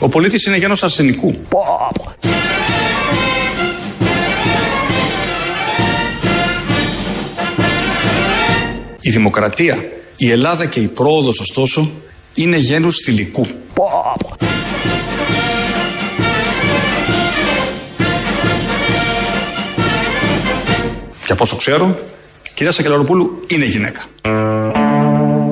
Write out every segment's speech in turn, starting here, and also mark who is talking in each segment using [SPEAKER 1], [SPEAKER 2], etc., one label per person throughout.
[SPEAKER 1] Ο πολίτης είναι γένος αρσενικού. Η δημοκρατία, η Ελλάδα και η πρόοδος, ωστόσο, είναι γένους θηλυκού. Και από όσο ξέρω, κυρία Σακελαροπούλου είναι γυναίκα.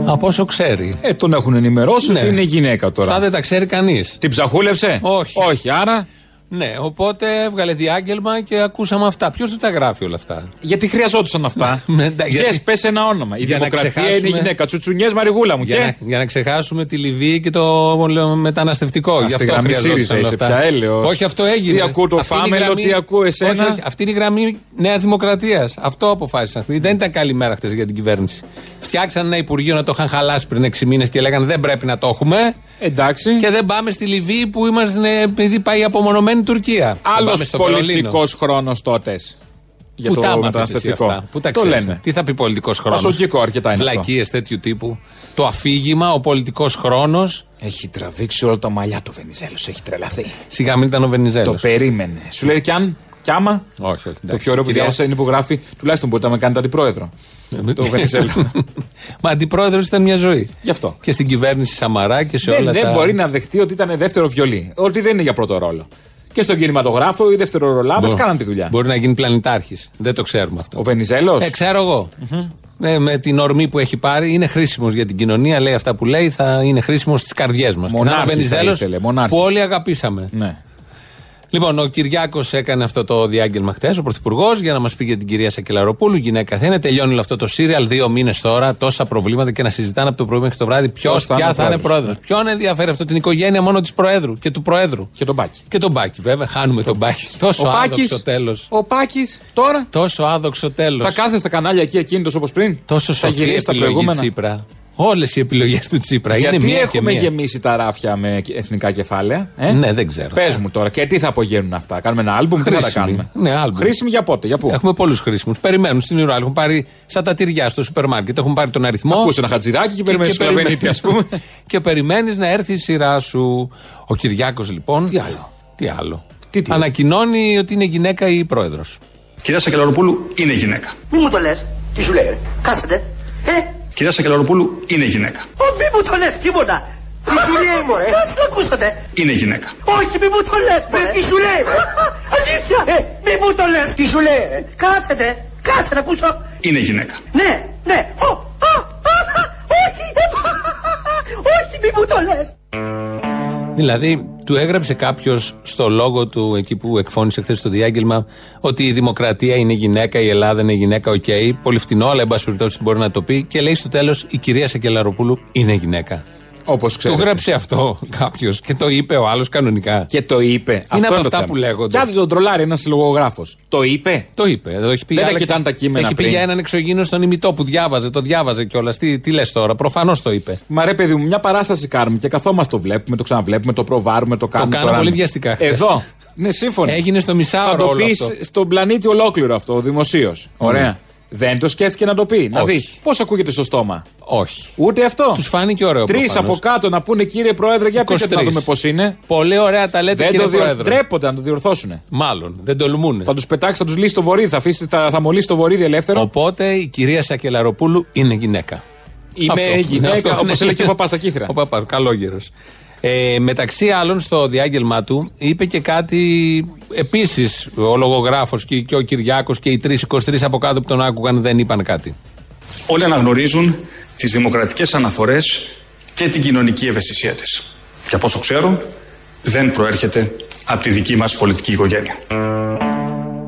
[SPEAKER 2] Από όσο ξέρει.
[SPEAKER 3] Ε, τον έχουν ενημερώσει
[SPEAKER 2] Ναι.
[SPEAKER 3] ότι είναι γυναίκα τώρα.
[SPEAKER 2] Αυτά δεν τα ξέρει κανείς.
[SPEAKER 3] Την ψαχούλεψε.
[SPEAKER 2] Όχι.
[SPEAKER 3] Όχι, άρα.
[SPEAKER 2] Ναι, οπότε έβγαλε διάγγελμα και ακούσαμε αυτά. Ποιος του τα γράφει όλα αυτά.
[SPEAKER 3] Γιατί χρειαζόντουσαν αυτά.
[SPEAKER 2] Ναι, εντάξει,
[SPEAKER 3] Βγες,
[SPEAKER 2] γιατί-
[SPEAKER 3] πες ένα όνομα. Η
[SPEAKER 2] Για να
[SPEAKER 3] δημοκρατία
[SPEAKER 2] ξεχάσουμε-
[SPEAKER 3] είναι γυναίκα. Τσουτσουνιές Μαριγούλα μου.
[SPEAKER 2] Για,
[SPEAKER 3] και.
[SPEAKER 2] να, για να ξεχάσουμε τη Λιβύη και το λέω, μεταναστευτικό. Γι' αυτό
[SPEAKER 3] γραμμή
[SPEAKER 2] χρειαζόταν
[SPEAKER 3] ΣΥΡΙΖΑ
[SPEAKER 2] όλα
[SPEAKER 3] είσαι
[SPEAKER 2] αυτά.
[SPEAKER 3] πια, έλεος.
[SPEAKER 2] Όχι, αυτό έγινε.
[SPEAKER 3] Τι ακούω το
[SPEAKER 2] Αυτή είναι η
[SPEAKER 3] Φάμελο,
[SPEAKER 2] γραμμή-
[SPEAKER 3] τι ακούω εσένα.
[SPEAKER 2] Όχι, όχι, αυτή είναι η γραμμή Νέας Δημοκρατίας. Αυτό αποφάσισαν. Δεν ήταν καλή μέρα χτες για την κυβέρνηση. Φτιάξαν ένα Υπουργείο να το είχαν χαλάσει πριν 6 μήνες και λέγανε δεν πρέπει να το έχουμε.
[SPEAKER 3] Εντάξει.
[SPEAKER 2] Και δεν πάμε στη Λιβύη που είμαστε επειδή πάει η απομονωμένη Τουρκία. Δεν πάμε
[SPEAKER 3] Άλλος
[SPEAKER 2] στο Βερολίνο.
[SPEAKER 3] πολιτικός χρόνος τότες. Για
[SPEAKER 2] Πού τα
[SPEAKER 3] το
[SPEAKER 2] άμαθες
[SPEAKER 3] μεταναστευτικό.
[SPEAKER 2] εσύ αυτά, Πού τα
[SPEAKER 3] το
[SPEAKER 2] ξέρεις.
[SPEAKER 3] λένε.
[SPEAKER 2] Τι θα πει πολιτικός χρόνος.
[SPEAKER 3] Πασοκικό αρκετά είναι αυτό.
[SPEAKER 2] Βλακίες τέτοιου τύπου. Το αφήγημα, ο πολιτικός χρόνος.
[SPEAKER 3] Έχει τραβήξει όλα τα μαλλιά του Βενιζέλο. Έχει τρελαθεί.
[SPEAKER 2] Σιγά μην ήταν ο
[SPEAKER 3] Το
[SPEAKER 2] Βενιζέλο.
[SPEAKER 3] περίμενε. Σου λέει κι αν, κι άμα.
[SPEAKER 2] Όχι, όχι.
[SPEAKER 3] Το πιο ωραίο που διάβασα είναι που γράφει τουλάχιστον μπορείτε να με κάνετε αντιπρόεδρο. το Βενιζέλο.
[SPEAKER 2] Ναι. Μα αντιπρόεδρος ήταν μια ζωή.
[SPEAKER 3] Γι' αυτό.
[SPEAKER 2] Και στην κυβέρνηση Σαμαρά και σε
[SPEAKER 3] δεν,
[SPEAKER 2] όλα
[SPEAKER 3] δεν
[SPEAKER 2] τα.
[SPEAKER 3] μπορεί να δεχτεί ότι ήταν δεύτερο βιολί. Ότι δεν είναι για πρώτο ρόλο. Και στον κινηματογράφο οι δευτερορολάδες
[SPEAKER 2] Μπο-
[SPEAKER 3] κάναν τη δουλειά.
[SPEAKER 2] Μπορεί να γίνει πλανητάρχης. Δεν το ξέρουμε αυτό.
[SPEAKER 3] Ο Βενιζέλος.
[SPEAKER 2] Ε, ξέρω εγώ. Ε, με την ορμή που έχει πάρει, είναι χρήσιμος για την κοινωνία. Λέει αυτά που λέει, θα είναι χρήσιμος στις καρδιές μας.
[SPEAKER 3] Μονάρχης θα ήθελε, μονάρχης.
[SPEAKER 2] που όλοι αγαπήσαμε.
[SPEAKER 3] Ναι.
[SPEAKER 2] Λοιπόν, ο Κυριάκος έκανε αυτό το διάγγελμα χτες, ο Πρωθυπουργός, για να μας πει για την κυρία Σακελαροπούλου. Γυναίκα θα είναι, τελειώνει όλο αυτό το σύριαλ. Δύο μήνες τώρα, τόσα προβλήματα και να συζητάνε από το πρωί μέχρι το βράδυ ποιος
[SPEAKER 3] Ποιος θα
[SPEAKER 2] πια
[SPEAKER 3] είναι
[SPEAKER 2] θα είναι
[SPEAKER 3] πρόεδρος.
[SPEAKER 2] πρόεδρος. Ποιον ενδιαφέρει αυτό την οικογένεια μόνο της Προέδρου και του Προέδρου.
[SPEAKER 3] Και τον Πάκη.
[SPEAKER 2] Και τον Μπάκη, βέβαια, χάνουμε τον Μπάκη. Τόσο άδοξο τέλος.
[SPEAKER 3] ο Πάκης τώρα
[SPEAKER 2] Τόσο άδοξο τέλος.
[SPEAKER 3] θα κάθε στα κανάλια εκεί εκείνητο όπως πριν.
[SPEAKER 2] Τόσο
[SPEAKER 3] θα
[SPEAKER 2] σοφή
[SPEAKER 3] γυρίσει τα
[SPEAKER 2] επιλογή
[SPEAKER 3] προηγούμενα.
[SPEAKER 2] Τσίπρα. Όλες οι επιλογές του Τσίπρα είναι
[SPEAKER 3] Γιατί
[SPEAKER 2] μία και
[SPEAKER 3] έχουμε
[SPEAKER 2] μία.
[SPEAKER 3] γεμίσει τα ράφια με εθνικά κεφάλαια. Ε?
[SPEAKER 2] Ναι, δεν ξέρω.
[SPEAKER 3] Πες μου τώρα, και τι θα απογίνουν αυτά. Κάνουμε ένα άλμπουμ, τι θα τα
[SPEAKER 2] Χρήσιμη.
[SPEAKER 3] κάνουμε.
[SPEAKER 2] Ναι, άλμπουμ.
[SPEAKER 3] Χρήσιμη για πότε, για πού.
[SPEAKER 2] Έχουμε πολλούς χρήσιμους. Περιμένουν στην Ουράλ. Έχουν πάρει σαν τα τυριά στο σούπερ μάρκετ. Έχουν πάρει τον αριθμό.
[SPEAKER 3] Ακούσε ένα χατζηδάκι και περιμένει το Σκλαβενίτη, ας πούμε.
[SPEAKER 2] και περιμένεις να έρθει η σειρά σου. Ο Κυριάκος λοιπόν.
[SPEAKER 3] Τι άλλο?
[SPEAKER 2] Τι άλλο.
[SPEAKER 3] Τι, τι?
[SPEAKER 2] Ανακοινώνει ότι είναι γυναίκα η πρόεδρος.
[SPEAKER 1] Κυρία Σακελαροπούλου είναι γυναίκα.
[SPEAKER 4] Μη μου το λες. Τι σου λέει, ρε. Κάτσατε. Ε,
[SPEAKER 1] Κυρία Σακελαροπούλου είναι γυναίκα.
[SPEAKER 4] ο, μη μου το λε, τίποτα. Τι σου λέει, μωρέ. Κάτσε να ακούσατε.
[SPEAKER 1] Είναι γυναίκα.
[SPEAKER 4] Όχι, μη μου το λε, μωρέ. Τι σου λέει, ρε. Αλήθεια. Ε, μη μου το λε. Τι σου λέει, ρε. Κάτσατε. Κάτσε να ακούσω.
[SPEAKER 1] Είναι γυναίκα.
[SPEAKER 4] Ναι, ναι. Ω, α, α, α, όχι. ε, Όχι, μη μου το λε.
[SPEAKER 2] Δηλαδή, του έγραψε κάποιος στο λόγο του εκεί που εκφώνησε χθες το διάγγελμα ότι η δημοκρατία είναι γυναίκα, η Ελλάδα είναι γυναίκα, οκ. πολύ φτηνό, αλλά εν πάση περιπτώσει μπορεί να το πει. Και λέει στο τέλος, η κυρία Σακελαροπούλου είναι γυναίκα.
[SPEAKER 3] Όπως
[SPEAKER 2] Του
[SPEAKER 3] ξέρετε.
[SPEAKER 2] γράψε αυτό κάποιος και το είπε ο άλλος κανονικά.
[SPEAKER 3] Και το είπε. αυτό
[SPEAKER 2] από
[SPEAKER 3] το
[SPEAKER 2] αυτά
[SPEAKER 3] θέμα.
[SPEAKER 2] που λέγονται.
[SPEAKER 3] Κι αν δεν τον τρολάρει ένας συλλογογράφος. Το είπε.
[SPEAKER 2] Το είπε. Εδώ έχει πει
[SPEAKER 3] Δεν τα
[SPEAKER 2] άλλα-
[SPEAKER 3] κοιτάνε τα κείμενα
[SPEAKER 2] Έχει πει
[SPEAKER 3] πριν.
[SPEAKER 2] για έναν εξωγήινο στον ημιτό που διάβαζε, το διάβαζε κιόλας. Τι, τι λες τώρα, προφανώς το είπε.
[SPEAKER 3] Μα ρε παιδί μου, μια παράσταση κάνουμε και καθόμαστε το βλέπουμε, το ξαναβλέπουμε, το προβάρουμε, το κάνουμε.
[SPEAKER 2] κάναμε
[SPEAKER 3] ράνουμε.
[SPEAKER 2] πολύ βιαστικά χθες.
[SPEAKER 3] Εδώ. Ναι, σύμφωνα.
[SPEAKER 2] Έγινε στο
[SPEAKER 3] Θα
[SPEAKER 2] μισάωρο
[SPEAKER 3] το
[SPEAKER 2] όλο
[SPEAKER 3] πεις
[SPEAKER 2] αυτό. Ναι.
[SPEAKER 3] στον πλανήτη ολόκληρο αυτό, δημοσίως. Ωραία. Δεν το σκέφτηκε να το πει. Να
[SPEAKER 2] Όχι.
[SPEAKER 3] δεις πώς ακούγεται στο στόμα.
[SPEAKER 2] Όχι.
[SPEAKER 3] Ούτε αυτό.
[SPEAKER 2] Τους φάνηκε ωραίο
[SPEAKER 3] Τρεις
[SPEAKER 2] προφανώς.
[SPEAKER 3] από κάτω να πούνε κύριε Πρόεδρε, για πείτε το να
[SPEAKER 2] 23.
[SPEAKER 3] δούμε πώς είναι.
[SPEAKER 2] Πολύ ωραία τα λέτε,
[SPEAKER 3] Δεν
[SPEAKER 2] κύριε
[SPEAKER 3] το διορθ...
[SPEAKER 2] Πρόεδρε.
[SPEAKER 3] Τρέπονται να το διορθώσουν.
[SPEAKER 2] Μάλλον, δεν τολμούν.
[SPEAKER 3] Θα τους πετάξει, θα τους λύσει το βορίδι, θα, αφήσει, θα, θα μολύσει το βορίδι ελεύθερο.
[SPEAKER 2] Οπότε η κυρία Σακελαροπούλου είναι γυναίκα.
[SPEAKER 3] Είμαι
[SPEAKER 2] Αυτό. Αυτό,
[SPEAKER 3] γυναίκα,
[SPEAKER 2] ναι.
[SPEAKER 3] όπως έλεγε και ο Παπάς στα κύθρα.
[SPEAKER 2] Ο Παπάς, καλόγερος. Ε, μεταξύ άλλων, στο διάγγελμά του είπε και κάτι επίσης ο λογογράφος και, και ο Κυριάκος και οι 3-23 από κάτω που τον άκουγαν δεν είπαν κάτι.
[SPEAKER 1] Όλοι αναγνωρίζουν τις δημοκρατικές αναφορές και την κοινωνική ευαισθησία της. Και από όσο ξέρω, δεν προέρχεται από τη δική μας πολιτική οικογένεια.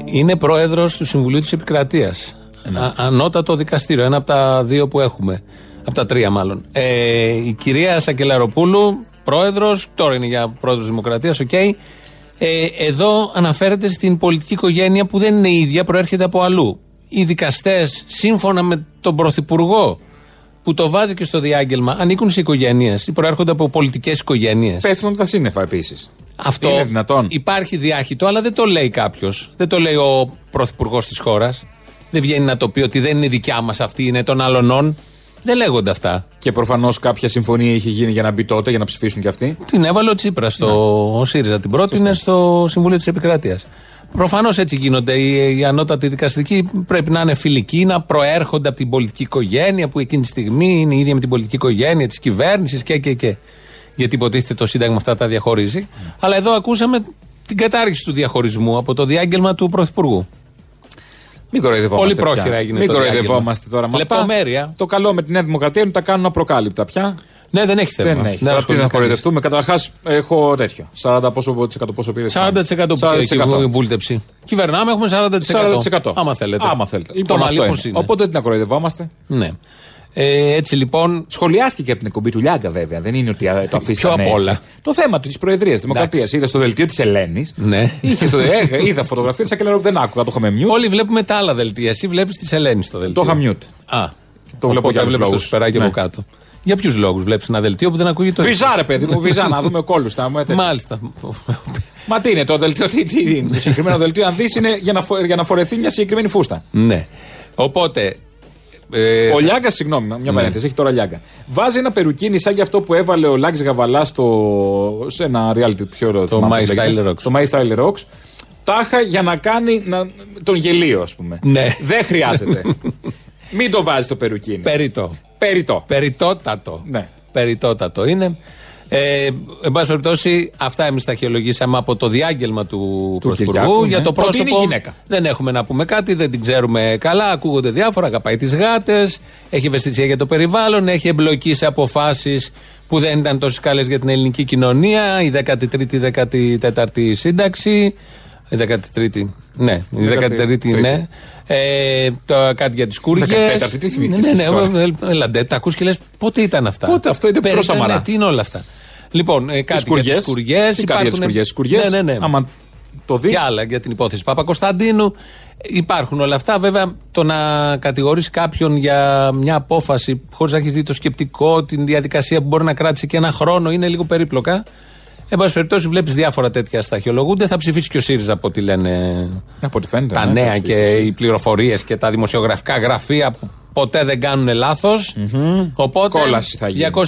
[SPEAKER 2] Είναι πρόεδρος του Συμβουλίου της Επικρατείας. Ανώτατο δικαστήριο, ένα από τα δύο που έχουμε. Από τα τρία, μάλλον. Ε, η κυρία Σακελαροπούλου, πρόεδρος, τώρα είναι για πρόεδρος Δημοκρατίας, οκ. Ε, εδώ αναφέρεται στην πολιτική οικογένεια που δεν είναι η ίδια, προέρχεται από αλλού. Οι δικαστές, σύμφωνα με τον Πρωθυπουργό που το βάζει και στο διάγγελμα, ανήκουν σε οικογένειες ή προέρχονται από πολιτικές οικογένειες.
[SPEAKER 3] Πέφτουν από τα σύννεφα επίσης.
[SPEAKER 2] Αυτό
[SPEAKER 3] Είναι δυνατόν.
[SPEAKER 2] υπάρχει διάχυτο, αλλά δεν το λέει κάποιος. Δεν το λέει ο πρωθυπουργός της χώρας. Δεν βγαίνει να το πει ότι δεν είναι δικιά μας αυτή, είναι των αλλωνών. Δεν λέγονται αυτά.
[SPEAKER 3] Και προφανώς κάποια συμφωνία είχε γίνει για να μπει τότε, για να ψηφίσουν κι αυτοί.
[SPEAKER 2] Την έβαλε ο Τσίπρας στο
[SPEAKER 3] Ναι.
[SPEAKER 2] ο ΣΥΡΙΖΑ. Την πρότεινε στο Συμβούλιο της Επικράτειας. Προφανώς έτσι γίνονται. Οι, οι ανώτατοι δικαστικοί πρέπει να είναι φιλικοί, να προέρχονται από την πολιτική οικογένεια που εκείνη τη στιγμή είναι η ίδια με την πολιτική οικογένεια της κυβέρνησης και, και, και. Γιατί υποτίθεται το Σύνταγμα αυτά τα διαχωρίζει.
[SPEAKER 3] Ναι.
[SPEAKER 2] Αλλά εδώ ακούσαμε την κατάργηση του διαχωρισμού από το διάγγελμα του Πρωθυπουργού.
[SPEAKER 3] Μην κοροϊδευόμαστε.
[SPEAKER 2] Πολύ πρόχειρα
[SPEAKER 3] πια.
[SPEAKER 2] έγινε
[SPEAKER 3] Μην
[SPEAKER 2] το
[SPEAKER 3] κοροϊδευόμαστε
[SPEAKER 2] διάγγελμα.
[SPEAKER 3] τώρα με αυτά.
[SPEAKER 2] Λεπτομέρεια.
[SPEAKER 3] Το καλό με τη Νέα Δημοκρατία είναι ότι τα κάνουν απροκάλυπτα πια.
[SPEAKER 2] Ναι, δεν έχει θέμα.
[SPEAKER 3] Δεν έχει.
[SPEAKER 2] Δεν
[SPEAKER 3] Τώρα τι
[SPEAKER 2] ασχολείται
[SPEAKER 3] να
[SPEAKER 2] κανείς.
[SPEAKER 3] κοροϊδευτούμε. Καταρχάς, έχω τέτοιο. 40 πόσο, πόσο, πόσο πήρες.
[SPEAKER 2] 40% που η βούλτεψη. Κυβερνάμε, έχουμε 40%.
[SPEAKER 3] 40%.
[SPEAKER 2] άμα θέλετε.
[SPEAKER 3] Άμα θέλετε.
[SPEAKER 2] Λοιπόν,
[SPEAKER 3] Λοιπόν,
[SPEAKER 2] το
[SPEAKER 3] αυτό είναι.
[SPEAKER 2] μαλλίπος είναι.
[SPEAKER 3] Οπότε τι να κοροϊδευόμαστε.
[SPEAKER 2] Ναι. Ε, έτσι λοιπόν.
[SPEAKER 3] Σχολιάστηκε και από την εκπομπή του Λιάγκα, βέβαια. Δεν είναι ότι α, το αφήσαμε.
[SPEAKER 2] Ε, απ'
[SPEAKER 3] έτσι.
[SPEAKER 2] όλα.
[SPEAKER 3] Το θέμα της Προεδρίας της Δημοκρατίας. Είδα στο δελτίο της Ελένης.
[SPEAKER 2] Ναι.
[SPEAKER 3] Είχε στο, ε, είδα φωτογραφίες, σαν και λέω δεν άκουγα. Το είχαμε μιούτ.
[SPEAKER 2] Όλοι βλέπουμε τα άλλα δελτία. Εσύ βλέπεις τη Ελένη στο δελτίο.
[SPEAKER 3] Το είχα μιούτ.
[SPEAKER 2] Α.
[SPEAKER 3] Το βλέπω για άλλους
[SPEAKER 2] βλέπεις το
[SPEAKER 3] λόγους.
[SPEAKER 2] σουπεράκι
[SPEAKER 3] Ναι.
[SPEAKER 2] από κάτω. Για ποιους λόγους βλέπεις ένα δελτίο που δεν ακούγεται. το
[SPEAKER 3] Βυζά, ρε παιδί μου, βυζά, να δούμε κόλλους.
[SPEAKER 2] Μάλιστα.
[SPEAKER 3] Μα τι είναι το δελτίο, τι, τι είναι. Το συγκεκριμένο δελτίο, αν δεις, είναι για να, φο- για να φορεθεί μια συγκεκριμένη φούστα.
[SPEAKER 2] ναι. Οπότε. Ε,
[SPEAKER 3] Ο Λιάγκα, συγγνώμη, μια παρένθεση, έχει τώρα Λιάγκα. Βάζει ένα περουκίνι σαν και αυτό που έβαλε ο Λάξ Γαβαλά στο, σε ένα reality πιο ωραίο.
[SPEAKER 2] Το
[SPEAKER 3] θυμάμαι
[SPEAKER 2] My
[SPEAKER 3] πώς λέγεται.
[SPEAKER 2] Style Rocks.
[SPEAKER 3] Το My Style Rocks. Τάχα για να κάνει να, τον γελίο, ας πούμε.
[SPEAKER 2] Ναι.
[SPEAKER 3] Δεν χρειάζεται. Μην το βάζεις το περουκίνι.
[SPEAKER 2] περίτω.
[SPEAKER 3] Περιτό.
[SPEAKER 2] Περιτότατο.
[SPEAKER 3] Ναι.
[SPEAKER 2] Περιτότατο είναι. Ε, εν πάση περιπτώσει, αυτά εμείς τα χειρολογήσαμε από το διάγγελμα του, Πρωθυπουργού.
[SPEAKER 3] Κυριάκου,
[SPEAKER 2] Για
[SPEAKER 3] ναι.
[SPEAKER 2] το
[SPEAKER 3] Ότι
[SPEAKER 2] πρόσωπο.
[SPEAKER 3] είναι γυναίκα.
[SPEAKER 2] Δεν έχουμε να πούμε κάτι, δεν την ξέρουμε καλά. Ακούγονται διάφορα. Αγαπάει τις γάτες, έχει ευαισθησία για το περιβάλλον, έχει εμπλοκεί σε αποφάσεις που δεν ήταν τόσο καλές για την ελληνική κοινωνία. Η 13η-14η σύνταξη. Η 13η. Ναι, η 13η, ναι. Ε, το, κάτι για τις κούργε.
[SPEAKER 3] 14η, τι θυμήθηκες
[SPEAKER 2] Ναι, ναι,
[SPEAKER 3] τώρα.
[SPEAKER 2] ε, Έλα, ντε, τα ακούς και λες πότε ήταν αυτά.
[SPEAKER 3] Πότε, αυτό είναι
[SPEAKER 2] Πέρα,
[SPEAKER 3] προς Σαμαρά.
[SPEAKER 2] ναι, Τι είναι όλα αυτά. Λοιπόν, ε, κάτι για τις κουριέ.
[SPEAKER 3] Τι κάτι για τις κουριέ.
[SPEAKER 2] Ναι, ναι, ναι.
[SPEAKER 3] Άμα το δεις.
[SPEAKER 2] Και άλλα για την υπόθεση Παπα-Κωνσταντίνου. Υπάρχουν όλα αυτά. Βέβαια, το να κατηγορείς κάποιον για μια απόφαση χωρίς να έχεις δει το σκεπτικό, την διαδικασία που μπορεί να κράτησε και ένα χρόνο είναι λίγο περίπλοκα. Εν πάση περιπτώσει, βλέπεις διάφορα τέτοια σταχυολογούνται. Θα ψηφίσει και ο ΣΥΡΙΖΑ από ό,τι λένε
[SPEAKER 3] Από ό,τι φαίνεται.
[SPEAKER 2] τα
[SPEAKER 3] ναι,
[SPEAKER 2] νέα
[SPEAKER 3] το
[SPEAKER 2] και οι πληροφορίες και τα δημοσιογραφικά γραφεία που ποτέ δεν κάνουν λάθος. Οπότε.
[SPEAKER 3] Κόλαση θα γίνει.
[SPEAKER 2] 266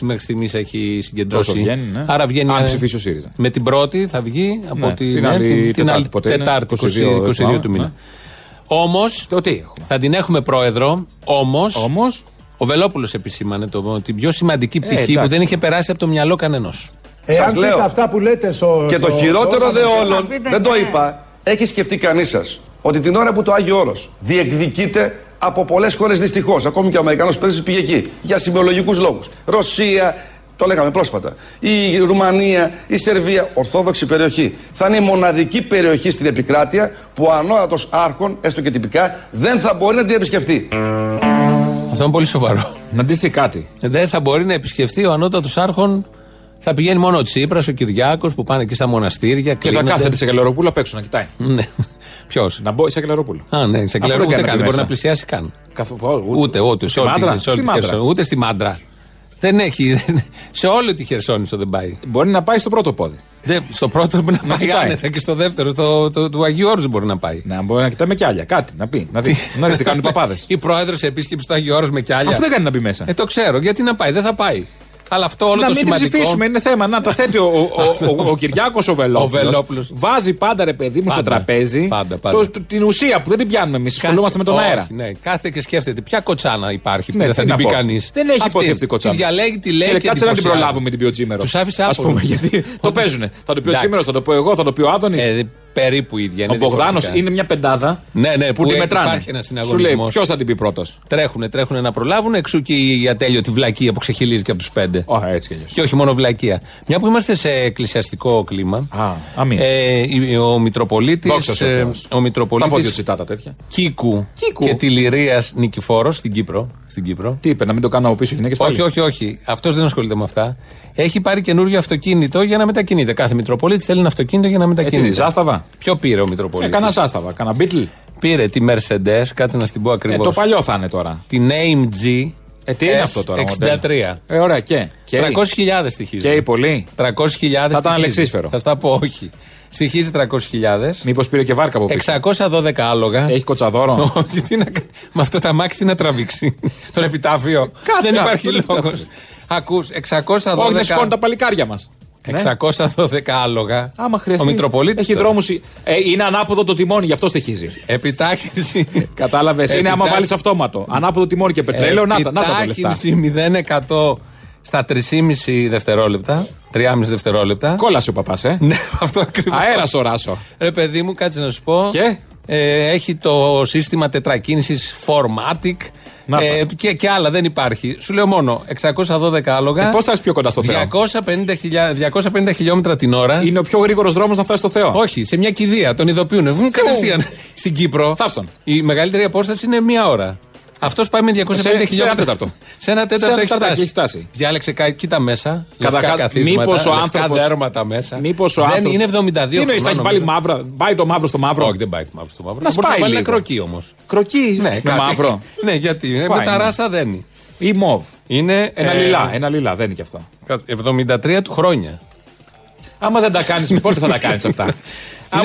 [SPEAKER 2] μέχρι στιγμής έχει συγκεντρώσει.
[SPEAKER 3] Τόσο βγαίνει, ναι.
[SPEAKER 2] Άρα βγαίνει.
[SPEAKER 3] Αν
[SPEAKER 2] ε,
[SPEAKER 3] ψηφίσει ο ΣΥΡΙΖΑ.
[SPEAKER 2] Με την πρώτη θα βγει από
[SPEAKER 3] Ναι,
[SPEAKER 2] τη-
[SPEAKER 3] την
[SPEAKER 2] ναι,
[SPEAKER 3] άλλη
[SPEAKER 2] την- την
[SPEAKER 3] Τετάρτη
[SPEAKER 2] άλλη
[SPEAKER 3] ποτέ ναι. είναι,
[SPEAKER 2] Τετάρτη,
[SPEAKER 3] 22,
[SPEAKER 2] 22 του
[SPEAKER 3] ναι.
[SPEAKER 2] μήνα. Όμως.
[SPEAKER 3] Το τι έχουμε.
[SPEAKER 2] Θα την έχουμε πρόεδρο, όμως.
[SPEAKER 3] Όμως.
[SPEAKER 2] Ο Βελόπουλος επισήμανε το, την πιο σημαντική πτυχή που
[SPEAKER 3] Ε, εντάξει.
[SPEAKER 2] δεν είχε περάσει από το μυαλό κανενό.
[SPEAKER 5] Εάν
[SPEAKER 6] Ε,
[SPEAKER 7] Σας
[SPEAKER 5] πείτε
[SPEAKER 7] λέω.
[SPEAKER 5] αυτά που λέτε στο.
[SPEAKER 7] Και το
[SPEAKER 5] στο-
[SPEAKER 7] χειρότερο
[SPEAKER 5] στο-
[SPEAKER 7] δε όλων,
[SPEAKER 4] πείτε,
[SPEAKER 7] δεν το
[SPEAKER 4] ναι.
[SPEAKER 7] είπα, έχει σκεφτεί κανείς σας ότι την ώρα που το Άγιο Όρος διεκδικείται από πολλές χώρες δυστυχώς, ακόμη και ο Αμερικανός πρέσβης πήγε εκεί για σημειολογικούς λόγους. Ρωσία, το λέγαμε πρόσφατα. Η Ρουμανία, η Σερβία, ορθόδοξη περιοχή. Θα είναι η μοναδική περιοχή στην επικράτεια που ο ανώτατος άρχον, έστω και τυπικά, δεν θα μπορεί να την επισκεφτεί.
[SPEAKER 2] Αυτό είναι πολύ σοβαρό.
[SPEAKER 3] Να ντυθεί κάτι.
[SPEAKER 2] δεν θα μπορεί να επισκεφθεί ο ανώτατος άρχον. Θα πηγαίνει μόνο ο Τσίπρας, ο Κυριάκος που πάνε εκεί στα μοναστήρια.
[SPEAKER 3] Και θα κάθεται σε γαλαροπούλα απ' έξω να κοιτάει.
[SPEAKER 2] Ποιος.
[SPEAKER 3] Να μπω σε γαλαροπούλα.
[SPEAKER 2] Α, ναι, σε κλαίρω
[SPEAKER 3] δεν
[SPEAKER 2] ούτε
[SPEAKER 3] κάνει
[SPEAKER 2] καν. Δεν μπορεί
[SPEAKER 3] μέσα.
[SPEAKER 2] να πλησιάσει καν.
[SPEAKER 3] Καθο- ο-
[SPEAKER 2] Ούτε, ούτε. Σε
[SPEAKER 3] Στη
[SPEAKER 2] όλη τη
[SPEAKER 3] Μάντρα.
[SPEAKER 2] Χερσόνη- σε όλη
[SPEAKER 3] Στη
[SPEAKER 2] τη
[SPEAKER 3] Μάντρα.
[SPEAKER 2] Χερσόνη. Ούτε στη μάντρα. Δεν έχει. δεν- σε όλη τη Χερσόνησο δεν πάει.
[SPEAKER 3] Μπορεί να πάει στο πρώτο πόδι.
[SPEAKER 2] Δεν- στο πρώτο μπορεί να, πάει
[SPEAKER 3] κοιτάει.
[SPEAKER 2] άνετα και στο δεύτερο το, το, του Αγίου Όρους δεν μπορεί να πάει.
[SPEAKER 3] Να μπορεί να κοιτάει με κιάλια. Κάτι να πει. Να δει. να δει τι κάνουν οι παπάδες.
[SPEAKER 2] Η πρόεδρος σε επίσκεψης του Αγίου Όρους με κιάλια.
[SPEAKER 3] Αφού δεν κάνει να μπει μέσα.
[SPEAKER 2] Ε, το ξέρω. Γιατί να πάει, δεν θα πάει. Αλλά αυτό όλο
[SPEAKER 3] να
[SPEAKER 2] το
[SPEAKER 3] μην την
[SPEAKER 2] σημαντικό.
[SPEAKER 3] ψηφίσουμε, είναι θέμα. Να τα θέτει ο, ο, ο, ο, ο Κυριάκος ο
[SPEAKER 2] Ο Βελόπουλος.
[SPEAKER 3] Βελόπουλος. Βάζει πάντα ρε παιδί μου στο
[SPEAKER 2] Πάντα.
[SPEAKER 3] τραπέζι
[SPEAKER 2] Πάντα, πάντα.
[SPEAKER 3] το- το- την ουσία που δεν την πιάνουμε εμείς. Ασχολούμαστε με τον
[SPEAKER 2] Όχι,
[SPEAKER 3] αέρα.
[SPEAKER 2] Ναι, κάθε και σκέφτεται ποια κοτσάνα υπάρχει που
[SPEAKER 3] Ναι,
[SPEAKER 2] δεν θα
[SPEAKER 3] τι
[SPEAKER 2] την πει
[SPEAKER 3] να πω.
[SPEAKER 2] κανείς.
[SPEAKER 3] Δεν έχει υποθευτεί κοτσάνα.
[SPEAKER 2] Τη διαλέγει, τη λέει
[SPEAKER 3] Κύριε,
[SPEAKER 2] και
[SPEAKER 3] κάτσε να την
[SPEAKER 2] εντυπωσιάζει.
[SPEAKER 3] προλάβουμε την πιοτσίμερο.
[SPEAKER 2] Τους άφησε
[SPEAKER 3] Ας
[SPEAKER 2] άφωνους.
[SPEAKER 3] πούμε, γιατί το παίζουνε. Θα το πει ο
[SPEAKER 2] Εντάξει.
[SPEAKER 3] Τσίμερο, θα το πω εγώ, θα το πει ο Άδωνης.
[SPEAKER 2] Ε, δε- περίπου ίδια.
[SPEAKER 3] ο
[SPEAKER 2] είναι
[SPEAKER 3] Μπογδάνος
[SPEAKER 2] διαφορετικά.
[SPEAKER 3] είναι μια πεντάδα
[SPEAKER 2] Ναι, ναι,
[SPEAKER 3] που,
[SPEAKER 2] που
[SPEAKER 3] τη
[SPEAKER 2] ε,
[SPEAKER 3] μετράνε.
[SPEAKER 2] υπάρχει ένας
[SPEAKER 3] Σου λέει
[SPEAKER 2] συναγωνισμός.
[SPEAKER 3] ποιος θα την πει πρώτος.
[SPEAKER 2] Τρέχουνε, τρέχουνε να προλάβουν. Εξού και η ατέλειωτη βλακεία που ξεχυλίζει και από τους πέντε.
[SPEAKER 3] Όχι, έτσι κι αλλιώς.
[SPEAKER 2] Και όχι μόνο βλακεία. Μια που είμαστε σε εκκλησιαστικό κλίμα.
[SPEAKER 3] Α, αμήν.
[SPEAKER 2] ε, η- ο Μητροπολίτης.
[SPEAKER 3] Δόξα σε ο Θεός.
[SPEAKER 2] ο
[SPEAKER 3] Τα πόδια
[SPEAKER 2] Μητροπολίτη
[SPEAKER 3] τσιτάτα τέτοια.
[SPEAKER 2] Κίκου,
[SPEAKER 3] Κίκου.
[SPEAKER 2] και τη Λυρία Νικηφόρος στην Κύπρο. Στην Κύπρο.
[SPEAKER 3] Τι είπε, να μην το κάνω από πίσω γυναίκες
[SPEAKER 2] Όχι, όχι, όχι. Αυτός δεν ασχολείται με αυτά. Έχει πάρει καινούριο αυτοκίνητο για να μετακινείται. Κάθε Μητροπολίτη θέλει ένα αυτοκίνητο για να μετακινείται.
[SPEAKER 3] Ζάσταβα.
[SPEAKER 2] Ποιο πήρε ο Μητροπολίτης.
[SPEAKER 3] Ε, κάνα άσταβα, κάνα Beatle.
[SPEAKER 2] Πήρε τη Mercedes, κάτσε να στην πω
[SPEAKER 3] Ε,
[SPEAKER 2] ακριβώ.
[SPEAKER 3] το παλιό θα είναι τώρα.
[SPEAKER 2] Την AMG.
[SPEAKER 3] Ε, τι είναι αυτό τώρα, μοντέλο?
[SPEAKER 2] 63.
[SPEAKER 3] Ε, ωραία, και. Και,
[SPEAKER 2] 300.000 στοιχίζει.
[SPEAKER 3] και πολύ.
[SPEAKER 2] 300.000
[SPEAKER 3] ήταν
[SPEAKER 2] στοιχίζει.
[SPEAKER 3] αλεξίσφαιρο.
[SPEAKER 2] Θα στα πω όχι. στοιχίζει 300.000.
[SPEAKER 3] Μήπως πήρε και βάρκα από πίσω.
[SPEAKER 2] 612 άλογα.
[SPEAKER 3] Έχει κοτσαδόρο.
[SPEAKER 2] Όχι, τι να κάνει. Με αυτό τα μάξι τι να τραβήξει. Τον επιτάφιο.
[SPEAKER 3] Κάτσε,
[SPEAKER 2] Δεν
[SPEAKER 3] αυτό
[SPEAKER 2] υπάρχει
[SPEAKER 3] το
[SPEAKER 2] λόγο. Ακού, 612.
[SPEAKER 3] Όχι, να σηκώνουν τα παλικάρια μας.
[SPEAKER 2] 612 άλογα.
[SPEAKER 3] Ναι. Άμα χρειαστεί.
[SPEAKER 2] Ο Μητροπολίτης.
[SPEAKER 3] Έχει δρόμους. Ε, είναι ανάποδο το τιμόνι, γι' αυτό στοιχίζει.
[SPEAKER 2] Επιτάχυνση.
[SPEAKER 3] Κατάλαβες. Είναι άμα
[SPEAKER 2] Επιτάχυνση-
[SPEAKER 3] βάλεις αυτόματο. Ανάποδο τιμόνι και πετρέλαιο. Ε, Να τα να τα τα λεφτά.
[SPEAKER 2] Επιτάχυνση 0% στα 3,5 δευτερόλεπτα. 3,5 δευτερόλεπτα.
[SPEAKER 3] Κόλασε ο παπάς, ε.
[SPEAKER 2] Ναι, αυτό ακριβώς.
[SPEAKER 3] Αέρας ο Ράσο.
[SPEAKER 2] Ρε παιδί μου, κάτσε να σου πω.
[SPEAKER 3] Και?
[SPEAKER 2] Ε, έχει το σύστημα τετρακίνησης Formatic.
[SPEAKER 3] Να τα.
[SPEAKER 2] ε, και, και άλλα δεν υπάρχει. Σου λέω μόνο 612 άλογα.
[SPEAKER 3] Ε, πώς θα είσαι πιο κοντά στο Θεό?
[SPEAKER 2] 250, χιλιά- 250 χιλιόμετρα την ώρα.
[SPEAKER 3] Είναι ο πιο γρήγορος δρόμος να φτάσει στο Θεό.
[SPEAKER 2] Όχι, σε μια κηδεία. Τον ειδοποιούν. Βγουν κατευθείαν στην Κύπρο.
[SPEAKER 3] Θάψον.
[SPEAKER 2] Η μεγαλύτερη απόσταση είναι μία ώρα. Αυτός πάει με 250
[SPEAKER 3] Σε- σε ένα
[SPEAKER 2] χιλιόμετρα.
[SPEAKER 3] τέταρτο.
[SPEAKER 2] Σε ένα
[SPEAKER 3] Σε
[SPEAKER 2] τέταρτο
[SPEAKER 3] ένα
[SPEAKER 2] έχει
[SPEAKER 3] τέταρτο
[SPEAKER 2] φτάσει.
[SPEAKER 3] έχει φτάσει.
[SPEAKER 2] Διάλεξε, κα- κοίτα μέσα.
[SPEAKER 3] Κατά
[SPEAKER 2] λευκά
[SPEAKER 3] κα-
[SPEAKER 2] καθίσματα,
[SPEAKER 3] μήπως ο
[SPEAKER 2] λευκά
[SPEAKER 3] άνθρωπος-
[SPEAKER 2] δέρματα μέσα.
[SPEAKER 3] Μήπως ο
[SPEAKER 2] Δεν
[SPEAKER 3] άνθρωπος-
[SPEAKER 2] είναι 72
[SPEAKER 3] Τι νοείς,
[SPEAKER 2] χρονών,
[SPEAKER 3] θα έχει
[SPEAKER 2] νομίζω.
[SPEAKER 3] βάλει μαύρα. Πάει το μαύρο στο μαύρο.
[SPEAKER 2] Όχι, δεν πάει το μαύρο στο μαύρο.
[SPEAKER 3] Να
[SPEAKER 2] Μπορείς
[SPEAKER 3] σπάει
[SPEAKER 2] βάλει ένα
[SPEAKER 3] λίγο.
[SPEAKER 2] κροκί όμω.
[SPEAKER 3] Κροκί
[SPEAKER 2] Ναι,
[SPEAKER 3] με
[SPEAKER 2] κάτι.
[SPEAKER 3] μαύρο.
[SPEAKER 2] Ναι, γιατί. ε,
[SPEAKER 3] Πάει,
[SPEAKER 2] με τα
[SPEAKER 3] ναι.
[SPEAKER 2] ράσα δένει.
[SPEAKER 3] Ή μοβ.
[SPEAKER 2] Είναι.
[SPEAKER 3] Ένα
[SPEAKER 2] ε,
[SPEAKER 3] λιλά, ένα λιλά, δεν είναι και αυτό.
[SPEAKER 2] κάτσε, 73 του χρόνια.
[SPEAKER 3] Άμα δεν τα κάνεις, πώς θα τα κάνεις αυτά. Άμα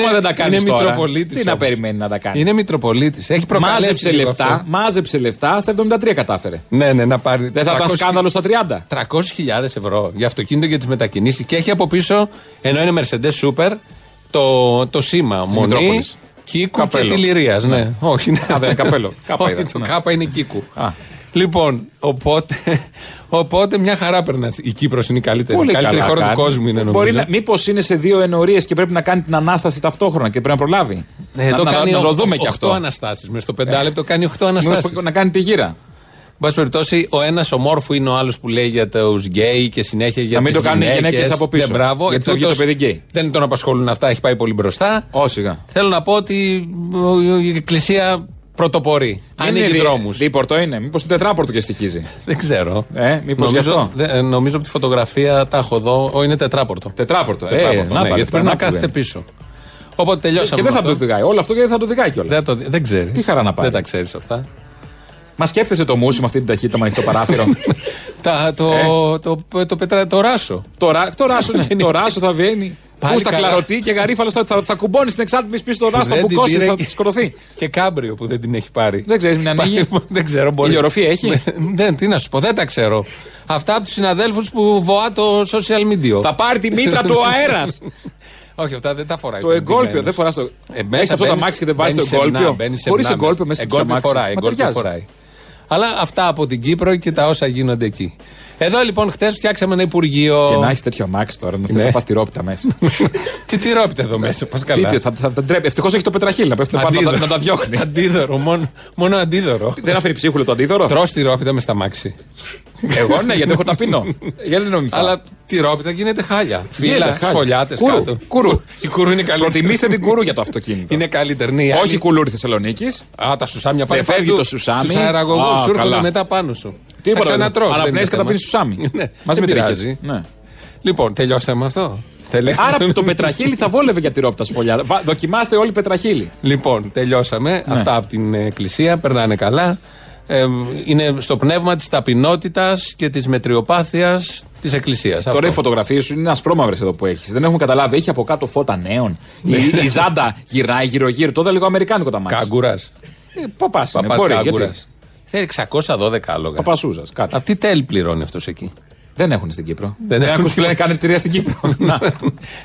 [SPEAKER 2] Είναι-
[SPEAKER 3] δεν τα κάνει
[SPEAKER 2] είναι
[SPEAKER 3] τώρα,
[SPEAKER 2] Μητροπολίτης
[SPEAKER 3] τι να
[SPEAKER 2] όμως.
[SPEAKER 3] περιμένει να τα κάνει.
[SPEAKER 2] Είναι Μητροπολίτης. Έχει προκαλέσει.
[SPEAKER 3] Μάζεψε
[SPEAKER 2] λίγο
[SPEAKER 3] λεφτά,
[SPEAKER 2] αυτό.
[SPEAKER 3] μάζεψε λεφτά, στα 73 κατάφερε.
[SPEAKER 2] Ναι, ναι, να πάρει.
[SPEAKER 3] Δεν θα ήταν
[SPEAKER 2] 300
[SPEAKER 3] σκάνδαλο στα 30.
[SPEAKER 2] 300.000 ευρώ για αυτοκίνητο και τις μετακινήσεις. Και έχει από πίσω, ενώ είναι Mercedes Super, το, το σήμα Μονή,
[SPEAKER 3] Μητρόπολης.
[SPEAKER 2] Κίκου
[SPEAKER 3] Καπέλο.
[SPEAKER 2] και Τηληρίας. Ναι. Όχι, ναι.
[SPEAKER 3] Α, δεν είναι καπέλο. Κάπα
[SPEAKER 2] Όχι,
[SPEAKER 3] είδα.
[SPEAKER 2] το
[SPEAKER 3] Ναι.
[SPEAKER 2] Κάπα είναι Κίκου.
[SPEAKER 3] Α.
[SPEAKER 2] Λοιπόν, οπότε, οπότε μια χαρά περνάς. Η Κύπρος είναι η καλύτερη. η καλύτερη χώρα του κόσμου είναι νομίζω.
[SPEAKER 3] Μήπως είναι σε δύο ενορίε και πρέπει να κάνει την ανάσταση ταυτόχρονα και πρέπει να προλάβει.
[SPEAKER 2] Ναι, εδώ
[SPEAKER 3] να,
[SPEAKER 2] κάνει
[SPEAKER 3] να, να το
[SPEAKER 2] οχ-
[SPEAKER 3] δούμε κι
[SPEAKER 2] οχτώ
[SPEAKER 3] αυτό.
[SPEAKER 2] αναστάσεις. Μες στο πεντάλεπτο κάνει 8 αναστάσεις.
[SPEAKER 3] Να, να κάνει τη γύρα.
[SPEAKER 2] Εν πάση περιπτώσει, ο ένας ομόρφου είναι ο άλλος που λέει για τους γκέι και συνέχεια για
[SPEAKER 3] Να
[SPEAKER 2] τις
[SPEAKER 3] μην το κάνουν οι
[SPEAKER 2] γυναίκες.
[SPEAKER 3] γυναίκες από πίσω.
[SPEAKER 2] Ναι, μπράβο,
[SPEAKER 3] Γιατί θα βγει
[SPEAKER 2] Ετούτος
[SPEAKER 3] το παιδί γκέι.
[SPEAKER 2] Δεν τον απασχολούν αυτά, έχει πάει πολύ μπροστά.
[SPEAKER 3] Ω σιγά.
[SPEAKER 2] Θέλω να πω ότι η Εκκλησία πρωτοπορεί. Ανοίγει δρόμους.
[SPEAKER 3] Δίπορτο είναι. Μήπως είναι τετράπορτο και στοιχίζει.
[SPEAKER 2] Δεν ξέρω.
[SPEAKER 3] Ε, μήπως
[SPEAKER 2] νομίζω,
[SPEAKER 3] γι' αυτό.
[SPEAKER 2] δε- ε, νομίζω από τη φωτογραφία τα έχω εδώ. Ο, είναι τετράπορτο.
[SPEAKER 3] Τετράπορτο. Ε,
[SPEAKER 2] Τετράπορτο,
[SPEAKER 3] να
[SPEAKER 2] ναι,
[SPEAKER 3] τα
[SPEAKER 2] γιατί
[SPEAKER 3] λεφτά,
[SPEAKER 2] πρέπει να
[SPEAKER 3] που
[SPEAKER 2] κάθεται
[SPEAKER 3] λένε.
[SPEAKER 2] πίσω. Οπότε
[SPEAKER 3] Και,
[SPEAKER 2] τελειώσαμε.
[SPEAKER 3] δεν
[SPEAKER 2] με
[SPEAKER 3] θα το
[SPEAKER 2] αυτό.
[SPEAKER 3] οδηγάει. Όλο αυτό γιατί θα το οδηγάει κιόλας.
[SPEAKER 2] δεν, το, δεν ξέρεις.
[SPEAKER 3] Τι χαρά να πάρει.
[SPEAKER 2] Δεν τα ξέρεις αυτά.
[SPEAKER 3] Μα σκέφτεσαι το μουσι με αυτή την ταχύτητα με ανοιχτό παράθυρο.
[SPEAKER 2] τα, το,
[SPEAKER 3] Ε.
[SPEAKER 2] το, το, το, πετρα- το ράσο.
[SPEAKER 3] το, ρα- το ράσο, ναι. το ράσο θα βγαίνει.
[SPEAKER 2] Πάλι
[SPEAKER 3] Φούστα
[SPEAKER 2] καλά.
[SPEAKER 3] κλαρωτή και γαρίφαλος θα, θα, θα κουμπώνεις την εξάρτημη πίσω στο ράσο. Θα
[SPEAKER 2] Δεν την
[SPEAKER 3] μπουκώσει,
[SPEAKER 2] πήρε
[SPEAKER 3] θα
[SPEAKER 2] και-
[SPEAKER 3] σκοτωθεί.
[SPEAKER 2] Και κάμπριο που δεν την έχει πάρει.
[SPEAKER 3] Δεν ξέρεις, μην ανοίγει.
[SPEAKER 2] δεν ξέρω, μπορεί.
[SPEAKER 3] Ηλιορροφία έχει?
[SPEAKER 2] δεν, τι να σου πω, δεν τα ξέρω. Αυτά από τους συναδέλφους που βοά το social media.
[SPEAKER 3] Θα πάρει τη μήτρα του αέρας.
[SPEAKER 2] Όχι, αυτά δεν τα φοράει.
[SPEAKER 3] Το εγκόλπιο. Δεν φοράς το.
[SPEAKER 2] Ε, μέσα
[SPEAKER 3] Έχεις αυτό το
[SPEAKER 2] μπαίνεις-
[SPEAKER 3] αμάξι και δεν βάζεις το
[SPEAKER 2] μπαίνεις σε μνά,
[SPEAKER 3] εγκόλπιο.
[SPEAKER 2] μπαίνεις σε
[SPEAKER 3] Χωρίς
[SPEAKER 2] μνά
[SPEAKER 3] εγκόλπιο μέσα στο
[SPEAKER 2] Εγκόλπιο
[SPEAKER 3] αμάξι.
[SPEAKER 2] φοράει.
[SPEAKER 3] Μα
[SPEAKER 2] Εγκόλπιο
[SPEAKER 3] ταιριάζει.
[SPEAKER 2] φοράει. Αλλά αυτά από την Κύπρο και τα όσα γίνονται εκεί. Εδώ λοιπόν χθες φτιάξαμε ένα υπουργείο.
[SPEAKER 3] Και να έχεις τέτοιο αμάξι τώρα, να θες
[SPEAKER 2] Ναι.
[SPEAKER 3] να πας τη ρόπιτα μέσα.
[SPEAKER 2] Τι τυρόπιτε εδώ μέσα, πας
[SPEAKER 3] Τι,
[SPEAKER 2] καλά.
[SPEAKER 3] τι, θα- θα- θα τρέπει. Ευτυχώς έχει το πετραχύλι να πέφτουν πάνω να τα-
[SPEAKER 2] Αντίδωρο.
[SPEAKER 3] να τα διώχνει.
[SPEAKER 2] Αντίδωρο, μόνο, μόνο αντίδωρο.
[SPEAKER 3] Δεν αφήνει ψίχουλο το αντίδωρο.
[SPEAKER 2] Τρως τυρόπιτα μες στα μάξι.
[SPEAKER 3] Εγώ ναι, γιατί έχω ταπεινό. γιατί δεν νομίζω.
[SPEAKER 2] Αλλά τυρόπιτα γίνεται χάλια. Φύλλα,
[SPEAKER 3] χάλια.
[SPEAKER 2] σφολιάτες
[SPEAKER 3] Κούρου,
[SPEAKER 2] κάτω.
[SPEAKER 3] κούρου.
[SPEAKER 2] Η κούρου είναι καλύτερη.
[SPEAKER 3] Προτιμήστε την κουρού για το αυτοκίνητο.
[SPEAKER 2] Είναι καλύτερη. Ναι, η άλλη-
[SPEAKER 3] Όχι κουλούρι Θεσσαλονίκης.
[SPEAKER 2] Α, τα σουσάμια πάνε.
[SPEAKER 3] Δεν φεύγει
[SPEAKER 2] παντού.
[SPEAKER 3] το σουσάμι.
[SPEAKER 2] Στους αεραγωγούς
[SPEAKER 3] Α,
[SPEAKER 2] σου έρχονται
[SPEAKER 3] καλά.
[SPEAKER 2] μετά πάνω σου.
[SPEAKER 3] Τίποτα
[SPEAKER 2] Τα
[SPEAKER 3] δεν-
[SPEAKER 2] ξανατρως,
[SPEAKER 3] Αλλά
[SPEAKER 2] δεν
[SPEAKER 3] πνέεις
[SPEAKER 2] είναι
[SPEAKER 3] και τα
[SPEAKER 2] θέμα.
[SPEAKER 3] πίνεις σουσάμι.
[SPEAKER 2] Ναι,
[SPEAKER 3] Μαζί
[SPEAKER 2] δεν
[SPEAKER 3] με τρέχεις.
[SPEAKER 2] πειράζει.
[SPEAKER 3] Ναι.
[SPEAKER 2] Λοιπόν, τελειώσαμε αυτό. Τελειώσαμε.
[SPEAKER 3] Άρα το πετραχύλι θα βόλευε για τη ρόπτα σφολιά. Βα- Δοκιμάστε όλοι πετραχύλι.
[SPEAKER 2] Λοιπόν, τελειώσαμε.
[SPEAKER 3] Ναι.
[SPEAKER 2] Αυτά από την ε, εκκλησία περνάνε καλά. Ε, είναι στο πνεύμα της ταπεινότητας και της μετριοπάθειας της εκκλησίας.
[SPEAKER 3] Τώρα οι φωτογραφίες σου είναι ασπρόμαυρες εδώ που έχεις. Δεν έχουμε καταλάβει. Έχει από κάτω φώτα νέων.
[SPEAKER 2] Ναι.
[SPEAKER 3] Η, η ζάντα γυρνάει γύρω-γύρω. Τότε λίγο αμερικάνικο τα μάτια.
[SPEAKER 2] Κάγκουρα.
[SPEAKER 3] Παπά.
[SPEAKER 2] Παπάς
[SPEAKER 3] Μπορεί.
[SPEAKER 2] Κάγκουρα.
[SPEAKER 3] γιατί.
[SPEAKER 2] Θέλει 612 άλογα.
[SPEAKER 3] Παπασούζας. Κάτι.
[SPEAKER 2] Αυτή τέλ πληρώνει αυτός εκεί.
[SPEAKER 3] Δεν έχουν στην Κύπρο.
[SPEAKER 2] Δεν
[SPEAKER 3] Δεν
[SPEAKER 2] έχουν.
[SPEAKER 3] έχουν που λένε κάνε εταιρεία στην Κύπρο.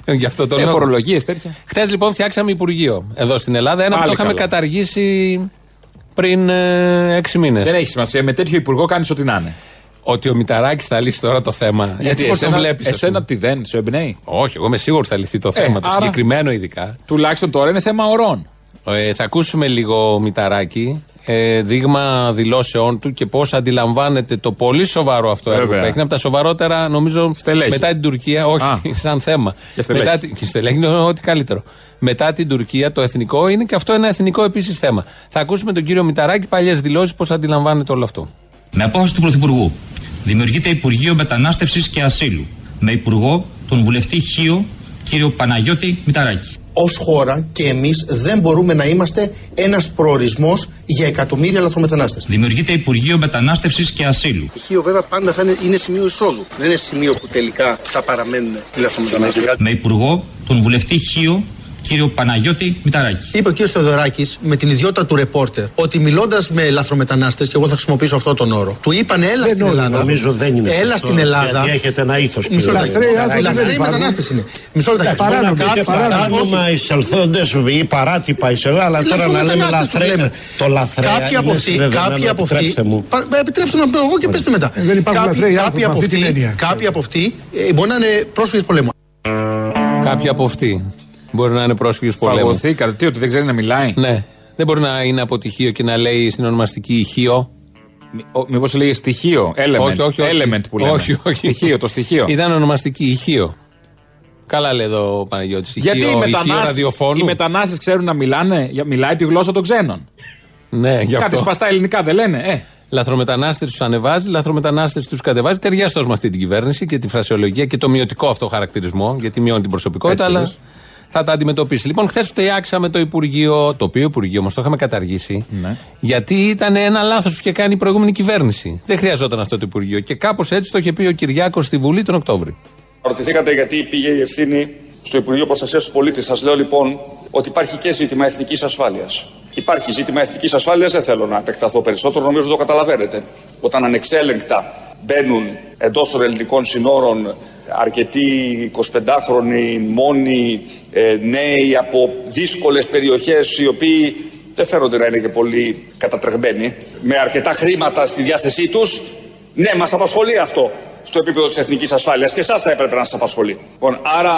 [SPEAKER 2] Γι' αυτό το
[SPEAKER 3] Ε,
[SPEAKER 2] λόγο.
[SPEAKER 3] φορολογίες τέτοια.
[SPEAKER 2] Χθες λοιπόν φτιάξαμε Υπουργείο εδώ στην Ελλάδα. Ένα που
[SPEAKER 3] Πάλι
[SPEAKER 2] το είχαμε
[SPEAKER 3] καλά.
[SPEAKER 2] καταργήσει πριν ε, έξι
[SPEAKER 3] Δεν
[SPEAKER 2] μήνε.
[SPEAKER 3] έχει σημασία. Με τέτοιο υπουργό κάνεις ό,τι να είναι.
[SPEAKER 2] Ότι ο Μηταράκης θα λύσει τώρα το θέμα. Έτσι πώ το
[SPEAKER 3] εσένα-
[SPEAKER 2] βλέπεις.
[SPEAKER 3] Εσένα τι δεν σου εμπνέει.
[SPEAKER 2] Όχι, εγώ είμαι σίγουρος ότι θα λυθεί το θέμα. Το
[SPEAKER 3] άρα-
[SPEAKER 2] συγκεκριμένο ειδικά.
[SPEAKER 3] Τουλάχιστον τώρα είναι θέμα ορών.
[SPEAKER 2] Ε, θα ακούσουμε λίγο Μηταράκη, ε, δείγμα δηλώσεών του και πώς αντιλαμβάνεται το πολύ σοβαρό αυτό έργο που
[SPEAKER 3] Βέβαια.
[SPEAKER 2] έχει. Είναι από τα σοβαρότερα, νομίζω,
[SPEAKER 3] Στελέχη.
[SPEAKER 2] μετά την Τουρκία. Όχι,
[SPEAKER 3] Α.
[SPEAKER 2] σαν θέμα.
[SPEAKER 3] Και στελέχη.
[SPEAKER 2] Μετά, τη- και στελέχη είναι ό,τι καλύτερο. Μετά την Τουρκία, το εθνικό, είναι και αυτό ένα εθνικό επίσης θέμα. Θα ακούσουμε τον κύριο Μηταράκη, παλιές δηλώσεις, πώς αντιλαμβάνεται όλο αυτό.
[SPEAKER 5] Με απόφαση του Πρωθυπουργού δημιουργείται Υπουργείο Μετανάστευσης και Ασύλου με Υπουργό τον βουλευτή Χίο κύριο Παναγιώτη Μηταράκη.
[SPEAKER 8] ως χώρα και εμείς δεν μπορούμε να είμαστε ένας προορισμός για εκατομμύρια λαθρομετανάστες.
[SPEAKER 5] Δημιουργείται Υπουργείο Μετανάστευσης και Ασύλου.
[SPEAKER 8] Χίο βέβαια πάντα θα είναι, είναι σημείο εισόδου. Δεν είναι σημείο που τελικά θα παραμένουν οι λαθρομετανάστες.
[SPEAKER 5] Με Υπουργό τον βουλευτή Χίο κύριο Παναγιώτη Μηταράκη.
[SPEAKER 8] Είπε ο κ. Θεοδωράκης με την ιδιότητα του ρεπόρτερ ότι μιλώντας με λαθρομετανάστες, και εγώ θα χρησιμοποιήσω αυτόν τον όρο, του είπαν έλα στην Ελλάδα.
[SPEAKER 6] Νομίζω δεν είναι.
[SPEAKER 8] Έλα
[SPEAKER 6] σωστό,
[SPEAKER 8] στην Ελλάδα.
[SPEAKER 6] Γιατί έχετε ένα ήθος.
[SPEAKER 8] Μισό λεπτό.
[SPEAKER 6] Λαθρέα,
[SPEAKER 8] Λαθρέοι μετανάστες είναι. Μισό
[SPEAKER 6] Ε,
[SPEAKER 8] λεπτό.
[SPEAKER 6] Παράνομα εισελθόντες ή παράτυπα εισελθόντες, αλλά τώρα να λέμε
[SPEAKER 8] Λαθρομετανάστες τους
[SPEAKER 6] λαθρέα.
[SPEAKER 8] λέμε.
[SPEAKER 6] Το λαθρέα.
[SPEAKER 8] Κάποιοι από
[SPEAKER 6] είναι
[SPEAKER 8] αυτοί.
[SPEAKER 6] συνδεδεμένο,
[SPEAKER 8] Κάποιοι από αυτοί.
[SPEAKER 6] επιτρέψτε μου. Ε,
[SPEAKER 8] Πα- ε, Επιτρέψτε να πω εγώ και πετε μετά.
[SPEAKER 9] Δεν υπάρχουν
[SPEAKER 8] Κάποιοι-
[SPEAKER 9] λαθρέοι άνθρωποι
[SPEAKER 8] κάποιοι
[SPEAKER 9] με
[SPEAKER 8] από
[SPEAKER 9] αυτή την
[SPEAKER 8] αυτοί-
[SPEAKER 9] έννοια.
[SPEAKER 8] Κάποιοι από αυτοί ε, μπορεί να είναι πρόσφυγες πολέμου.
[SPEAKER 2] Κάποιοι από αυτοί μπορεί να είναι πρόσφυγες πολέμου.
[SPEAKER 3] Φαγωθήκατε. Τι, ότι δεν ξέρει να μιλάει.
[SPEAKER 2] Ναι. Δεν μπορεί να είναι από τυχείο και να λέει στην ονομαστική ηχείο.
[SPEAKER 3] Μήπως λέει στοιχείο. Element.
[SPEAKER 2] Όχι, όχι, όχι.
[SPEAKER 3] Element που λέμε.
[SPEAKER 2] Όχι, όχι.
[SPEAKER 3] Στοιχείο, το στοιχείο.
[SPEAKER 2] Ήταν ονομαστική ηχείο. Καλά λέει εδώ ο Παναγιώτης.
[SPEAKER 3] Γιατί οι
[SPEAKER 2] ηχείο
[SPEAKER 3] μετανάστες, οι
[SPEAKER 2] ραδιοφώνου.
[SPEAKER 3] μετανάστες ξέρουν να μιλάνε, για- μιλάει τη γλώσσα των ξένων.
[SPEAKER 2] Ναι, γι'
[SPEAKER 3] Κάτι
[SPEAKER 2] αυτό.
[SPEAKER 3] σπαστά ελληνικά δεν λένε. Ε,
[SPEAKER 2] Λαθρομετανάστες τους ανεβάζει, λαθρομετανάστες τους κατεβάζει. Ταιριαστό με αυτή την κυβέρνηση και τη φρασιολογία και το μειωτικό αυτό χαρακτηρισμό, γιατί μειώνει την προσωπικότητα,
[SPEAKER 3] Έτσι
[SPEAKER 2] αλλά
[SPEAKER 3] λες.
[SPEAKER 2] θα τα αντιμετωπίσει. Λοιπόν, χθες φτιάξαμε το Υπουργείο, το οποίο Υπουργείο όμως το είχαμε καταργήσει,
[SPEAKER 3] Ναι.
[SPEAKER 2] γιατί ήταν ένα λάθος που είχε κάνει η προηγούμενη κυβέρνηση. Δεν χρειαζόταν αυτό το Υπουργείο. Και κάπως έτσι το είχε πει ο Κυριάκος στη Βουλή τον Οκτώβρη.
[SPEAKER 10] Ρωτηθήκατε γιατί πήγε η ευθύνη στο Υπουργείο Προστασίας του Πολίτη. Σας λέω λοιπόν ότι υπάρχει και ζήτημα εθνικής ασφάλειας. Υπάρχει ζήτημα εθνικής ασφάλειας, δεν θέλω να επεκταθώ περισσότερο, νομίζω το καταλαβαίνετε. Όταν ανεξέλεγκτα μπαίνουν εντός των ελληνικών συνόρων αρκετοί 25χρονοι, μόνοι, ε, νέοι από δύσκολες περιοχές, οι οποίοι δεν φαίνονται να είναι και πολύ κατατρεγμένοι, με αρκετά χρήματα στη διάθεσή τους, ναι, μας απασχολεί αυτό στο επίπεδο της εθνικής ασφάλειας και εσάς θα έπρεπε να σας απασχολεί. Λοιπόν, άρα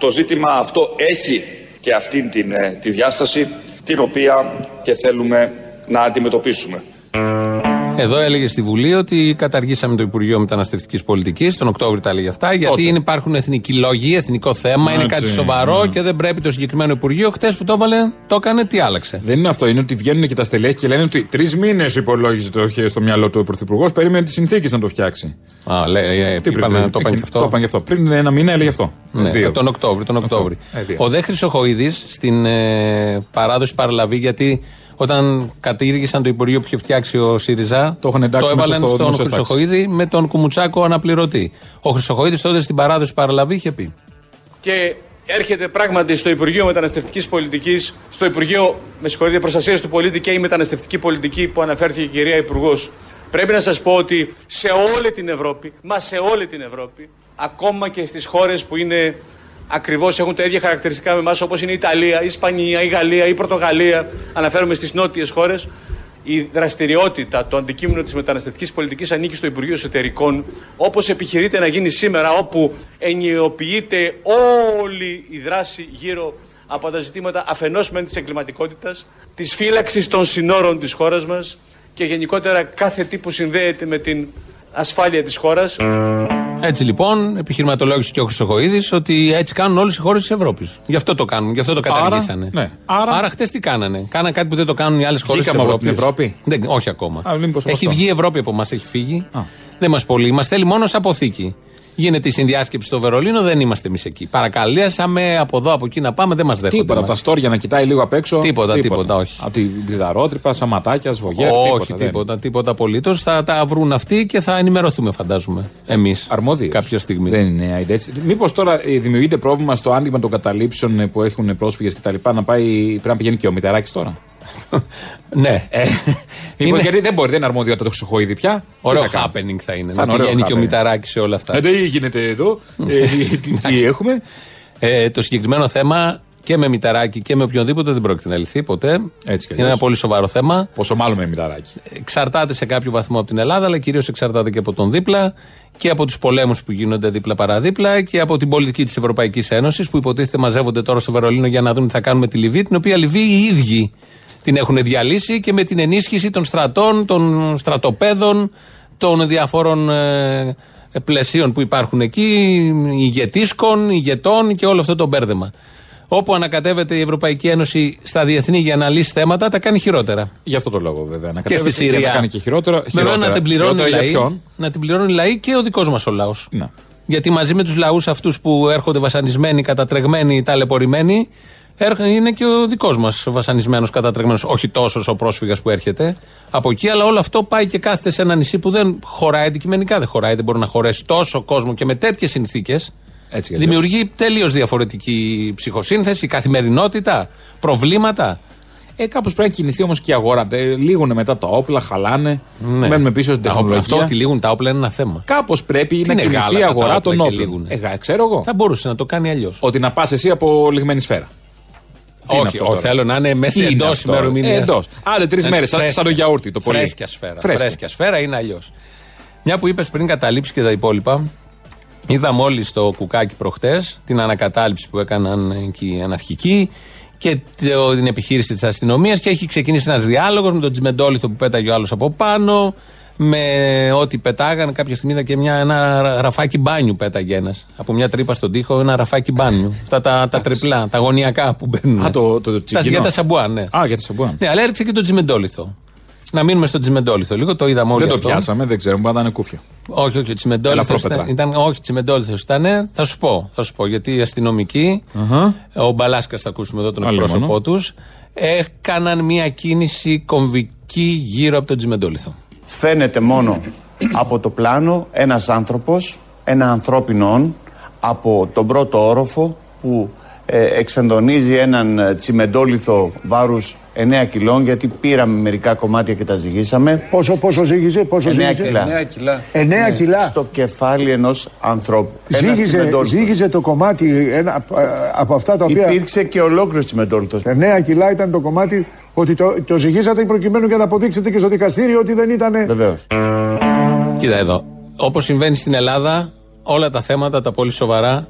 [SPEAKER 10] το ζήτημα αυτό έχει και αυτήν την, ε, τη διάσταση, την οποία και θέλουμε να αντιμετωπίσουμε.
[SPEAKER 2] Εδώ έλεγε στη Βουλή ότι καταργήσαμε το Υπουργείο Μεταναστευτικής Πολιτικής. Τον Οκτώβριο τα έλεγε αυτά. Γιατί είναι, υπάρχουν εθνικοί λόγοι, εθνικό θέμα, είναι
[SPEAKER 3] Έτσι, Ναι.
[SPEAKER 2] κάτι σοβαρό και δεν πρέπει το συγκεκριμένο Υπουργείο. Χτες που το έβαλε, το έκανε, τι άλλαξε.
[SPEAKER 3] δεν είναι αυτό. Είναι ότι βγαίνουν και τα στελέχη και λένε ότι τρεις μήνες υπολόγιζε το χέρι στο μυαλό του ο Πρωθυπουργός, περίμενε τις συνθήκες να το φτιάξει.
[SPEAKER 2] Α, λέει, ε,
[SPEAKER 3] Τι
[SPEAKER 2] είπαμε να το είπαν και
[SPEAKER 3] Το
[SPEAKER 2] αυτό.
[SPEAKER 3] είπαν και αυτό. Πριν ένα μήνα έλεγε αυτό.
[SPEAKER 2] Ναι,
[SPEAKER 3] Δύο.
[SPEAKER 2] τον Οκτώβριο. Τον Οκτώβριο.
[SPEAKER 3] Ε, δύο.
[SPEAKER 2] ο Δε Χρυσοχοίδη στην ε, παράδοση παραλαβή, γιατί όταν κατήργησαν το Υπουργείο που είχε φτιάξει ο ΣΥΡΙΖΑ,
[SPEAKER 3] Το είχαν εντάξει μέσα
[SPEAKER 2] έβαλαν
[SPEAKER 3] στο
[SPEAKER 2] στον
[SPEAKER 3] δημόσιο τάξη.
[SPEAKER 2] Χρυσοχοίδη με τον Κουμουτσάκο αναπληρωτή. Ο Χρυσοχοίδης τότε στην παράδοση παραλαβή είχε πει.
[SPEAKER 10] Και έρχεται πράγματι στο Υπουργείο Μεταναστευτικής Πολιτικής, στο Υπουργείο με συγχωρείτε, Προστασίας του Πολίτη και η Μεταναστευτική Πολιτική που αναφέρθηκε η κυρία Υπουργός. Πρέπει να σας πω ότι σε όλη την Ευρώπη, μα σε όλη την Ευρώπη, ακόμα και στις χώρες που είναι ακριβώς έχουν τα ίδια χαρακτηριστικά με εμάς, όπως είναι η Ιταλία, η Ισπανία, η Γαλλία, η Πορτογαλία, αναφέρομαι στις νότιες χώρες, η δραστηριότητα, το αντικείμενο της μεταναστευτικής πολιτικής ανήκει στο Υπουργείο Εσωτερικών, όπως επιχειρείται να γίνει σήμερα, όπου ενιοποιείται όλη η δράση γύρω από τα ζητήματα αφενός μεν της εγκληματικότητας, της φύλαξης των συνόρων της χώρας μας και γενικότερα κάθε τι που συνδέεται με την ασφάλεια της χώρας.
[SPEAKER 2] Έτσι λοιπόν, επιχειρηματολόγησε και ο Χρυσοχοίδης ότι έτσι κάνουν όλες οι χώρες της Ευρώπης. Γι' αυτό το κάνουν, γι' αυτό το καταργήσανε.
[SPEAKER 3] ναι. Άρα-
[SPEAKER 2] χτες τι κάνανε. Κάνανε κάτι που δεν το κάνουν οι άλλες χώρες τη
[SPEAKER 3] Βγήκαμε από την Ευρώπης?
[SPEAKER 2] Δεν, όχι ακόμα.
[SPEAKER 3] Α, μήπως από
[SPEAKER 2] έχει
[SPEAKER 3] αυτό.
[SPEAKER 2] βγει η Ευρώπη από εμάς, έχει φύγει. Δεν μας πολύ. Μας θέλει μόνο σε αποθήκη. Γίνεται η συνδιάσκεψη στο Βερολίνο, δεν είμαστε εμείς εκεί. Παρακαλέσαμε από εδώ, από εκεί να πάμε, δεν μας δέχονται.
[SPEAKER 3] Τίποτα.
[SPEAKER 2] μας.
[SPEAKER 3] Τα στόρια να κοιτάει λίγο απ' έξω.
[SPEAKER 2] Τίποτα, τίποτα, όχι.
[SPEAKER 3] Από την κρυδαρότρυπα, σαματάκια, σβογέρ.
[SPEAKER 2] όχι,
[SPEAKER 3] δεν.
[SPEAKER 2] τίποτα, τίποτα απολύτως. Θα τα βρουν αυτοί και θα ενημερωθούμε, φαντάζομαι. Εμείς.
[SPEAKER 3] Αρμόδιοι.
[SPEAKER 2] Κάποια στιγμή.
[SPEAKER 3] Δεν είναι έτσι. Μήπως τώρα ε, δημιουργείται πρόβλημα στο άνοιγμα των καταλήψεων ε, που έχουν πρόσφυγες κτλ. Να πάει, πρέπει να πηγαίνει και ο Μηταράκη τώρα.
[SPEAKER 2] ναι.
[SPEAKER 3] Ε, μήπως
[SPEAKER 2] Είναι-
[SPEAKER 3] γιατί δεν μπορεί, δεν είναι αρμοδιότητα το ξεχωίδι πια.
[SPEAKER 2] Ωραίο
[SPEAKER 3] Τι θα κάνει.
[SPEAKER 2] happening θα είναι.
[SPEAKER 3] Θα είναι
[SPEAKER 2] να
[SPEAKER 3] ωραίο
[SPEAKER 2] πηγαίνει και ο
[SPEAKER 3] happening.
[SPEAKER 2] Μηταράκης σε όλα αυτά.
[SPEAKER 3] Ε, Δεν γίνεται εδώ. Ε, τι- Τι έχουμε.
[SPEAKER 2] Ε, το συγκεκριμένο θέμα και με Μηταράκη και με οποιονδήποτε δεν πρόκειται να λυθεί ποτέ.
[SPEAKER 3] Έτσι κι
[SPEAKER 2] είναι ένα
[SPEAKER 3] αλλιώς.
[SPEAKER 2] πολύ σοβαρό θέμα.
[SPEAKER 3] Πόσο μάλλον με Μηταράκη.
[SPEAKER 2] Εξαρτάται σε κάποιο βαθμό από την Ελλάδα, αλλά κυρίως εξαρτάται και από τον δίπλα και από τους πολέμους που γίνονται δίπλα παραδίπλα και από την πολιτική της Ευρωπαϊκής Ένωσης που υποτίθεται μαζεύονται τώρα στο Βερολίνο για να δουν τι θα κάνουν με τη Λιβύη, την οποία Λιβύη οι ίδιοι την έχουν διαλύσει και με την ενίσχυση των στρατών, των στρατοπέδων, των διαφόρων ε, πλαισίων που υπάρχουν εκεί, ηγετίσκων, ηγετών και όλο αυτό το μπέρδεμα. Όπου ανακατεύεται η Ευρωπαϊκή Ένωση στα διεθνή για να λύσει θέματα, τα κάνει χειρότερα.
[SPEAKER 3] Γι' αυτό το λόγο βέβαια. Να
[SPEAKER 2] Και στη
[SPEAKER 3] κατέβεται
[SPEAKER 2] Συρία.
[SPEAKER 3] Να κάνει και χειρότερο.
[SPEAKER 2] Βέβαια να την πληρώνουν δηλαδή. οι
[SPEAKER 3] Χειρότερα
[SPEAKER 2] λαοί.
[SPEAKER 3] για ποιον.
[SPEAKER 2] Να την πληρώνουν οι λαοί και ο δικός μας ο λαός.
[SPEAKER 3] Ναι.
[SPEAKER 2] Γιατί μαζί με τους λαούς αυτούς που έρχονται βασανισμένοι, κατατρεγμένοι, ταλαιπωρημένοι, έρχ- είναι και ο δικός μας βασανισμένος, κατατρεγμένος. Όχι τόσος ο πρόσφυγας που έρχεται από εκεί, αλλά όλο αυτό πάει και κάθεται σε ένα νησί που δεν χωράει αντικειμενικά. Δεν χωράει, δεν μπορεί να χωρέσει τόσο κόσμο και με τέτοιες συνθήκες
[SPEAKER 3] Έτσι κι αλλιώς.
[SPEAKER 2] Δημιουργεί τελείως διαφορετική ψυχοσύνθεση, καθημερινότητα, προβλήματα.
[SPEAKER 3] Ε, κάπως πρέπει να κινηθεί όμως και η αγορά. Ε, λίγουν μετά τα όπλα, χαλάνε.
[SPEAKER 2] Ναι.
[SPEAKER 3] Μένουμε πίσω στην
[SPEAKER 2] Τα όπλα.
[SPEAKER 3] τεχνολογία.
[SPEAKER 2] Αυτό ότι λύγουν τα όπλα είναι ένα θέμα.
[SPEAKER 3] Κάπως πρέπει να
[SPEAKER 2] είναι
[SPEAKER 3] κινηθεί
[SPEAKER 2] γάλα
[SPEAKER 3] η
[SPEAKER 2] τα
[SPEAKER 3] αγορά
[SPEAKER 2] όπλα
[SPEAKER 3] των
[SPEAKER 2] και
[SPEAKER 3] όπλων.
[SPEAKER 2] λίγουν.
[SPEAKER 3] Ε, γα- ξέρω εγώ.
[SPEAKER 2] Θα μπορούσε να το κάνει αλλιώς.
[SPEAKER 3] Ότι να πας εσύ από λιγμένη σφαίρα. Τι
[SPEAKER 2] Όχι,
[SPEAKER 3] είναι αυτό
[SPEAKER 2] ο,
[SPEAKER 3] τώρα?
[SPEAKER 2] θέλω να είναι μέσα
[SPEAKER 3] Τι είναι
[SPEAKER 2] εντό
[SPEAKER 3] αυτό,
[SPEAKER 2] ημερομηνίας.
[SPEAKER 3] ε, εντός. Άντε, τρεις μέρες, σαν- σαν το γιαούρτι το πολύ.
[SPEAKER 2] Φρέσκια σφαίρα.
[SPEAKER 3] Φρέσκια.
[SPEAKER 2] Φρέσκια, σφαίρα είναι αλλιώς. Μια που είπες πριν καταλήψεις και τα υπόλοιπα, είδα μόλις το κουκάκι προχτές την ανακατάληψη που έκαναν εκεί οι αναρχικοί και το- την επιχείρηση της αστυνομίας και έχει ξεκινήσει ένας διάλογος με τον Τζιμεντόλιθο που πέταγε ο άλλος από πάνω. Με ό,τι πετάγανε, κάποια στιγμή είδα και μια, ένα ρα- ραφάκι μπάνιου πέταγε ένας. Από μια τρύπα στον τοίχο, ένα ραφάκι μπάνιου. Αυτά τα, τα τριπλά, τα γωνιακά που μπαίνουν.
[SPEAKER 3] Α, το- το- το
[SPEAKER 2] Τα-
[SPEAKER 3] τσιγκινό.
[SPEAKER 2] Για τα σαμπουάν, ναι.
[SPEAKER 3] Α, για τη σαμπουάν.
[SPEAKER 2] Ναι, αλλά έριξε και τον τσιμεντόλιθο. Να μείνουμε στο τσιμεντόλιθο λίγο, το είδαμε όλοι
[SPEAKER 3] Δεν το
[SPEAKER 2] αυτό.
[SPEAKER 3] πιάσαμε, δεν ξέρουμε, πάντα είναι κούφιο.
[SPEAKER 2] Όχι, όχι, ο Τσιμεντόλιθο
[SPEAKER 3] Ελαφρόπετρα.
[SPEAKER 2] ήταν, ήταν. Όχι, Τσιμεντόλιθος ήταν. Θα σου πω, θα σου πω. Γιατί οι αστυνομικοί, ο Μπαλάσκας, θα ακούσουμε εδώ τον
[SPEAKER 3] Άλλο μόνο.
[SPEAKER 2] εκπρόσωπό τους, έκαναν μια κίνηση κομβική γύρω από τον Τσιμεντόλιθο.
[SPEAKER 9] φαίνεται μόνο από το πλάνο ένας άνθρωπος, ένα ανθρώπινο όν, από τον πρώτο όροφο που ε, εξφενδονίζει έναν ε, τσιμεντόλιθο βάρους 9 κιλών γιατί πήραμε μερικά κομμάτια και τα ζυγίσαμε.
[SPEAKER 6] Πόσο, πόσο ζύγιζε, πόσο
[SPEAKER 9] 9
[SPEAKER 6] ζύγιζε.
[SPEAKER 9] κιλά.
[SPEAKER 6] 9
[SPEAKER 11] Ναι.
[SPEAKER 6] 9 κιλά.
[SPEAKER 9] Στο κεφάλι ενός ανθρώπου. Ένας
[SPEAKER 6] Ζύγιζε,
[SPEAKER 9] τσιμεντόλιθος.
[SPEAKER 6] ζύγιζε το κομμάτι ένα, απ- α, από αυτά τα οποία.
[SPEAKER 9] Υπήρξε και ολόκληρος τσιμεντόλιθος.
[SPEAKER 6] 9 κιλά ήταν το κομμάτι ότι το, το ζυγίζατε προκειμένου για να αποδείξετε και στο δικαστήριο ότι δεν ήταν.
[SPEAKER 9] Βεβαίως.
[SPEAKER 2] Κοίτα εδώ. Όπως συμβαίνει στην Ελλάδα, όλα τα θέματα τα πολύ σοβαρά,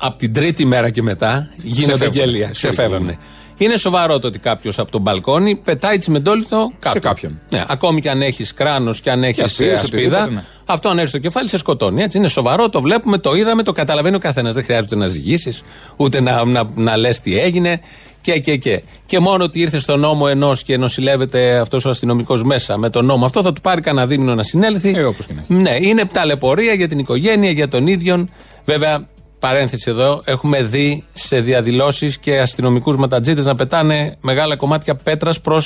[SPEAKER 2] από την τρίτη μέρα και μετά, γίνονται
[SPEAKER 3] Ξεφεύγουν.
[SPEAKER 2] γέλια. Ξεφεύγουν. Είναι σοβαρό το ότι κάποιος από τον μπαλκόνι πετάει τσιμεντόλιτο κάποιον.
[SPEAKER 3] κάποιον.
[SPEAKER 2] Ναι, ακόμη και αν έχεις κράνος και αν έχεις
[SPEAKER 3] ασπίδες,
[SPEAKER 2] ασπίδα,
[SPEAKER 3] οτιδήποτε, ναι.
[SPEAKER 2] αυτό αν έχεις το κεφάλι σε σκοτώνει. Έτσι. Είναι σοβαρό, το βλέπουμε, το είδαμε, το καταλαβαίνει ο καθένας. Δεν χρειάζεται να ζυγίσεις, ούτε να, να, να λες τι έγινε. Και, και, και. και μόνο ότι ήρθε στον νόμο ενός και νοσηλεύεται αυτός ο αστυνομικός μέσα με τον νόμο αυτό, θα του πάρει κανένα δίμηνο να συνέλθει.
[SPEAKER 3] Ε, όπως και να έχει.
[SPEAKER 2] Ναι, είναι ταλαιπωρία για την οικογένεια, για τον ίδιον. Βέβαια, παρένθεση εδώ, έχουμε δει σε διαδηλώσεις και αστυνομικούς μετατζήτες να πετάνε μεγάλα κομμάτια πέτρας προς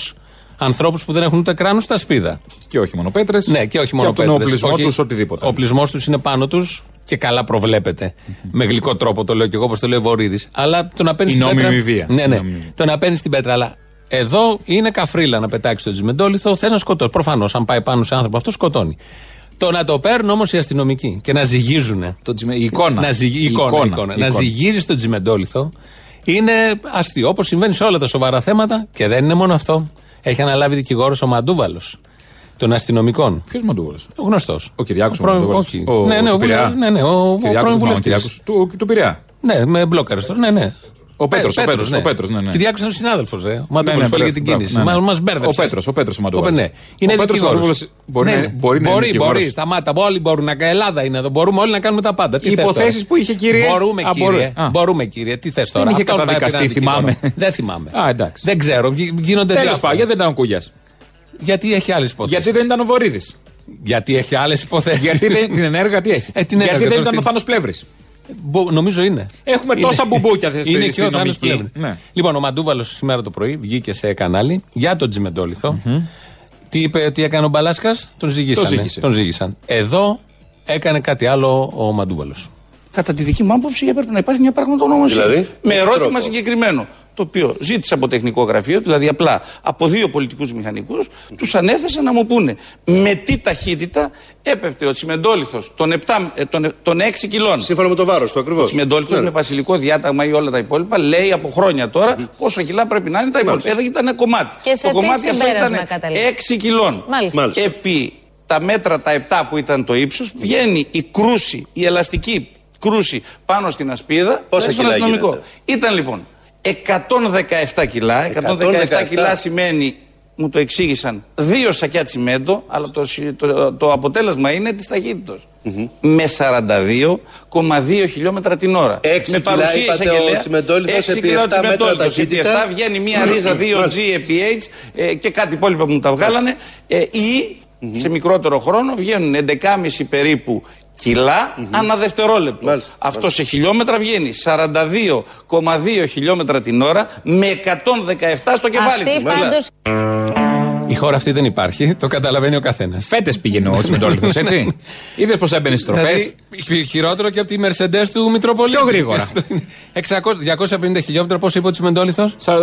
[SPEAKER 2] ανθρώπους που δεν έχουν ούτε κράνος στα σπίδα.
[SPEAKER 3] Και όχι μόνο πέτρες.
[SPEAKER 2] Ναι, και όχι μόνο
[SPEAKER 3] Και από τον
[SPEAKER 2] πέτρες.
[SPEAKER 3] οπλισμό
[SPEAKER 2] Όχι,
[SPEAKER 3] τους, οτιδήποτε.
[SPEAKER 2] Ο οπλισμός τους είναι πάνω τους και καλά προβλέπεται. Με γλυκό τρόπο το λέω και εγώ, όπως το λέει ο Βορύδης. Αλλά το να παίρνει
[SPEAKER 3] Η
[SPEAKER 2] την
[SPEAKER 3] νόμιμη
[SPEAKER 2] πέτρα.
[SPEAKER 3] βία.
[SPEAKER 2] Ναι,
[SPEAKER 3] Η
[SPEAKER 2] ναι.
[SPEAKER 3] νόμιμη βία.
[SPEAKER 2] Το να παίρνει την πέτρα. Αλλά εδώ είναι καφρίλα να πετάξει το τσιμεντόλιθο. Θες να σκοτώσει. Προφανώς, αν πάει πάνω σε άνθρωπο αυτό, σκοτώνει. Το να το παίρνουν όμως οι αστυνομικοί και να ζυγίζουν.
[SPEAKER 3] Το τσιμε- η εικόνα.
[SPEAKER 2] Να ζυγι...
[SPEAKER 3] Η
[SPEAKER 2] εικόνα,
[SPEAKER 3] εικόνα,
[SPEAKER 2] εικόνα.
[SPEAKER 3] η
[SPEAKER 2] Να
[SPEAKER 3] εικόνα.
[SPEAKER 2] ζυγίζεις τον τσιμεντόλιθο είναι αστείο. Όπως συμβαίνει σε όλα τα σοβαρά θέματα και δεν είναι μόνο αυτό. Έχει αναλάβει δικηγόρος ο Μαντούβαλος των αστυνομικών.
[SPEAKER 3] Ποιος μαντούβολο.
[SPEAKER 2] Ο γνωστός.
[SPEAKER 3] Ο Κυριάκος
[SPEAKER 2] ο πρώην- Όχι. ναι, ναι, ο, βουλε... ναι, ναι, ο, ο πρώην βουλευτή.
[SPEAKER 3] Του, του Πειραιά.
[SPEAKER 2] Ναι, με μπλόκαρες τώρα. Ναι, ναι.
[SPEAKER 3] Ο Πέτρος, ο Πέτρος, ο Πέτρος, ναι, ναι.
[SPEAKER 2] Κυριάκος ήταν συνάδελφος. Ε. Ο Μαντούπολο
[SPEAKER 3] Ναι, ναι,
[SPEAKER 2] που έλεγε
[SPEAKER 3] Πέτρος,
[SPEAKER 2] την
[SPEAKER 3] μπράβο,
[SPEAKER 2] κίνηση.
[SPEAKER 3] ναι, ναι.
[SPEAKER 2] Μα μας μπέρδεψες.
[SPEAKER 3] Ο Πέτρος, ο Πέτρος, ο Μαντούπολος.
[SPEAKER 2] Ο Πέ- ναι. Είναι
[SPEAKER 3] Ο Πέτρος, ο
[SPEAKER 2] δικηγόρος. Ναι,
[SPEAKER 3] Μαντούπολος μπορεί να είναι- μπορεί να είναι
[SPEAKER 2] μπορεί,
[SPEAKER 3] δικηγόρος.
[SPEAKER 2] μπορεί. Σταμάτα. Όλοι μπορούν να. Ελλάδα είναι εδώ. Μπορούμε όλοι να κάνουμε τα πάντα. Τι
[SPEAKER 3] Οι
[SPEAKER 2] θες τώρα?
[SPEAKER 3] υποθέσεις που είχε, κύριε.
[SPEAKER 2] Μπορούμε,
[SPEAKER 3] Α,
[SPEAKER 2] κύριε.
[SPEAKER 3] μπορεί. Α.
[SPEAKER 2] Μπορούμε, κύριε. Τι θες τώρα.
[SPEAKER 3] είχε
[SPEAKER 2] Αυτό πάει
[SPEAKER 3] καταδικαστεί,
[SPEAKER 2] απέναντι δικηγόρο.
[SPEAKER 3] θυμάμαι.
[SPEAKER 2] Δεν θυμάμαι.
[SPEAKER 3] Α, εντάξει.
[SPEAKER 2] Δεν ξέρω. γι- Γίνονται
[SPEAKER 3] Τέλος πάντων,
[SPEAKER 2] διάφορα.
[SPEAKER 3] γιατί δεν ήταν ο Κούγια.
[SPEAKER 2] Γιατί έχει άλλες υποθέσεις.
[SPEAKER 3] Γιατί δεν ήταν ο Βορύδης.
[SPEAKER 2] Γιατί έχει άλλες υποθέσεις.
[SPEAKER 3] Γιατί δεν, την ενέργεια τι έχει.
[SPEAKER 2] Ε, την
[SPEAKER 3] γιατί
[SPEAKER 2] ενέργεια,
[SPEAKER 3] δεν
[SPEAKER 2] τώρα
[SPEAKER 3] ήταν
[SPEAKER 2] τι-
[SPEAKER 3] ο Θάνος Πλεύρης.
[SPEAKER 2] Μπο- νομίζω είναι.
[SPEAKER 3] Έχουμε
[SPEAKER 2] Είναι.
[SPEAKER 3] τόσα μπουμπούκια στη-
[SPEAKER 2] Είναι
[SPEAKER 3] στη
[SPEAKER 2] και ο Θάνος
[SPEAKER 3] νομική.
[SPEAKER 2] πλέον.
[SPEAKER 3] Ναι.
[SPEAKER 2] Λοιπόν, ο Μαντούβαλος σήμερα το πρωί βγήκε σε κανάλι για τον Τζιμεντόλιθο. Τι είπε ότι έκανε ο Μπαλάσκας, τον ζυγίσαν.
[SPEAKER 3] Τον ζύγισε.
[SPEAKER 2] τον ζύγισαν. Εδώ έκανε κάτι άλλο ο Μαντούβαλος.
[SPEAKER 12] Κατά τη δική μου άποψη, έπρεπε να υπάρχει μια πραγματονόμηση.
[SPEAKER 7] Δηλαδή,
[SPEAKER 12] με
[SPEAKER 7] με
[SPEAKER 12] ερώτημα
[SPEAKER 7] τρόπο.
[SPEAKER 12] συγκεκριμένο. Το οποίο ζήτησα από τεχνικό γραφείο, δηλαδή απλά από δύο πολιτικούς μηχανικούς, τους ανέθεσα να μου πούνε με τι ταχύτητα έπεφτε ο τσιμεντόλιθο των, επτά- ε, των, ε, των 6 κιλών.
[SPEAKER 9] Σύμφωνα με το βάρος του ακριβώς. Ναι.
[SPEAKER 12] Τσιμεντόλιθο με βασιλικό διάταγμα ή όλα τα υπόλοιπα λέει από χρόνια τώρα πόσα κιλά πρέπει να είναι τα υπόλοιπα. Εδώ ήταν ένα κομμάτι.
[SPEAKER 13] Και σε
[SPEAKER 12] το
[SPEAKER 13] τι
[SPEAKER 12] κομμάτι αυτό
[SPEAKER 13] συμπέρασμα
[SPEAKER 12] ήταν
[SPEAKER 13] καταλήξατε?
[SPEAKER 12] 6 κιλών.
[SPEAKER 13] Μάλιστα.
[SPEAKER 9] Μάλιστα.
[SPEAKER 12] Επί τα μέτρα τα 7 που ήταν το ύψος, βγαίνει η κρούση, η ελαστική κρούση πάνω στην ασπίδα.
[SPEAKER 9] Πόσα
[SPEAKER 12] στον
[SPEAKER 9] κιλά
[SPEAKER 12] αστυνομικό.
[SPEAKER 9] γίνεται?
[SPEAKER 12] Ήταν λοιπόν 117 κιλά. 117
[SPEAKER 9] 117
[SPEAKER 12] κιλά σημαίνει, μου το εξήγησαν, δύο σακιά τσιμέντο, αλλά το, συ- το, το αποτέλεσμα είναι της ταχύτητας. Με 42,2 χιλιόμετρα την ώρα.
[SPEAKER 9] Έξι
[SPEAKER 12] με
[SPEAKER 9] κιλά
[SPEAKER 12] παρουσία
[SPEAKER 9] είπατε
[SPEAKER 12] εισαγγελέα,
[SPEAKER 9] ο Τσιμεντόλιθος
[SPEAKER 12] έξι
[SPEAKER 9] επί
[SPEAKER 12] κιλά ο
[SPEAKER 9] εφτά μέτρα
[SPEAKER 12] Τσιμεντόλιθος, επί
[SPEAKER 9] ταχύτητα.
[SPEAKER 12] εφτά βγαίνει μια ρίζα 2G επί H ε, και κάτι υπόλοιπα που μου τα βγάλανε. Ε, ή σε μικρότερο χρόνο βγαίνουν 11,5 περίπου κιλά ανά δευτερόλεπτο.
[SPEAKER 9] Μάλιστα,
[SPEAKER 12] Αυτός σε χιλιόμετρα βγαίνει 42,2 χιλιόμετρα την ώρα με 117 στο κεφάλι
[SPEAKER 13] Αυτή
[SPEAKER 12] τους.
[SPEAKER 13] πάντως
[SPEAKER 2] Η χώρα αυτή δεν υπάρχει, το καταλαβαίνει ο καθένας.
[SPEAKER 3] Φέτες πήγαινε ο Τσιμεντόλυθο, έτσι. Είδες πώ έμπαινε στις τροφές.
[SPEAKER 2] ναι. Δηλαδή, χειρότερο και από τη Mercedes του Μητροπολίτη.
[SPEAKER 3] Πιο γρήγορα.
[SPEAKER 2] 600, 250 χιλιόμετρα, πώ είπε ο Τσιμεντόλυθο.
[SPEAKER 14] 42.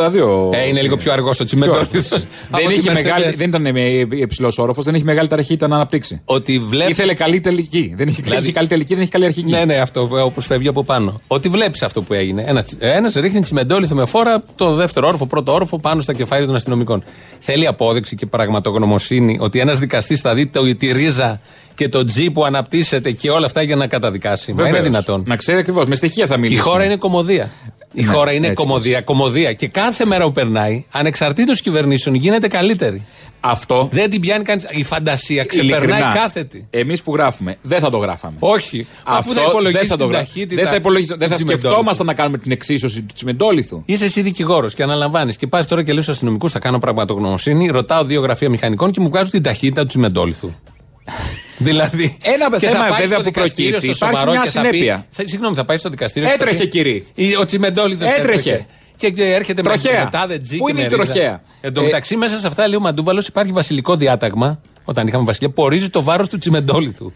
[SPEAKER 2] Ε, είναι λίγο πιο αργός ο Τσιμεντόλυθο.
[SPEAKER 3] δεν, είχε μεγάλη, δεν ήταν υψηλός όροφος, δεν είχε μεγάλη ταχύτητα να αναπτύξει.
[SPEAKER 2] Ότι βλέπεις...
[SPEAKER 3] Ήθελε καλή τελική. Δεν είχε δηλαδή... καλή τελική, δεν είχε καλή αρχική.
[SPEAKER 2] Ναι, ναι, αυτό όπως φεύγει από πάνω. Ότι βλέπεις αυτό που έγινε. Ένας ένας ρίχνει τσιμεντόλυθο με φόρα το δεύτερο όροφο, πρώτο όροφο πάνω στα κεφάλια των αστυνομικών. Θέλει απόδειξη και πραγματογνωμοσύνη ότι ένας δικαστής θα δει το, τη ρίζα και το τζι που αναπτύσσεται και όλα αυτά για να καταδικάσει. Βεβαίως. Μα είναι δυνατόν.
[SPEAKER 3] Να ξέρει ακριβώς. Με στοιχεία θα μιλήσει.
[SPEAKER 2] Η χώρα είναι κομμωδία. Η ναι, χώρα είναι έτσι, κομμωδία, έτσι. κομμωδία. Και κάθε μέρα που περνάει, ανεξαρτήτως κυβερνήσεων, γίνεται καλύτερη.
[SPEAKER 3] Αυτό.
[SPEAKER 2] Δεν την πιάνει κανείς. Η φαντασία ξεπερνάει κάθετη.
[SPEAKER 3] Εμείς που γράφουμε, δεν θα το γράφαμε.
[SPEAKER 2] Όχι.
[SPEAKER 3] Αυτό
[SPEAKER 2] θα υπολογίσει
[SPEAKER 3] δεν θα
[SPEAKER 2] το
[SPEAKER 3] την
[SPEAKER 2] ταχύτητα.
[SPEAKER 3] Δεν θα, υπολογίσει, δεν θα σκεφτόμασταν να κάνουμε την εξίσωση του τσιμεντόλιθου.
[SPEAKER 2] Είσαι εσύ δικηγόρος και αναλαμβάνεις. Και πας τώρα και λες στους αστυνομικούς, θα κάνω πραγματογνωμοσύνη. Ρωτάω δύο γραφεία μηχανικών και μου βγάζουν την ταχύτητα του τσιμεντόλιθου. Δηλαδή.
[SPEAKER 3] Ένα και θέμα βέβαια που προκύπτει. Υπάρχει μια συνέπεια.
[SPEAKER 2] Θα, συγγνώμη, θα πάει στο δικαστήριο.
[SPEAKER 3] Έτρεχε, κύριε.
[SPEAKER 2] Ο Τσιμεντόλιδο
[SPEAKER 3] έτρεχε.
[SPEAKER 2] Και έρχεται
[SPEAKER 3] τροχέα.
[SPEAKER 2] με μετά δεν
[SPEAKER 3] Πού είναι η τροχέα.
[SPEAKER 2] Εν τω μεταξύ, μέσα σε αυτά, λέει ο Μαντούβαλος, υπάρχει βασιλικό διάταγμα. Όταν είχαμε βασιλιά, που ορίζει το βάρος του Τσιμεντόλιθου.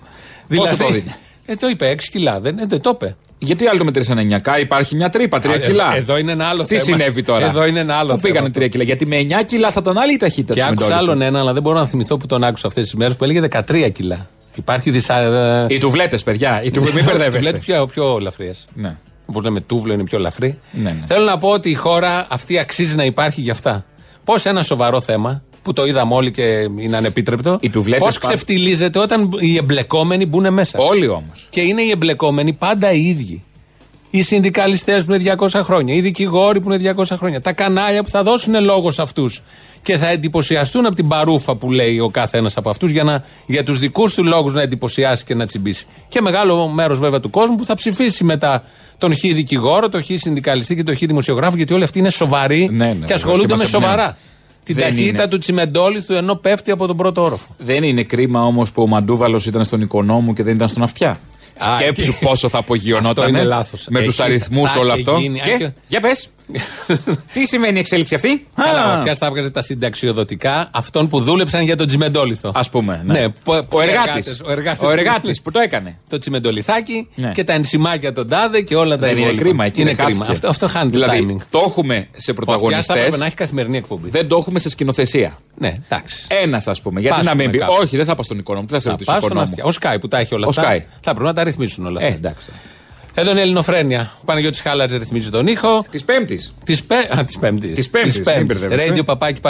[SPEAKER 3] Δηλαδή, Πόσο το δίνει.
[SPEAKER 2] Ε, το είπε 6 κιλά. Δεν, ε, δεν το είπε.
[SPEAKER 3] Γιατί άλλο το μετρήσαν 9, υπάρχει μια τρύπα, 3 κιλά.
[SPEAKER 2] Εδώ είναι ένα άλλο
[SPEAKER 3] Τι
[SPEAKER 2] θέμα.
[SPEAKER 3] Τι συνέβη τώρα.
[SPEAKER 2] Εδώ είναι ένα άλλο
[SPEAKER 3] Πού πήγανε 3 κιλά. Γιατί με 9 κιλά θα ήταν άλλη η ταχύτητα
[SPEAKER 2] Και άκουσα άλλον ένα, αλλά δεν μπορώ να θυμηθώ που τον άκουσα αυτές τις μέρες που έλεγε 13 κιλά. Υπάρχει δισα.
[SPEAKER 3] Οι τουβλέτες, παιδιά. Οι τουβλέτε, Ε, μην μπερδεύεστε. Οι τουβλέτε
[SPEAKER 2] πιο, πιο λαφριέ.
[SPEAKER 3] Ναι.
[SPEAKER 2] Όπως λέμε, τούβλο είναι πιο λαφρύ.
[SPEAKER 3] Ναι, ναι.
[SPEAKER 2] Θέλω να πω ότι η χώρα αυτή αξίζει να υπάρχει γι' αυτά. Πώς ένα σοβαρό θέμα που το είδαμε όλοι και είναι ανεπίτρεπτο. Πώ ξεφτιλίζεται όταν οι εμπλεκόμενοι μπουν μέσα.
[SPEAKER 3] Όλοι όμως.
[SPEAKER 2] Και είναι οι εμπλεκόμενοι πάντα οι ίδιοι. Οι συνδικαλιστές που είναι 200 χρόνια, οι δικηγόροι που είναι 200 χρόνια, τα κανάλια που θα δώσουν λόγο σε αυτούς και θα εντυπωσιαστούν από την παρούφα που λέει ο κάθε ένα από αυτούς για, να, για τους δικούς του λόγους να εντυπωσιάσει και να τσιμπήσει. Και μεγάλο μέρος βέβαια του κόσμου που θα ψηφίσει μετά τον χ δικηγόρο, τον χ συνδικαλιστή και τον χ δημοσιογράφο, γιατί όλοι αυτοί είναι σοβαροί
[SPEAKER 3] ναι, ναι,
[SPEAKER 2] και ασχολούνται
[SPEAKER 3] και
[SPEAKER 2] με σοβαρά. Ναι. Την
[SPEAKER 3] δεν
[SPEAKER 2] ταχύτητα
[SPEAKER 3] είναι.
[SPEAKER 2] του τσιμεντόλιθου ενώ πέφτει από τον πρώτο όροφο.
[SPEAKER 3] Δεν είναι κρίμα όμως που ο Μαντούβαλος ήταν στον οικονόμου και δεν ήταν στον αυτιά. Α, Σκέψου και... πόσο θα απογειωνόταν. ε,
[SPEAKER 2] είναι λάθος.
[SPEAKER 3] Με τους αριθμού όλο αυτό.
[SPEAKER 2] Γίνει,
[SPEAKER 3] και...
[SPEAKER 2] και...
[SPEAKER 3] Για πες. Τι σημαίνει η εξέλιξη αυτή.
[SPEAKER 2] Καλά, ο Αυτιά τα έβγαζε τα συνταξιοδοτικά αυτών που δούλεψαν για τον Τσιμεντόλιθο.
[SPEAKER 3] Ας πούμε.
[SPEAKER 2] Ναι, ναι
[SPEAKER 3] που, που ο εργάτης. Ο εργάτης που το έκανε.
[SPEAKER 2] Το Τσιμεντολιθάκι
[SPEAKER 3] ναι.
[SPEAKER 2] και τα ενσημάκια των τάδε και όλα τα
[SPEAKER 3] υπόλοιπα. Είναι
[SPEAKER 2] υπόλοιπα.
[SPEAKER 3] κρίμα, εκεί
[SPEAKER 2] είναι κρίμα. Αυτό, αυτό χάνει
[SPEAKER 3] δηλαδή,
[SPEAKER 2] το timing.
[SPEAKER 3] Το έχουμε σε
[SPEAKER 2] Ο Αυτιά θα
[SPEAKER 3] πρωταγωνιστές.
[SPEAKER 2] έπρεπε να έχει καθημερινή εκπομπή.
[SPEAKER 3] Δεν το έχουμε σε σκηνοθεσία.
[SPEAKER 2] Ναι, εντάξει.
[SPEAKER 3] Ένας ας πούμε. Γιατί να μην πει.
[SPEAKER 2] κάπου.
[SPEAKER 3] Όχι, δεν θα πα στον οικονόμο. Τι θα σε
[SPEAKER 2] Να
[SPEAKER 3] ρωτήσω
[SPEAKER 2] πας στον Αυτιά. Ο Sky που τα έχει όλα
[SPEAKER 3] Ο
[SPEAKER 2] αυτά.
[SPEAKER 3] Sky.
[SPEAKER 2] Θα πρέπει να τα ρυθμίσουν όλα
[SPEAKER 3] Ε,
[SPEAKER 2] αυτά.
[SPEAKER 3] εντάξει.
[SPEAKER 2] Εδώ είναι η Ελληνοφρένεια. Ο Παναγιώτης Χάλατζε ρυθμίζει τον ήχο.
[SPEAKER 3] Της Πέμπτης.
[SPEAKER 2] Της πέ... Α, της Πέμπτης.
[SPEAKER 3] Της Πέμπτης,
[SPEAKER 2] Της
[SPEAKER 3] μην
[SPEAKER 2] Πέμπτης.
[SPEAKER 3] μπερδεύεστε.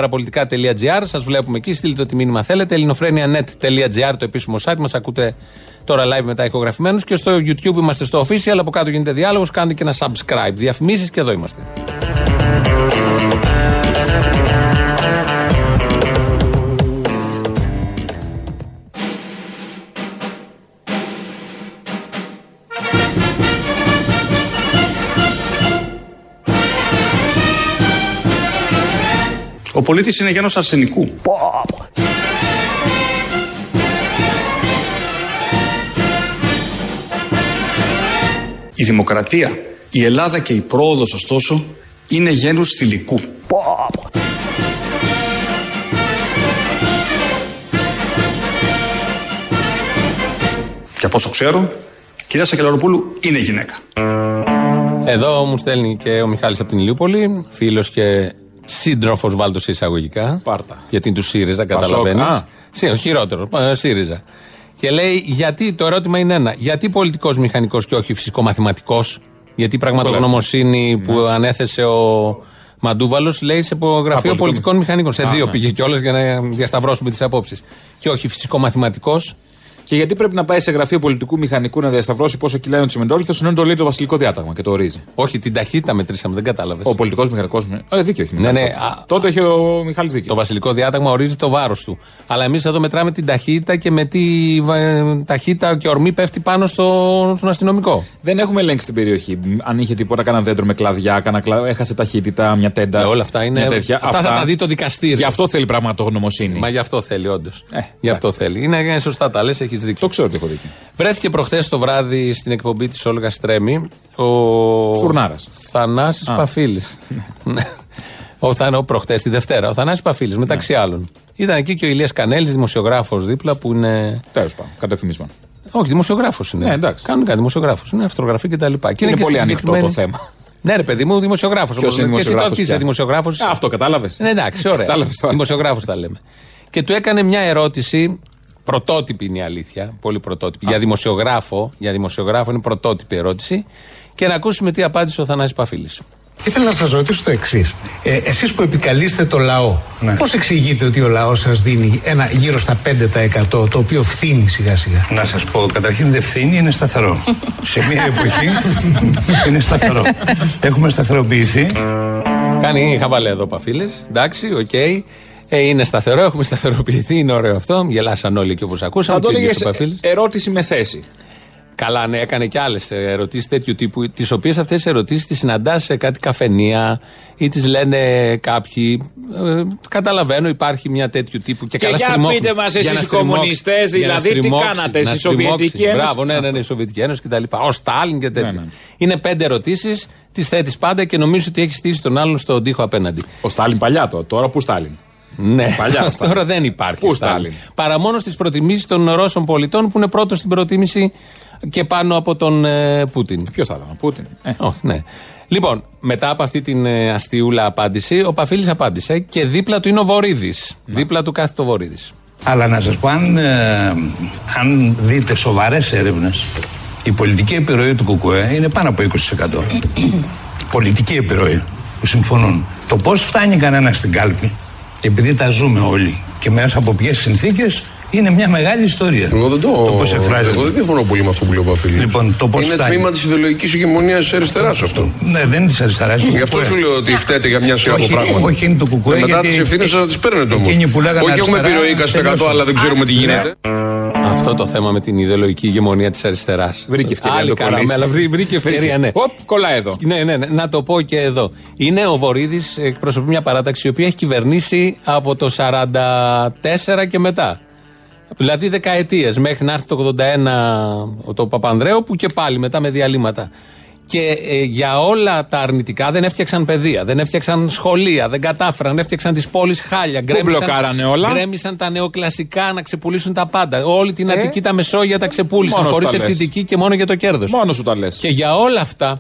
[SPEAKER 2] Radio-papaki-παραπολιτικά.gr. Σας βλέπουμε εκεί. Στείλτε ό,τι μήνυμα θέλετε. ελληνοφρένια.net.gr το επίσημο site. Μας ακούτε τώρα live μετά ηχογραφημένους. Και στο YouTube είμαστε στο official. Από κάτω γίνεται διάλογος. Κάντε και ένα subscribe. Διαφημίσεις και εδώ είμαστε.
[SPEAKER 1] Ο πολίτης είναι γένος αρσενικού. Η δημοκρατία, η Ελλάδα και η πρόοδος ωστόσο είναι γένους θηλυκού. Και από όσο ξέρω, κυρία Σακελαροπούλου είναι γυναίκα.
[SPEAKER 2] Εδώ μου στέλνει και ο Μιχάλης από την Ηλιούπολη, φίλος και σύντροφος, βάλτο σε εισαγωγικά.
[SPEAKER 3] Πάρτα.
[SPEAKER 2] Γιατί είναι του ΣΥΡΙΖΑ, καταλαβαίνει.
[SPEAKER 3] Πασόκ, α.
[SPEAKER 2] Ο χειρότερος, ΣΥΡΙΖΑ. Και λέει, γιατί, το ερώτημα είναι ένα, γιατί πολιτικός μηχανικός και όχι φυσικό-μαθηματικό, γιατί η πραγματογνωμοσύνη που
[SPEAKER 3] Ναι.
[SPEAKER 2] ανέθεσε ο Μαντούβαλος λέει σε πο- γραφείο
[SPEAKER 3] πολιτικό-
[SPEAKER 2] πολιτικών μηχανικών. Σε
[SPEAKER 3] Α,
[SPEAKER 2] δύο
[SPEAKER 3] ναι.
[SPEAKER 2] πήγε κιόλας για να διασταυρώσουμε τις απόψεις. Και όχι φυσικό-μαθηματικό.
[SPEAKER 3] Και γιατί πρέπει να πάει σε γραφείο πολιτικού μηχανικού να διασταυρώσει πόσο κιλά είναι ο τσιμεντόλιθο, ενώ το λέει το βασιλικό διάταγμα και το ορίζει.
[SPEAKER 2] Όχι, την ταχύτητα μετρήσαμε, δεν κατάλαβες.
[SPEAKER 3] Ο πολιτικός μηχανικός. Ε, δίκιο έχει.
[SPEAKER 2] Ναι, ναι,
[SPEAKER 3] Μιχάλης τότε.
[SPEAKER 2] α-
[SPEAKER 3] Τότε έχει ο Μιχάλης
[SPEAKER 2] Το
[SPEAKER 3] δίκιο.
[SPEAKER 2] βασιλικό διάταγμα ορίζει το βάρος του. Αλλά εμείς εδώ μετράμε την ταχύτητα και με τι ε, ταχύτητα και ορμή πέφτει πάνω στο, στον αστυνομικό.
[SPEAKER 3] Δεν έχουμε ελέγξει την περιοχή. Μ, Αν είχε τίποτα, κάνα δέντρο με κλαδιά, κάνα κλα... έχασε ταχύτητα, μια τέντα.
[SPEAKER 2] Ε, όλα αυτά είναι-
[SPEAKER 3] μια τέτοια.
[SPEAKER 2] αυτά θα τα δει το δικαστήριο.
[SPEAKER 3] Γι' αυτό θέλει πραγματογνωμοσύνη.
[SPEAKER 2] Μα γι' αυτό θέλει, όντως.
[SPEAKER 3] Ε,
[SPEAKER 2] γι' αυτό θέλει. Είναι ε, σωστά τα λες, έχει δίκιο.
[SPEAKER 3] Το ξέρω ότι έχω δίκιο.
[SPEAKER 2] Βρέθηκε προχθές το βράδυ στην εκπομπή της Όλγα Στρέμι ο.
[SPEAKER 3] Στουρνάρας.
[SPEAKER 2] Θανάσης Παφίλης. Ναι. Ο Θάνο προχτέ τη Δευτέρα. Ο Θανάσης Παφίλης,
[SPEAKER 3] Ναι.
[SPEAKER 2] μεταξύ άλλων. Ήταν εκεί και ο Ηλίας Κανέλης, δημοσιογράφος δίπλα που είναι.
[SPEAKER 3] Τέλος πάντων, κατευθυνίσμα.
[SPEAKER 2] Όχι, δημοσιογράφος είναι.
[SPEAKER 3] Ναι, εντάξει.
[SPEAKER 2] Κανονικά δημοσιογράφος. Είναι αρθρογραφή κτλ. Και,
[SPEAKER 3] Είναι
[SPEAKER 2] και
[SPEAKER 3] πολύ
[SPEAKER 2] στη
[SPEAKER 3] ανοιχτό το
[SPEAKER 2] συγκεκριμένη-
[SPEAKER 3] θέμα.
[SPEAKER 2] Ναι, ρε παιδί μου, δημοσιογράφος.
[SPEAKER 3] Ποιος είναι
[SPEAKER 2] Και εσύ τώρα
[SPEAKER 3] δημοσιογράφος
[SPEAKER 2] τι είσαι
[SPEAKER 3] πια.
[SPEAKER 2] δημοσιογράφος.
[SPEAKER 3] Ε, αυτό κατάλαβες.
[SPEAKER 2] Ναι, εντάξει, ωραία.
[SPEAKER 3] Κατάλαβες τώρα.
[SPEAKER 2] Δημοσιογράφος τα λέμε. Και του έκανε μια ερώτηση. Πρωτότυπη είναι η αλήθεια. Πολύ πρωτότυπη. Για δημοσιογράφο, για δημοσιογράφο είναι πρωτότυπη ερώτηση. Και να ακούσουμε τι απάντησε ο Θανάσης Παφίλης.
[SPEAKER 10] Ήθελα να σας ρωτήσω το εξής. Ε, εσείς που επικαλείστε το λαό,
[SPEAKER 15] Ναι.
[SPEAKER 10] πώς εξηγείτε ότι ο λαός σας δίνει ένα γύρω στα 5% το οποίο φθήνει σιγά σιγά.
[SPEAKER 11] Να σας πω, καταρχήν δεν φθήνει, είναι σταθερό. Σε μια εποχή είναι σταθερό. Έχουμε σταθεροποιηθεί.
[SPEAKER 2] Κάνει χαβαλέ εδώ Παφίλης. Εντάξει, οκ. Ε, είναι σταθερό, έχουμε σταθεροποιηθεί, είναι ωραίο αυτό. Γελάσαν όλοι και όπως ακούσαμε.
[SPEAKER 3] Θα το
[SPEAKER 2] και ο ίδιος
[SPEAKER 3] έλεγες
[SPEAKER 2] ο Παφίλης.
[SPEAKER 3] ερώτηση με θέση.
[SPEAKER 2] Καλά, ναι, έκανε και άλλες ερωτήσεις τέτοιου τύπου, τις οποίες αυτές τι ερωτήσεις τις συναντάς σε κάτι καφενεία ή τις λένε κάποιοι. Ε, καταλαβαίνω, υπάρχει μια τέτοιου τύπου. Και,
[SPEAKER 3] Και
[SPEAKER 2] καλά
[SPEAKER 3] για
[SPEAKER 2] στριμώχνει.
[SPEAKER 3] πείτε μας, εσείς
[SPEAKER 2] Για να
[SPEAKER 3] οι
[SPEAKER 2] στριμώξει,
[SPEAKER 3] κομμουνιστές,
[SPEAKER 2] για να
[SPEAKER 3] δηλαδή, τι
[SPEAKER 2] στριμώξει,
[SPEAKER 3] κάνατε,
[SPEAKER 2] να
[SPEAKER 3] εσείς, η
[SPEAKER 2] στριμώξει.
[SPEAKER 3] Σοβιετική Ένωση.
[SPEAKER 2] Μπράβο, ναι, ναι, ναι, η Σοβιετική Ένωση κτλ. Ο Στάλιν και
[SPEAKER 3] Ναι,
[SPEAKER 2] τέτοια. Είναι πέντε ερωτήσεις, τις θέτεις πάντα και νομίζω ότι έχεις στήσει τον άλλον στον τοίχο απέναντι.
[SPEAKER 3] Ο Στάλιν παλιά το, τώρα που Στάλιν.
[SPEAKER 2] Ναι,
[SPEAKER 3] Παλιά
[SPEAKER 2] τώρα
[SPEAKER 3] Στάλιν.
[SPEAKER 2] δεν υπάρχει.
[SPEAKER 3] Πού
[SPEAKER 2] Στάλιν.
[SPEAKER 3] Στάλιν.
[SPEAKER 2] Παρά μόνο στις προτιμήσεις των Ρώσων πολιτών που είναι πρώτος στην προτίμηση και πάνω από τον ε, Πούτιν.
[SPEAKER 3] Ποιος θα ήταν, ο Πούτιν. Ε.
[SPEAKER 2] Όχι, ναι. Λοιπόν, μετά από αυτή την ε, αστείουλα απάντηση, ο Παφίλης απάντησε και δίπλα του είναι ο Βορύδης.
[SPEAKER 3] Ναι.
[SPEAKER 2] Δίπλα του κάθεται ο Βορύδης.
[SPEAKER 11] Αλλά να σας πω, αν, ε, αν δείτε σοβαρές έρευνες, η πολιτική επιρροή του ΚΚΕ είναι πάνω από 20%. πολιτική επιρροή που συμφωνούν. Το πώς φτάνει κανένας στην κάλπη, επειδή τα ζούμε όλοι και μέσα από ποιες συνθήκες, είναι μια μεγάλη ιστορία. Εγώ δεν το, πώς εκφράζεται.
[SPEAKER 15] Εγώ δεν διαφωνώ πολύ με αυτό που λέει ο Παπαφίλη.
[SPEAKER 11] Λοιπόν, το πώς
[SPEAKER 15] είναι
[SPEAKER 11] φτάνει.
[SPEAKER 15] τμήμα της ιδεολογικής ηγεμονίας τη αριστεράς αυτό.
[SPEAKER 11] Ναι, δεν είναι της αριστεράς.
[SPEAKER 15] Γι' αυτό σου λέω ότι φταίτε για μια σειρά από
[SPEAKER 11] Όχι,
[SPEAKER 15] πράγματα.
[SPEAKER 11] όχι, είναι το κουκουέ,
[SPEAKER 15] Ε, Μετά
[SPEAKER 11] γιατί-
[SPEAKER 15] τις ευθύνες να τις παίρνετε όμω.
[SPEAKER 11] Εκείνοι που λέγανε
[SPEAKER 15] Όχι, έχουμε
[SPEAKER 11] αριστερά,
[SPEAKER 15] επιρροή 20% αλλά δεν ξέρουμε τι γίνεται.
[SPEAKER 2] Αυτό το θέμα με την ιδεολογική ηγεμονία της αριστεράς. Βρήκε
[SPEAKER 3] ευκαιρία
[SPEAKER 2] Άλλη
[SPEAKER 3] να το κολλήσει.
[SPEAKER 2] καραμέλα, βρή- βρήκε ευκαιρία, ναι.
[SPEAKER 3] Οπ, κολλά εδώ.
[SPEAKER 2] Ναι, ναι, ναι, να το πω και εδώ. Είναι ο Βορύδης, εκπροσωπεί μια παράταξη η οποία έχει κυβερνήσει από το 44 και μετά. Δηλαδή δεκαετίες μέχρι να έρθει το 81 το Παπανδρέου που και πάλι μετά με διαλύματα. Και ε, για όλα τα αρνητικά δεν έφτιαξαν παιδεία, δεν έφτιαξαν σχολεία, δεν κατάφεραν, έφτιαξαν τις πόλεις χάλια. γκρέμισαν-
[SPEAKER 3] μπλοκάρανε όλα.
[SPEAKER 2] Γκρέμισαν τα νεοκλασικά να ξεπουλήσουν τα πάντα. Όλη την Αττική, τα Μεσόγεια τα ξεπούλησαν
[SPEAKER 3] μόνος
[SPEAKER 2] χωρίς
[SPEAKER 3] τα λες.
[SPEAKER 2] αισθητική και μόνο για το κέρδος.
[SPEAKER 3] Μόνος σου τα λες.
[SPEAKER 2] Και για όλα αυτά.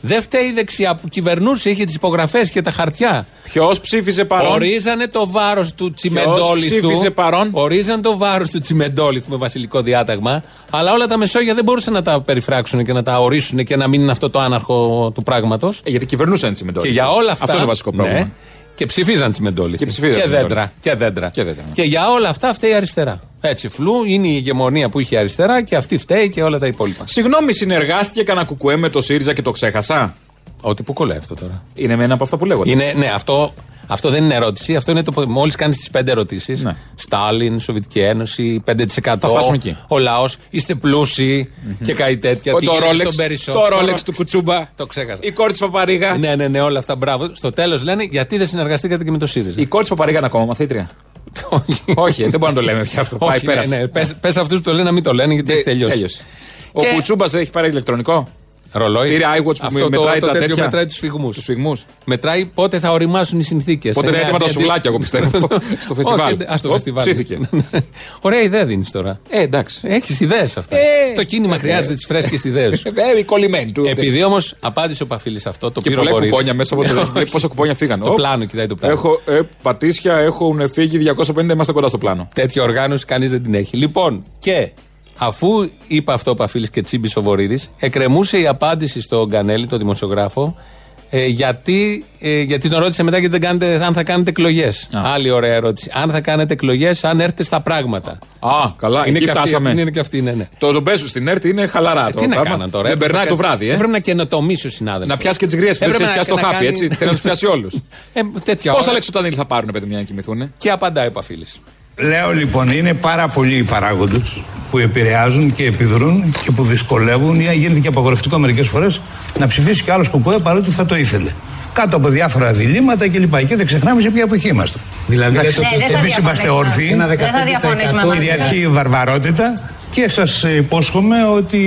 [SPEAKER 2] Δεν φταίει η δεξιά που κυβερνούσε, είχε τις υπογραφές και τα χαρτιά.
[SPEAKER 3] Ποιος ψήφιζε παρόν.
[SPEAKER 2] Ορίζανε το βάρος του Τσιμεντόλιθου.
[SPEAKER 3] ψήφιζε παρόν.
[SPEAKER 2] Ορίζανε το βάρος του Τσιμεντόλιθου με βασιλικό διάταγμα. Αλλά όλα τα Μεσόγεια δεν μπορούσαν να τα περιφράξουν και να τα ορίσουν και να μην είναι αυτό το άναρχο του πράγματος.
[SPEAKER 3] Ε, γιατί κυβερνούσαν Τσιμεντόλιθου.
[SPEAKER 2] Και για όλα αυτά.
[SPEAKER 3] Αυτό είναι το βασικό πρόβλημα.
[SPEAKER 2] Ναι, και ψηφίζαν Τσιμεντόλιθου.
[SPEAKER 3] Και ψηφίζαν Τσιμεντόλιθου.
[SPEAKER 2] δέντρα. Και δέντρα.
[SPEAKER 3] Και δέντρα, ναι.
[SPEAKER 2] Και για όλα αυτά φταίει η αριστερά. Έτσι, φλού είναι η ηγεμονία που είχε η αριστερά και αυτή φταίει και όλα τα υπόλοιπα.
[SPEAKER 3] Συγγνώμη, συνεργάστηκε κανένα κουκουέ με το ΣΥΡΙΖΑ και το ξέχασα.
[SPEAKER 2] Ό,τι που κολλάει αυτό τώρα.
[SPEAKER 3] Είναι με ένα από αυτά που λέγονται.
[SPEAKER 2] Είναι, ναι, αυτό, αυτό δεν είναι ερώτηση. Αυτό είναι το μόλις κάνεις τις πέντε ερωτήσεις. Στάλιν, Σοβιετική Ένωση, 5%.
[SPEAKER 3] Ναι. Θα φτάσουμε εκεί.
[SPEAKER 2] Ο λαός, είστε πλούσιοι και κάτι τέτοια.
[SPEAKER 3] Ο-
[SPEAKER 2] Τι
[SPEAKER 3] το
[SPEAKER 2] γίνεται
[SPEAKER 3] Rolex-
[SPEAKER 2] στον Περισσό.
[SPEAKER 3] το Rolex του Κουτσούμπα.
[SPEAKER 2] Το ξέχασα.
[SPEAKER 3] Η κόρη της Παπαρίγα.
[SPEAKER 2] Ναι, ναι, ναι, όλα αυτά. Μπράβο. Στο τέλος λένε γιατί δεν συνεργαστήκατε και με το ΣΥΡΙΖΑ.
[SPEAKER 3] Η κόρη της Παπαρίγα είναι ακόμα μαθήτρια. Όχι, δεν μπορούμε να το λέμε πια αυτό. Πάει Ε,
[SPEAKER 2] Όχι, ναι,
[SPEAKER 3] πέρα.
[SPEAKER 2] ναι. Πες, πες αυτούς που το λένε να μην το λένε γιατί έχει τελειώσει.
[SPEAKER 3] τέλειωσε. Ο Κουτσούμπας έχει πάρει ηλεκτρονικό.
[SPEAKER 2] Ρολόι.
[SPEAKER 3] Πήρε iWatch που
[SPEAKER 2] Αυτό το-
[SPEAKER 3] μετράει
[SPEAKER 2] το
[SPEAKER 3] τα
[SPEAKER 2] τέτοιο
[SPEAKER 3] τέτοια.
[SPEAKER 2] μετράει τους φυγμούς.
[SPEAKER 3] Τους φυγμούς.
[SPEAKER 2] Μετράει πότε θα οριμάσουν οι συνθήκες.
[SPEAKER 3] Πότε είναι έτοιμα τα σουβλάκια, εγώ πιστεύω. Στο φεστιβάλ.
[SPEAKER 2] Α στο
[SPEAKER 3] Οπ,
[SPEAKER 2] φεστιβάλ.
[SPEAKER 3] ψήθηκε.
[SPEAKER 2] Ωραία ιδέα δίνεις τώρα.
[SPEAKER 3] Ε, εντάξει.
[SPEAKER 2] Έχεις ιδέες αυτά.
[SPEAKER 3] Ε,
[SPEAKER 2] το κίνημα χρειάζεται τις φρέσκες ιδέες.
[SPEAKER 3] Ε, η κολλημένη του.
[SPEAKER 2] Επειδή όμως απάντησε ο Παφίλης αυτό, το
[SPEAKER 3] Και
[SPEAKER 2] πήρε ο
[SPEAKER 3] πολλά
[SPEAKER 2] Βορύδης.
[SPEAKER 3] κουπόνια μέσα από το.
[SPEAKER 2] Όχι.
[SPEAKER 3] Πόσα κουπόνια φύγαν.
[SPEAKER 2] Το
[SPEAKER 3] Οπ.
[SPEAKER 2] πλάνο, κοιτάει το πλάνο.
[SPEAKER 3] Έχω ε, πατήσια, έχουν φύγει 250, είμαστε κοντά στο πλάνο.
[SPEAKER 2] Τέτοια οργάνωση κανείς δεν την έχει. Λοιπόν, και αφού είπε αυτό ο Παφίλης και τσίμπησε ο Βορύδης, εκκρεμούσε η απάντηση στον Κανέλη, τον δημοσιογράφο, ε, γιατί, ε, γιατί τον ρώτησε μετά γιατί δεν κάνετε, αν θα κάνετε εκλογές. Άλλη ωραία ερώτηση. Αν θα κάνετε εκλογές, αν έρθετε στα πράγματα.
[SPEAKER 3] Α, καλά,
[SPEAKER 2] είναι
[SPEAKER 3] εκεί
[SPEAKER 2] και αυτή,
[SPEAKER 3] φτάσαμε.
[SPEAKER 2] είναι και αυτή, ναι, ναι.
[SPEAKER 3] Το τον πέσω στην ΕΡΤ είναι χαλαρά.
[SPEAKER 2] Ε,
[SPEAKER 3] το
[SPEAKER 2] τι να
[SPEAKER 3] πράγμα.
[SPEAKER 2] κάναν τώρα.
[SPEAKER 3] Δεν
[SPEAKER 2] έπρεπε
[SPEAKER 3] περνάει
[SPEAKER 2] να
[SPEAKER 3] το
[SPEAKER 2] κάνει-
[SPEAKER 3] βράδυ, ε.
[SPEAKER 2] Έπρεπε να καινοτομήσει ο συνάδελφος.
[SPEAKER 3] Να πιάσει και τις γρίε που
[SPEAKER 2] Έπρεπε
[SPEAKER 3] έχει
[SPEAKER 2] να-
[SPEAKER 3] πιάσει το
[SPEAKER 2] να
[SPEAKER 3] χάπι,
[SPEAKER 2] κάνει-
[SPEAKER 3] έτσι. Θέλει να τους πιάσει όλους.
[SPEAKER 2] Ε, τέτοια
[SPEAKER 3] Πόσα
[SPEAKER 2] ώρα.
[SPEAKER 3] λεξοτανίλ θα πάρουν, παιδί μου, για να κοιμηθούν.
[SPEAKER 2] Και απαντάει ο Παφίλης.
[SPEAKER 11] Λέω λοιπόν, είναι πάρα πολλοί οι παράγοντες που επηρεάζουν και επιδρούν και που δυσκολεύουν ή αν γίνεται και απαγορευτικό μερικές φορές να ψηφίσει κι άλλος κουκουέ παρότι θα το ήθελε. Κάτω από διάφορα διλήμματα κλπ. Και δεν ξεχνάμε σε ποια εποχή είμαστε. Δηλαδή,
[SPEAKER 10] λέτε
[SPEAKER 11] Εντάξει,
[SPEAKER 10] ότι- Ναι, δεν θα
[SPEAKER 11] εμείς είμαστε
[SPEAKER 10] διαφωνήσουμε.
[SPEAKER 11] όρθιοι.
[SPEAKER 10] Ένα Δεν θα 15% διαφωνήσουμε μαζί σας.
[SPEAKER 11] Κυριαρχεί η βαρβαρότητα και σας υπόσχομαι ότι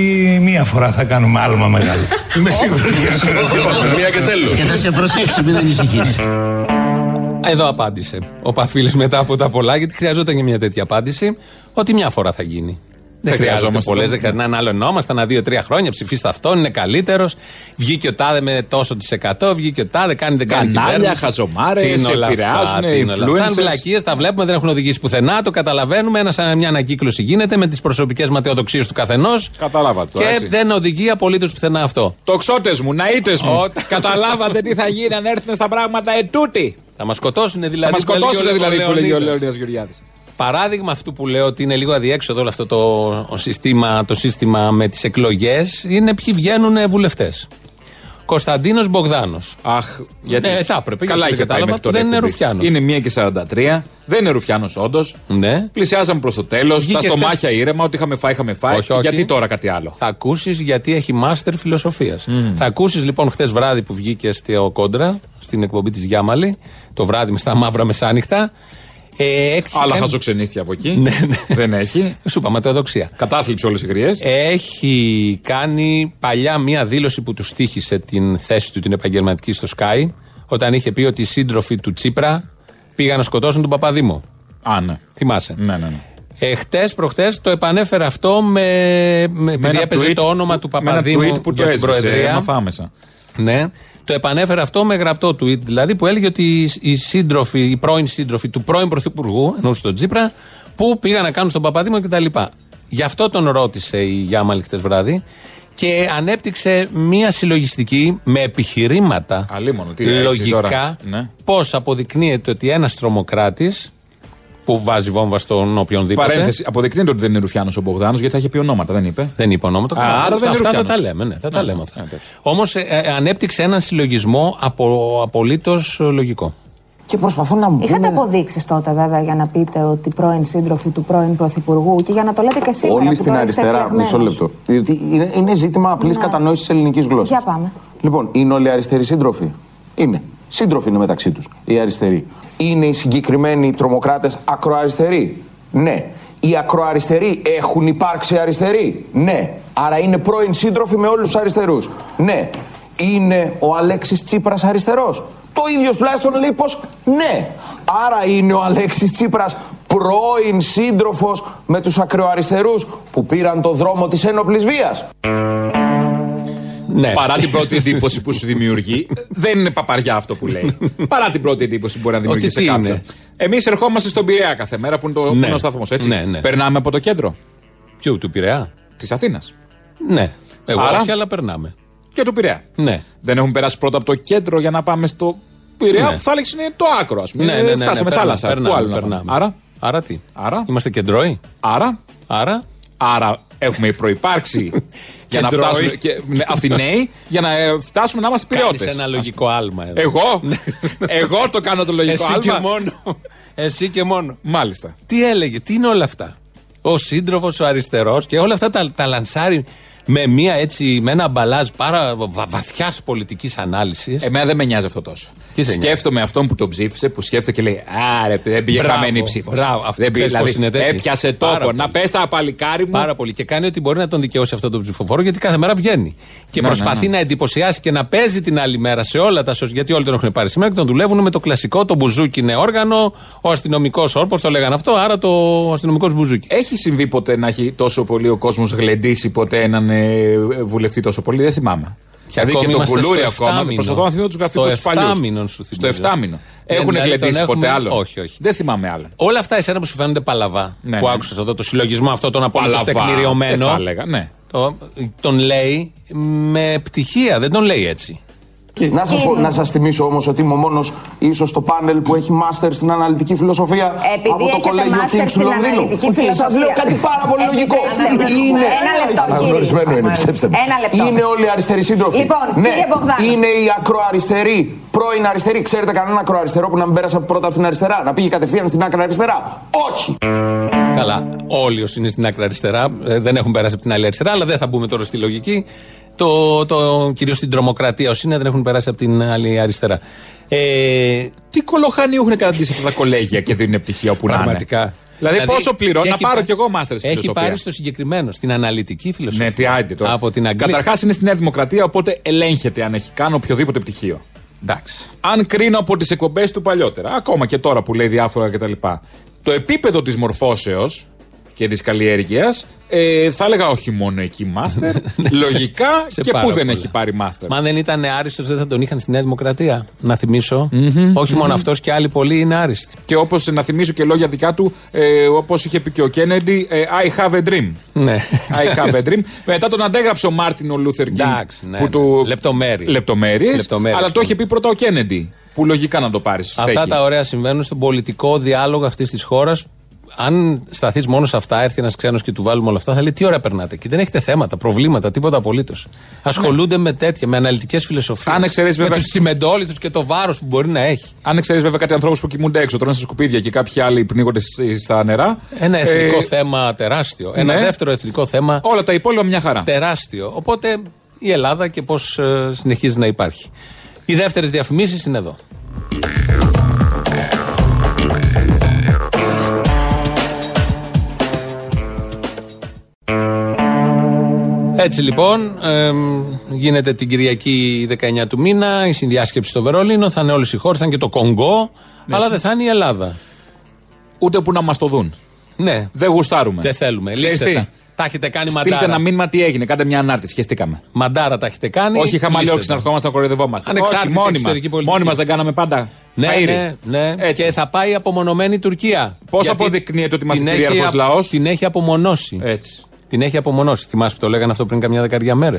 [SPEAKER 11] μία φορά θα κάνουμε άλμα μεγάλο. Είμαι σίγουρος.
[SPEAKER 15] Μία και τέλος.
[SPEAKER 7] Και θα σε προσέξει, μην ανησυχείς.
[SPEAKER 2] Εδώ απάντησε ο Παφίλης μετά από τα πολλά, γιατί χρειαζόταν και μια τέτοια απάντηση, ότι μια φορά θα γίνει. Δεν χρειάζονται πολλέ, δεν χρειάζεται να αναλωνόμασταν. Ένα, δύο, τρία χρόνια ψηφίστε αυτόν, είναι καλύτερος. Βγήκε ο Τάδε με τόσο τη εκατό, βγήκε ο Τάδε, κάνει δεν κάνει
[SPEAKER 3] Κανάλια,
[SPEAKER 2] κυβέρνηση.
[SPEAKER 3] χαζομάρες,
[SPEAKER 2] Τι είναι όλα αυτά,
[SPEAKER 3] επηρεάζουνε,
[SPEAKER 2] τι είναι όλα αυτά.
[SPEAKER 3] influencers.
[SPEAKER 2] Αν βλακίε, τα βλέπουμε, δεν έχουν οδηγήσει πουθενά, το καταλαβαίνουμε. Ένα, μια ανακύκλωση γίνεται με τις προσωπικές ματαιοδοξίες του καθενός.
[SPEAKER 3] Καταλάβατε.
[SPEAKER 2] Και δεν οδηγεί απολύτως πουθενά αυτό.
[SPEAKER 3] Τοξότες μου, ναΐτε μου.
[SPEAKER 2] Όταν-
[SPEAKER 3] Καταλάβατε τι θα γίνει αν έρθουν στα πράγματα ετούτη.
[SPEAKER 2] Θα μας σκοτώσουν
[SPEAKER 3] Θα
[SPEAKER 2] ε, δηλαδή.
[SPEAKER 3] μας
[SPEAKER 2] που έλεγε ο
[SPEAKER 3] σκοτώσουν δηλαδή που λέγει ο
[SPEAKER 2] Λεωνίδας.
[SPEAKER 3] Λεωνίδα Γεωργιάδης.
[SPEAKER 2] Παράδειγμα αυτού που λέω ότι είναι λίγο αδιέξοδο όλο αυτό το σύστημα, το σύστημα με τις εκλογές είναι ποιοι βγαίνουν βουλευτές. Κωνσταντίνος Μπογδάνος.
[SPEAKER 3] Αχ, γιατί.
[SPEAKER 2] Ναι, θα έπρεπε.
[SPEAKER 3] Καλά
[SPEAKER 2] γιατί
[SPEAKER 3] είχε
[SPEAKER 2] δεν
[SPEAKER 3] πάει
[SPEAKER 2] κατάλαβα.
[SPEAKER 3] μέχρι τώρα.
[SPEAKER 2] Δεν είναι
[SPEAKER 3] η εκπομπή.
[SPEAKER 2] Ρουφιάνος.
[SPEAKER 3] Είναι 1 και 43. Δεν είναι Ρουφιάνος, όντως.
[SPEAKER 2] Ναι.
[SPEAKER 3] Πλησιάζαμε προς το τέλος.
[SPEAKER 2] Βγήκε
[SPEAKER 3] Τα
[SPEAKER 2] χθες-
[SPEAKER 3] στομάχια ήρεμα. Ό,τι είχαμε φάει, είχαμε φάει.
[SPEAKER 2] Όχι, όχι.
[SPEAKER 3] Γιατί τώρα κάτι άλλο.
[SPEAKER 2] Θα ακούσεις γιατί έχει μάστερ φιλοσοφίας. Θα ακούσεις λοιπόν χθες βράδυ που βγήκε στο Κόντρα, στην εκπομπή της Γιάμαλη, το βράδυ με στα μαύρα μεσάνυχτα. Ε, έκφυγε-
[SPEAKER 3] Άλλα χαζοξενίστια από εκεί.
[SPEAKER 2] Ναι, ναι. Ε-
[SPEAKER 3] Δεν έχει.
[SPEAKER 2] Σου είπα, ματαιοδοξία.
[SPEAKER 3] Κατάθλιψη όλες οι γριές.
[SPEAKER 2] Έχει κάνει παλιά μία δήλωση που του στήχησε την θέση του την επαγγελματική στο Sky, όταν είχε πει ότι οι σύντροφοι του Τσίπρα πήγαν να σκοτώσουν τον Παπαδήμο.
[SPEAKER 3] Α, ναι.
[SPEAKER 2] Θυμάσαι.
[SPEAKER 3] Ναι, ναι, ναι.
[SPEAKER 2] Ε, Χτες, προχτές το επανέφερε αυτό με. με επειδή
[SPEAKER 3] ένα
[SPEAKER 2] έπαιζε
[SPEAKER 3] tweet
[SPEAKER 2] το όνομα του
[SPEAKER 3] Με ένα
[SPEAKER 2] Παπαδήμου
[SPEAKER 3] tweet που το
[SPEAKER 2] για την
[SPEAKER 3] έσβησε.
[SPEAKER 2] Προεδρία.
[SPEAKER 3] Έμαθα άμεσα.
[SPEAKER 2] Ναι. Το επανέφερε αυτό με γραπτό tweet, δηλαδή που έλεγε ότι οι- οι σύντροφοι, οι πρώην σύντροφοι του πρώην Πρωθυπουργού, εννοούσε τον Τζίπρα, που πήγαν να κάνουν στον Παπαδήμο κτλ. Γι' αυτό τον ρώτησε η Γιάμαλη χτες βράδυ και ανέπτυξε μία συλλογιστική με επιχειρήματα.
[SPEAKER 3] Αλίμονο, τι έτσι
[SPEAKER 2] λογικά
[SPEAKER 3] τώρα. Ναι.
[SPEAKER 2] πώς αποδεικνύεται ότι ένας τρομοκράτης που βάζει βόμβα στον οποιονδήποτε.
[SPEAKER 3] Παρένθεση. Αποδεικνύεται ότι δεν είναι Ρουφιάνος ο Μπογδάνος γιατί θα είχε πει ονόματα, δεν είπε.
[SPEAKER 2] Δεν είπε ονόματα.
[SPEAKER 3] Α, άρα δεν
[SPEAKER 2] αυτά
[SPEAKER 3] είναι
[SPEAKER 2] θα
[SPEAKER 3] Ρουφιάνος.
[SPEAKER 2] τα λέμε, ναι, θα τα
[SPEAKER 3] Ναι,
[SPEAKER 2] λέμε
[SPEAKER 3] ναι,
[SPEAKER 2] αυτά.
[SPEAKER 3] εντάξει.
[SPEAKER 2] Όμως ανέπτυξε έναν συλλογισμό απο, απολύτως λογικό.
[SPEAKER 16] Και προσπαθούν να μου
[SPEAKER 17] Είχατε αποδείξεις τότε, βέβαια, για να πείτε ότι πρώην σύντροφοι του πρώην Πρωθυπουργού και για να το λέτε και σήμερα.
[SPEAKER 18] Όλοι
[SPEAKER 17] που
[SPEAKER 18] στην
[SPEAKER 17] τώρα είστε
[SPEAKER 18] αριστερά.
[SPEAKER 17] εκλεγμένος.
[SPEAKER 18] Μισό λεπτό. Διότι είναι, είναι ζήτημα απλής
[SPEAKER 17] Ναι.
[SPEAKER 18] κατανόηση τη ελληνικής γλώσσας.
[SPEAKER 17] Για πάμε.
[SPEAKER 18] Λοιπόν, είναι όλοι αριστεροί σύντροφοι. Είναι. Σύντροφοι είναι μεταξύ τους. Οι αριστεροί. Είναι οι συγκεκριμένοι τρομοκράτες ακροαριστεροί. Ναι. Οι ακροαριστεροί έχουν υπάρξει αριστεροί. Ναι. Άρα είναι πρώην σύντροφοι με όλους τους αριστερούς. Ναι. Είναι ο Αλέξης Τσίπρας αριστερός. Το ίδιο τουλάχιστον λέει πω ναι. Άρα είναι ο Αλέξης Τσίπρας πρώην σύντροφος με τους ακροαριστερούς που πήραν το δρόμο της ένοπλης βίας.
[SPEAKER 2] Ναι.
[SPEAKER 3] Παρά την πρώτη εντύπωση που σου δημιουργεί, δεν είναι παπαριά αυτό που λέει. Παρά την πρώτη εντύπωση που μπορεί να δημιουργεί
[SPEAKER 2] τι
[SPEAKER 3] σε κάποιον.
[SPEAKER 2] είναι.
[SPEAKER 3] Εμείς ερχόμαστε στον Πειραιά κάθε μέρα που είναι το
[SPEAKER 2] Ναι.
[SPEAKER 3] ναι. σταθμός, έτσι.
[SPEAKER 2] Ναι, ναι.
[SPEAKER 3] Περνάμε από το κέντρο
[SPEAKER 2] Ποιου, του Πειραιά.
[SPEAKER 3] της Αθήνας
[SPEAKER 2] Ναι. Εγώ
[SPEAKER 3] Άρα- Ε,
[SPEAKER 2] όχι, αλλά περνάμε.
[SPEAKER 3] και του Πειραιά.
[SPEAKER 2] Ναι.
[SPEAKER 3] Δεν έχουμε περάσει πρώτα από το κέντρο για να πάμε στο Πειραιά
[SPEAKER 2] Ναι.
[SPEAKER 3] που θα λέξει είναι το άκρο, ας πούμε.
[SPEAKER 2] Ναι, ναι, ναι, ναι,
[SPEAKER 3] Φτάσαμε
[SPEAKER 2] περνάμε,
[SPEAKER 3] θάλασσα.
[SPEAKER 2] περνάμε,
[SPEAKER 3] Πού άλλο να
[SPEAKER 2] περνάμε.
[SPEAKER 3] πάμε. Άρα,
[SPEAKER 2] Άρα τι.
[SPEAKER 3] άρα,
[SPEAKER 2] Είμαστε κεντρώοι.
[SPEAKER 3] άρα,
[SPEAKER 2] Άρα.
[SPEAKER 3] άρα έχουμε προϋπάρξει για να
[SPEAKER 2] Κεντρώοι.
[SPEAKER 3] φτάσουμε. Και, ναι, Αθηναίοι για να ε, φτάσουμε να είμαστε
[SPEAKER 2] Κάνεις
[SPEAKER 3] πυρεώτε.
[SPEAKER 2] ένα λογικό άλμα εδώ.
[SPEAKER 3] Εγώ, εγώ το κάνω το λογικό
[SPEAKER 2] Εσύ και
[SPEAKER 3] άλμα.
[SPEAKER 2] μόνο. Εσύ και μόνο.
[SPEAKER 3] Μάλιστα.
[SPEAKER 2] Τι έλεγε, τι είναι όλα αυτά. Ο σύντροφος, ο αριστερός και όλα αυτά τα, τα λανσάρει με, μια έτσι, με ένα μπαλάζ πάρα βαθιάς πολιτικής ανάλυσης.
[SPEAKER 3] Εμένα δεν με νοιάζει αυτό τόσο.
[SPEAKER 2] Τι σε νοιάζει?
[SPEAKER 3] Σκέφτομαι αυτόν που τον ψήφισε, που σκέφτεται και λέει Άρε, δεν πήγε
[SPEAKER 2] Μπράβο,
[SPEAKER 3] χαμένη η ψήφος.
[SPEAKER 2] μπράβο. Αυτό
[SPEAKER 3] δεν πήγε,
[SPEAKER 2] ξέρεις πώς
[SPEAKER 3] δηλαδή,
[SPEAKER 2] είναι τέτοιο.
[SPEAKER 3] έπιασε
[SPEAKER 2] Πάρα
[SPEAKER 3] τόπο.
[SPEAKER 2] πολύ.
[SPEAKER 3] Να πες τα παλικάρι μου.
[SPEAKER 2] Πάρα πολύ. Και κάνει ότι μπορεί να τον δικαιώσει αυτόν τον ψηφοφόρο γιατί κάθε μέρα βγαίνει. Και
[SPEAKER 3] Ναι,
[SPEAKER 2] προσπαθεί
[SPEAKER 3] ναι, ναι.
[SPEAKER 2] να εντυπωσιάσει και να παίζει την άλλη μέρα σε όλα τα social. Γιατί όλοι τον έχουν πάρει σήμερα και τον δουλεύουν με το κλασικό, το μπουζούκι είναι όργανο, ο αστυνομικός όρπος το λέγανε αυτό, άρα το αστυνομικός μπουζούκι.
[SPEAKER 3] Έχει συμβεί ποτέ να έχει τόσο πολύ ο κόσμος γλεντήσει ποτέ έναν ε, ε, βουλευτή τόσο πολύ, δεν θυμάμαι. Δηλαδή
[SPEAKER 2] Ακόμη
[SPEAKER 3] και τον
[SPEAKER 2] είμαστε
[SPEAKER 3] κουλούρι
[SPEAKER 2] στο
[SPEAKER 3] ακόμα.
[SPEAKER 2] εφτάμινο.
[SPEAKER 3] Προσπαθώ να θυμάμαι του γραφικού
[SPEAKER 2] Στο
[SPEAKER 3] τους παλιούς.
[SPEAKER 2] εφτάμινο σου
[SPEAKER 3] Στο
[SPEAKER 2] θυμίζω.
[SPEAKER 3] εφτάμινο.
[SPEAKER 2] Δεν,
[SPEAKER 3] Έχουν
[SPEAKER 2] δηλαδή, τον
[SPEAKER 3] γλεντήσει ποτέ
[SPEAKER 2] έχουμε-
[SPEAKER 3] άλλο.
[SPEAKER 2] όχι, όχι.
[SPEAKER 3] Δεν θυμάμαι άλλο.
[SPEAKER 2] Όλα αυτά εσένα που σου φαίνονται παλαβά.
[SPEAKER 3] Ναι,
[SPEAKER 2] που
[SPEAKER 3] ναι.
[SPEAKER 2] άκουσες εδώ το συλλογισμό αυτό, τον απόλυτο
[SPEAKER 3] Παλαβά,
[SPEAKER 2] τεκμηριωμένο.
[SPEAKER 3] δεν θα έλεγα, ναι.
[SPEAKER 2] το- τον λέει με πτυχία, δεν τον λέει έτσι.
[SPEAKER 18] Να σας, πω, να σας θυμίσω όμως ότι είμαι ο μόνος ίσως στο πάνελ που έχει μάστερ στην αναλυτική φιλοσοφία
[SPEAKER 15] Επειδή
[SPEAKER 18] από το
[SPEAKER 15] έχετε
[SPEAKER 18] κολέγιο
[SPEAKER 15] μάστερ
[SPEAKER 18] Kings του
[SPEAKER 15] στην
[SPEAKER 18] Λονδίνου.
[SPEAKER 15] αναλυτική
[SPEAKER 18] Όχι, Σας
[SPEAKER 15] φιλοσοφία.
[SPEAKER 18] λέω κάτι πάρα πολύ λογικό.
[SPEAKER 15] Επιτρέψτε μου.
[SPEAKER 18] Είναι...
[SPEAKER 15] Ένα λεπτό, κύριε.
[SPEAKER 18] Αναγνωρισμένο είναι,
[SPEAKER 15] Μάλιστα.
[SPEAKER 18] πιστέψτε με.
[SPEAKER 15] Ένα λεπτό.
[SPEAKER 18] Είναι όλοι αριστεροί σύντροφοι.
[SPEAKER 15] Λοιπόν,
[SPEAKER 18] ναι,
[SPEAKER 15] κύριε Μπογδάνο.
[SPEAKER 18] Είναι οι ακροαριστεροί, πρώην αριστεροί. Ξέρετε κανένα ακροαριστερό που να μην πέρασε πρώτα από την αριστερά, να πήγε κατευθείαν στην άκρα αριστερά. Όχι.
[SPEAKER 2] Καλά. Όλοι όσοι είναι στην άκρα αριστερά ε, δεν έχουν πέρασει από την άλλη αριστερά, αλλά δεν θα μπούμε τώρα στη λογική. Το, το, κυρίως στην τρομοκρατία όσοι είναι δεν έχουν περάσει από την άλλη αριστερά. Ε,
[SPEAKER 3] Τι κολοχάνι έχουν καταντήσει αυτά τα κολέγια και δίνουν πτυχία όπου να είναι.
[SPEAKER 2] πραγματικά.
[SPEAKER 3] Δηλαδή, πόσο πληρώνω,
[SPEAKER 2] και
[SPEAKER 3] να
[SPEAKER 2] έχει
[SPEAKER 3] πάρω
[SPEAKER 2] πά-
[SPEAKER 3] κι εγώ μάστερ στη
[SPEAKER 2] Έχει
[SPEAKER 3] φιλοσοφία.
[SPEAKER 2] πάρει στο συγκεκριμένο, στην αναλυτική φιλοσοφία.
[SPEAKER 3] Ναι, τι άντε τώρα.
[SPEAKER 2] Από την Αγγλία.
[SPEAKER 3] Καταρχάς είναι στη Νέα Δημοκρατία, οπότε ελέγχεται αν έχει κάνει οποιοδήποτε πτυχίο.
[SPEAKER 2] Εντάξει.
[SPEAKER 3] Αν κρίνω από τις εκπομπές του παλιότερα, ακόμα και τώρα που λέει διάφορα κτλ. Το επίπεδο της μορφώσεως και της καλλιέργειας, ε, θα έλεγα όχι μόνο εκεί μάστερ. λογικά
[SPEAKER 2] Ναι, σε
[SPEAKER 3] και
[SPEAKER 2] πάρα
[SPEAKER 3] πού δεν
[SPEAKER 2] πολλά.
[SPEAKER 3] έχει πάρει μάστερ.
[SPEAKER 2] Μα αν δεν ήταν άριστος, δεν θα τον είχαν στη Νέα Δημοκρατία. Να θυμίσω. Όχι μόνο
[SPEAKER 3] Μμμ.
[SPEAKER 2] αυτός και άλλοι πολλοί είναι άριστοι.
[SPEAKER 3] Και όπως να θυμίσω και λόγια δικά του, ε, όπως είχε πει και ο Κέννεντι, ε, I have a dream.
[SPEAKER 2] Ναι.
[SPEAKER 3] I have a dream. Μετά τον αντέγραψε ο Μάρτιν ο Λούθερ Κίνγκ.
[SPEAKER 2] Εντάξει, ναι, ναι. Λεπτομέρειες.
[SPEAKER 3] Λεπτομέρειες.
[SPEAKER 2] Λεπτομέρειες, ναι.
[SPEAKER 3] Αλλά το είχε πει πρώτα ο Κέννεντι. Που λογικά να το πάρει.
[SPEAKER 2] Αυτά τα ωραία συμβαίνουν στον πολιτικό διάλογο αυτής της χώρας. Αν σταθείς μόνο σε αυτά, έρθει ένας ξένος και του βάλουμε όλα αυτά, θα λέει τι ώρα περνάτε. Και δεν έχετε θέματα, προβλήματα, τίποτα απολύτως. Ασχολούνται με τέτοια, με αναλυτικές φιλοσοφίες.
[SPEAKER 3] Αν εξαιρέσει
[SPEAKER 2] με
[SPEAKER 3] βέβαια-
[SPEAKER 2] τους συμμετόλιθου και το βάρος που μπορεί να έχει.
[SPEAKER 3] Αν ξέρεις βέβαια κάτι ανθρώπους που κοιμούνται έξω, τρώνε στα σκουπίδια και κάποιοι άλλοι πνίγονται σ- στα νερά.
[SPEAKER 2] Ένα εθνικό
[SPEAKER 3] Ε,
[SPEAKER 2] θέμα τεράστιο. Ένα
[SPEAKER 3] ναι.
[SPEAKER 2] δεύτερο εθνικό θέμα.
[SPEAKER 3] Όλα τα υπόλοιπα μια χαρά.
[SPEAKER 2] Τεράστιο. Οπότε η Ελλάδα και πώς συνεχίζει να υπάρχει. Οι δεύτερες διαφημίσεις είναι εδώ. Έτσι λοιπόν, εμ, γίνεται την Κυριακή 19 του μήνα η συνδιάσκεψη στο Βερολίνο. Θα είναι όλες οι χώρες, θα είναι και το Κονγκό,
[SPEAKER 3] Ναι,
[SPEAKER 2] αλλά δεν θα είναι η Ελλάδα.
[SPEAKER 3] Ούτε που να μας το δουν.
[SPEAKER 2] Ναι.
[SPEAKER 3] Δεν γουστάρουμε.
[SPEAKER 2] Δεν θέλουμε.
[SPEAKER 3] Ξέρεις
[SPEAKER 2] Λύστε
[SPEAKER 3] τι?
[SPEAKER 2] τα. Τα έχετε κάνει
[SPEAKER 3] Στείλτε
[SPEAKER 2] μαντάρα.
[SPEAKER 3] ένα μήνυμα τι έγινε, κάντε μια ανάρτηση. Χαιστήκαμε.
[SPEAKER 2] Μαντάρα τα έχετε κάνει.
[SPEAKER 3] Όχι, είχαμε
[SPEAKER 2] Ναι. λύστε
[SPEAKER 3] αλλιώξει
[SPEAKER 2] τα.
[SPEAKER 3] να ερχόμαστε να κοροϊδευόμαστε.
[SPEAKER 2] Ανεξάρτητη
[SPEAKER 3] Όχι, μόνοι
[SPEAKER 2] εξωτερική
[SPEAKER 3] μα.
[SPEAKER 2] πολιτική.
[SPEAKER 3] Μόνοι μας δεν κάναμε πάντα.
[SPEAKER 2] Ναι,
[SPEAKER 3] Χαΐρι.
[SPEAKER 2] ναι, ναι.
[SPEAKER 3] Έτσι.
[SPEAKER 2] Και θα πάει απομονωμένη η Τουρκία.
[SPEAKER 3] Πώς
[SPEAKER 2] Γιατί
[SPEAKER 3] αποδεικνύεται ότι είμαστε
[SPEAKER 2] την έχει
[SPEAKER 3] κυρίαρχος
[SPEAKER 2] απ-
[SPEAKER 3] λαός? Ε.
[SPEAKER 2] Την έχει απομονώσει.
[SPEAKER 3] Έτσι.
[SPEAKER 2] Την έχει απομονώσει. Θυμάσαι που το λέγανε αυτό πριν καμιά δεκαετία μέρες.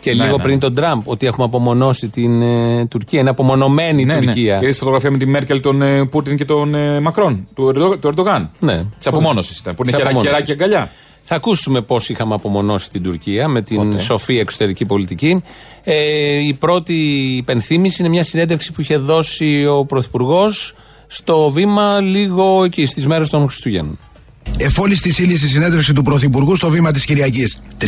[SPEAKER 2] Και
[SPEAKER 3] Ναι,
[SPEAKER 2] λίγο
[SPEAKER 3] ναι,
[SPEAKER 2] πριν τον Τραμπ, ότι έχουμε απομονώσει την ε, Τουρκία. Είναι απομονωμένη η
[SPEAKER 3] Ναι, ναι.
[SPEAKER 2] Τουρκία.
[SPEAKER 3] Είδες τη φωτογραφία με τη Μέρκελ, τον ε, Πούτιν και τον ε, Μακρόν, του, Ερντο- του Ερντογάν.
[SPEAKER 2] Ναι.
[SPEAKER 3] Της απομόνωσης ήταν. Που είναι
[SPEAKER 2] Της
[SPEAKER 3] χερά-
[SPEAKER 2] απομόνωσης.
[SPEAKER 3] χεράκι αγκαλιά.
[SPEAKER 2] Θα ακούσουμε πώς είχαμε απομονώσει την Τουρκία με την
[SPEAKER 3] Πότε?
[SPEAKER 2] σοφή εξωτερική πολιτική. Ε, η πρώτη υπενθύμηση είναι μια συνέντευξη που είχε δώσει ο Πρωθυπουργός στο βήμα λίγο εκεί, στις μέρες των Χριστουγέννων.
[SPEAKER 16] Εφόλη τη ύλη η συνέντευξη του Πρωθυπουργού στο βήμα της Κυριακής. 3-24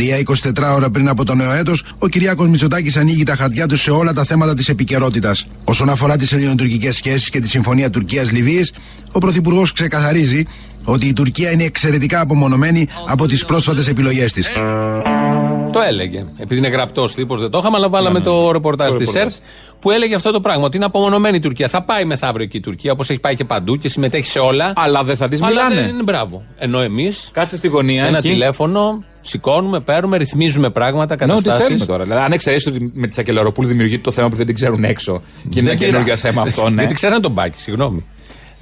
[SPEAKER 16] ώρα πριν από το νέο έτος, ο Κυριάκος Μητσοτάκης ανοίγει τα χαρτιά του σε όλα τα θέματα της επικαιρότητας. Όσον αφορά τις ελληνοτουρκικές σχέσεις και τη Συμφωνία Τουρκία-Λιβύη, ο Πρωθυπουργός ξεκαθαρίζει ότι η Τουρκία είναι εξαιρετικά απομονωμένη από τις πρόσφατες επιλογές της.
[SPEAKER 2] Το έλεγε. Επειδή είναι γραπτός τύπος, δεν το είχαμε, αλλά βάλαμε
[SPEAKER 3] Ναι,
[SPEAKER 2] το ρεπορτάζ
[SPEAKER 16] Το
[SPEAKER 2] της
[SPEAKER 16] ρεπορτάζ.
[SPEAKER 2] ΕΡΤ που έλεγε αυτό το πράγμα. Ότι είναι απομονωμένη η Τουρκία. Θα πάει μεθαύριο εκεί η Τουρκία, όπως έχει πάει και παντού και συμμετέχει σε όλα.
[SPEAKER 3] Αλλά δεν θα της
[SPEAKER 2] Αλλά
[SPEAKER 3] μιλάνε.
[SPEAKER 2] δεν είναι μπράβο. Ενώ εμείς.
[SPEAKER 3] Κάτσε στη γωνία.
[SPEAKER 2] Ένα
[SPEAKER 3] εκεί.
[SPEAKER 2] τηλέφωνο, σηκώνουμε, παίρνουμε, ρυθμίζουμε πράγματα,
[SPEAKER 3] Ναι, ό,τι
[SPEAKER 2] καταστάσει.
[SPEAKER 3] θέλουμε τώρα. Δηλαδή, αν εξαιρέσεις ότι με τη Σακελαροπούλη δημιουργείται το θέμα που δεν την ξέρουν έξω. Και είναι ένα καινούργιο θέμα αυτό, ναι.
[SPEAKER 2] Δεν ξέραν τον Μπάκη, συγγνώμη.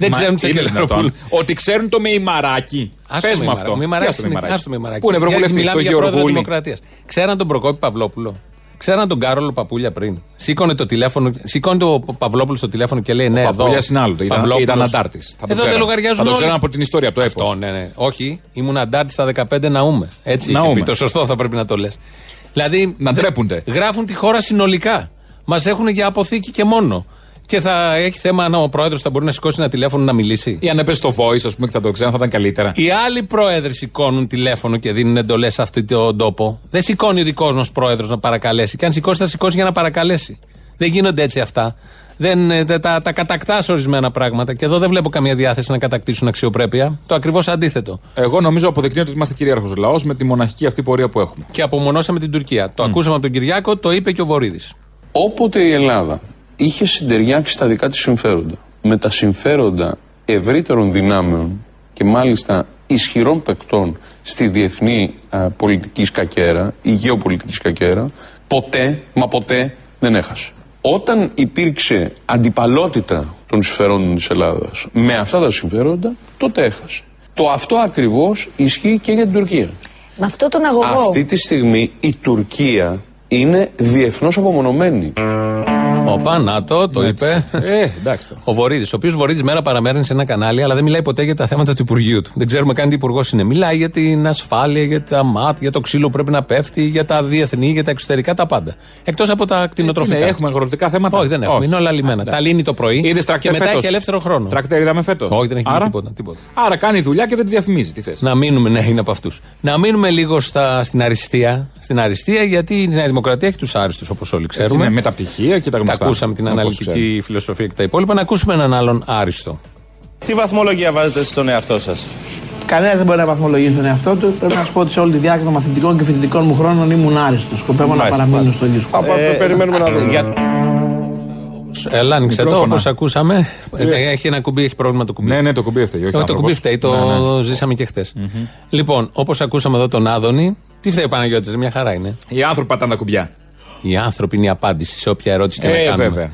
[SPEAKER 2] Δεν
[SPEAKER 3] Μα
[SPEAKER 2] ξέρουν τη
[SPEAKER 3] είναι
[SPEAKER 2] Σακελαροπούλου.
[SPEAKER 3] δυνατόν. Ότι ξέρουν το Μεϊμαράκι.
[SPEAKER 2] Ας
[SPEAKER 3] Πε
[SPEAKER 2] το
[SPEAKER 3] μου
[SPEAKER 2] Μεϊμαράκι.
[SPEAKER 3] αυτό.
[SPEAKER 2] Ο Μεϊμαράκης
[SPEAKER 3] Τι ας το
[SPEAKER 2] είναι-
[SPEAKER 3] Μεϊμαράκι.
[SPEAKER 2] ας το Μεϊμαράκι.
[SPEAKER 3] Που είναι
[SPEAKER 2] Γιατί
[SPEAKER 3] ευρωβουλευτής,
[SPEAKER 2] μιλάμε
[SPEAKER 3] το
[SPEAKER 2] για πρόεδρο
[SPEAKER 3] Γεωργούλη.
[SPEAKER 2] Δημοκρατίας. Ξέραν τον Προκόπη Παυλόπουλο. Ξέραν τον Κάρολο Παπούλια πριν. Σήκωνε το τηλέφωνο, σήκωνε το Παυλόπουλο στο τηλέφωνο και λέει ναι, εδώ.
[SPEAKER 3] Παπούλιας είναι άλλο. Ήταν,
[SPEAKER 2] Παυλόπουλος.
[SPEAKER 3] ήταν αντάρτης.
[SPEAKER 2] Εδώ δεν λογαριάζουν
[SPEAKER 3] Θα το ξέραν
[SPEAKER 2] όλοι.
[SPEAKER 3] από την ιστορία, από το
[SPEAKER 2] Αυτό,
[SPEAKER 3] έπος.
[SPEAKER 2] ναι, ναι. Όχι, ήμουν αντάρτης στα 15 ναούμε. Έτσι είχε
[SPEAKER 3] Ναούμε.
[SPEAKER 2] πει. Το σωστό θα πρέπει να το λες. Δηλαδή. Να ντρέπονται. Γράφουν τη χώρα συνολικά. Μας έχουν για αποθήκη και μόνο. Και θα έχει θέμα αν ο πρόεδρος θα μπορεί να σηκώσει ένα τηλέφωνο να μιλήσει.
[SPEAKER 3] Ή αν έπεσε το voice, ας πούμε, και θα το ξέραν, θα ήταν καλύτερα.
[SPEAKER 2] Οι άλλοι πρόεδροι σηκώνουν τηλέφωνο και δίνουν εντολές σε αυτόν τον τόπο. Δεν σηκώνει ο δικός μας πρόεδρος να παρακαλέσει. Και αν σηκώσει, θα σηκώσει για να παρακαλέσει. Δεν γίνονται έτσι αυτά. Δεν, ε, τα, τα, τα κατακτάς ορισμένα πράγματα. Και εδώ δεν βλέπω καμία διάθεση να κατακτήσουν αξιοπρέπεια. Το ακριβώς αντίθετο.
[SPEAKER 3] Εγώ νομίζω αποδεικνύεται ότι είμαστε κυρίαρχος λαός με τη μοναχική αυτή πορεία που έχουμε.
[SPEAKER 2] Και απομονώσαμε την Τουρκία. Το ακούσαμε από τον Κυριάκο, το είπε και ο Βορύδης.
[SPEAKER 15] Όποτε η Ελλάδα είχε συντεριάξει τα δικά της συμφέροντα με τα συμφέροντα ευρύτερων δυνάμεων και μάλιστα ισχυρών παικτών στη διεθνή α, πολιτική σκακέρα ή γεωπολιτική σκακέρα, ποτέ, μα ποτέ δεν έχασε. Όταν υπήρξε αντιπαλότητα των συμφερόντων της Ελλάδας με αυτά τα συμφέροντα, τότε έχασε. Το αυτό ακριβώς ισχύει και για την Τουρκία.
[SPEAKER 17] Με αυτό τον αγωγό.
[SPEAKER 15] Αυτή τη στιγμή η Τουρκία είναι διεθνώς απομονωμένη.
[SPEAKER 2] Οπα, να το, το είπε.
[SPEAKER 3] Ε,
[SPEAKER 2] Ο Βορύδης, ο οποίος Βορύδης μέρα παραμένει σε ένα κανάλι, αλλά δεν μιλάει ποτέ για τα θέματα του Υπουργείου του. Δεν ξέρουμε καν τι υπουργός είναι. Μιλάει για την ασφάλεια, για τα ΜΑΤ, για το ξύλο που πρέπει να πέφτει, για τα διεθνή, για τα εξωτερικά, τα πάντα. Εκτός από τα κτηνοτροφικά.
[SPEAKER 3] Ε, Είναι, έχουμε αγροτικά θέματα. ναι.
[SPEAKER 2] Όχι, δεν έχουμε. Είναι όλα λιμένα. Τα λύνει το πρωί
[SPEAKER 3] Είδες τρακτέρ
[SPEAKER 2] και μετά
[SPEAKER 3] φέτος.
[SPEAKER 2] έχει ελεύθερο χρόνο.
[SPEAKER 3] Τρακτέρ είδαμε φέτος.
[SPEAKER 2] Όχι, δεν έχει γίνει
[SPEAKER 3] Άρα,
[SPEAKER 2] τίποτα, τίποτα.
[SPEAKER 3] Άρα κάνει δουλειά και δεν τη διαφημίζει. Τι θες.
[SPEAKER 2] Να μείνουμε, ναι, είναι από αυτούς. Να μείνουμε λίγο στα, στην αριστεία. Στην αριστεία, γιατί η Νέα Δημοκρατία έχει τους άριστους, όπως όλοι ξέρουμε.
[SPEAKER 3] Είναι Ε, ναι, με τα πτυχία και τα
[SPEAKER 2] Τα
[SPEAKER 3] γνωστά.
[SPEAKER 2] ακούσαμε την
[SPEAKER 3] Όπως
[SPEAKER 2] αναλυτική φιλοσοφία και τα υπόλοιπα. Να ακούσουμε έναν άλλον άριστο.
[SPEAKER 19] Τι βαθμολογία βάζετε στον εαυτό σας,
[SPEAKER 20] Κανένας δεν μπορεί να βαθμολογήσει τον εαυτό του. Πρέπει να σου πω ότι σε όλη τη διάρκεια των μαθητικών και φοιτητικών μου χρόνων ήμουν άριστος. Σκοπεύω να
[SPEAKER 19] Μάλιστα,
[SPEAKER 20] παραμείνω
[SPEAKER 19] μάλιστα.
[SPEAKER 20] στο ίδιο σκοπό.
[SPEAKER 19] Ε,
[SPEAKER 20] Ε,
[SPEAKER 19] περιμένουμε να δούμε. για-
[SPEAKER 2] Έλα, άνοιξε το
[SPEAKER 3] Μικρόφωνα.
[SPEAKER 2] όπως ακούσαμε.
[SPEAKER 3] Ε.
[SPEAKER 2] Ε, Έχει ένα κουμπί, έχει πρόβλημα το κουμπί. Ε,
[SPEAKER 3] Ναι, ναι, το κουμπί φταίει. όχι
[SPEAKER 2] Το, το
[SPEAKER 3] άνθρωπος.
[SPEAKER 2] κουμπί φταίει, το
[SPEAKER 3] Ναι, ναι.
[SPEAKER 2] ζήσαμε και χθες.
[SPEAKER 3] Μμμ.
[SPEAKER 2] Λοιπόν, όπως ακούσαμε εδώ τον Άδωνη, τι φταίει ο Παναγιώτης, μια χαρά είναι.
[SPEAKER 3] Οι άνθρωποι πατάνε τα κουμπιά.
[SPEAKER 2] Οι άνθρωποι είναι η απάντηση σε όποια ερώτηση και
[SPEAKER 3] Ε,
[SPEAKER 2] να κάνουμε.
[SPEAKER 3] βέβαια.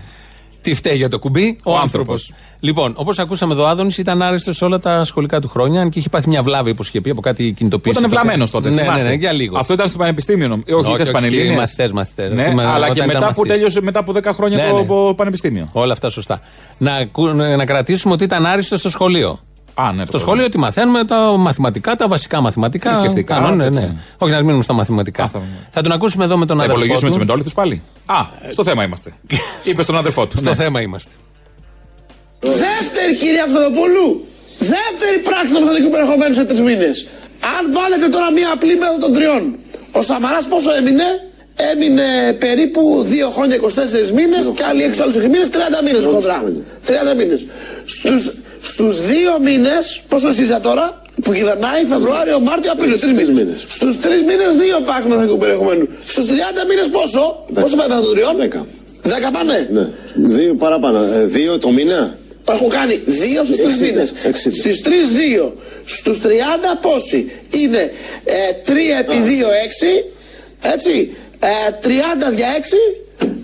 [SPEAKER 2] Τι φταίει για το κουμπί, ο,
[SPEAKER 3] Ο
[SPEAKER 2] άνθρωπος.
[SPEAKER 3] άνθρωπος.
[SPEAKER 2] Λοιπόν, όπως ακούσαμε εδώ, ο Άδωνης ήταν άρεστος σε όλα τα σχολικά του χρόνια, αν και είχε πάθει μια βλάβη, όπως είχε πει, από κάτι κινητοποίηση.
[SPEAKER 3] Ήταν βλαμμένος τότε.
[SPEAKER 2] Ναι, ναι,
[SPEAKER 3] θυμάστε.
[SPEAKER 2] ναι, για λίγο.
[SPEAKER 3] Αυτό ήταν στο πανεπιστήμιο. νομ- ε, Όχι,
[SPEAKER 2] Όχι,
[SPEAKER 3] ήταν
[SPEAKER 2] όχι,
[SPEAKER 3] σπανελίδε.
[SPEAKER 2] στη- μαθητές, μαθητές.
[SPEAKER 3] Ναι,
[SPEAKER 2] Στη-
[SPEAKER 3] αλλά
[SPEAKER 2] όταν
[SPEAKER 3] και
[SPEAKER 2] ήταν
[SPEAKER 3] μετά που
[SPEAKER 2] μαθητής.
[SPEAKER 3] τέλειωσε μετά από 10 χρόνια
[SPEAKER 2] Ναι,
[SPEAKER 3] το
[SPEAKER 2] ναι.
[SPEAKER 3] πο- πανεπιστήμιο.
[SPEAKER 2] Όλα αυτά σωστά. Να, ακού- να κρατήσουμε ότι ήταν άριστο στο σχολείο.
[SPEAKER 3] Α, ναι,
[SPEAKER 2] Στο σχολείο τι μαθαίνουμε, τα μαθηματικά, τα βασικά μαθηματικά.
[SPEAKER 3] Θρησκευτικά,
[SPEAKER 2] Κανόνε, ναι.
[SPEAKER 3] τέτοια.
[SPEAKER 2] Όχι, να μείνουμε στα μαθηματικά. θα τον ακούσουμε εδώ με τον
[SPEAKER 3] ναι. Θα
[SPEAKER 2] αδερφό.
[SPEAKER 3] υπολογίσουμε
[SPEAKER 2] του.
[SPEAKER 3] του μετόλιθου πάλι. Α, στο θέμα είμαστε. Είπε στον αδερφό του. Ναι.
[SPEAKER 2] Στο θέμα είμαστε.
[SPEAKER 4] Δεύτερη κυρία Ψαλοπούλου, δεύτερη πράξη του επιθετικού περιεχομένου σε τρεις μήνες. Αν βάλετε τώρα μία απλή μέθοδο των τριών, ο Σαμαράς πόσο έμεινε, έμεινε περίπου 2 χρόνια 24 μήνε και άλλοι 6 άλλου 6 μήνε, 30 μήνε κοντρά. 30 μήνες. Στους στους δύο μήνες, πόσο είσαι τώρα, που κυβερνάει Φεβρουάριο, Μάρτιο, Απρίλιο, τρεις μήνε. Στους τρεις μήνες, δύο πάκου μεθοδικού περιεχομένου. Στου 30 μήνες πόσο, πόσο πάει η μέθοδο των τριών, 10. 10 πάνε.
[SPEAKER 21] Ναι. Δύο παραπάνω. Ε, δύο το μήνα.
[SPEAKER 4] Έχω κάνει δύο στους τρεις
[SPEAKER 21] Εξήντα.
[SPEAKER 4] μήνε.
[SPEAKER 21] Εξήντα.
[SPEAKER 4] Στις τρεις δύο. Στους 30 πόσοι είναι ε, 3 επί 2 έξι. Έτσι. Ε, 30 δια 6.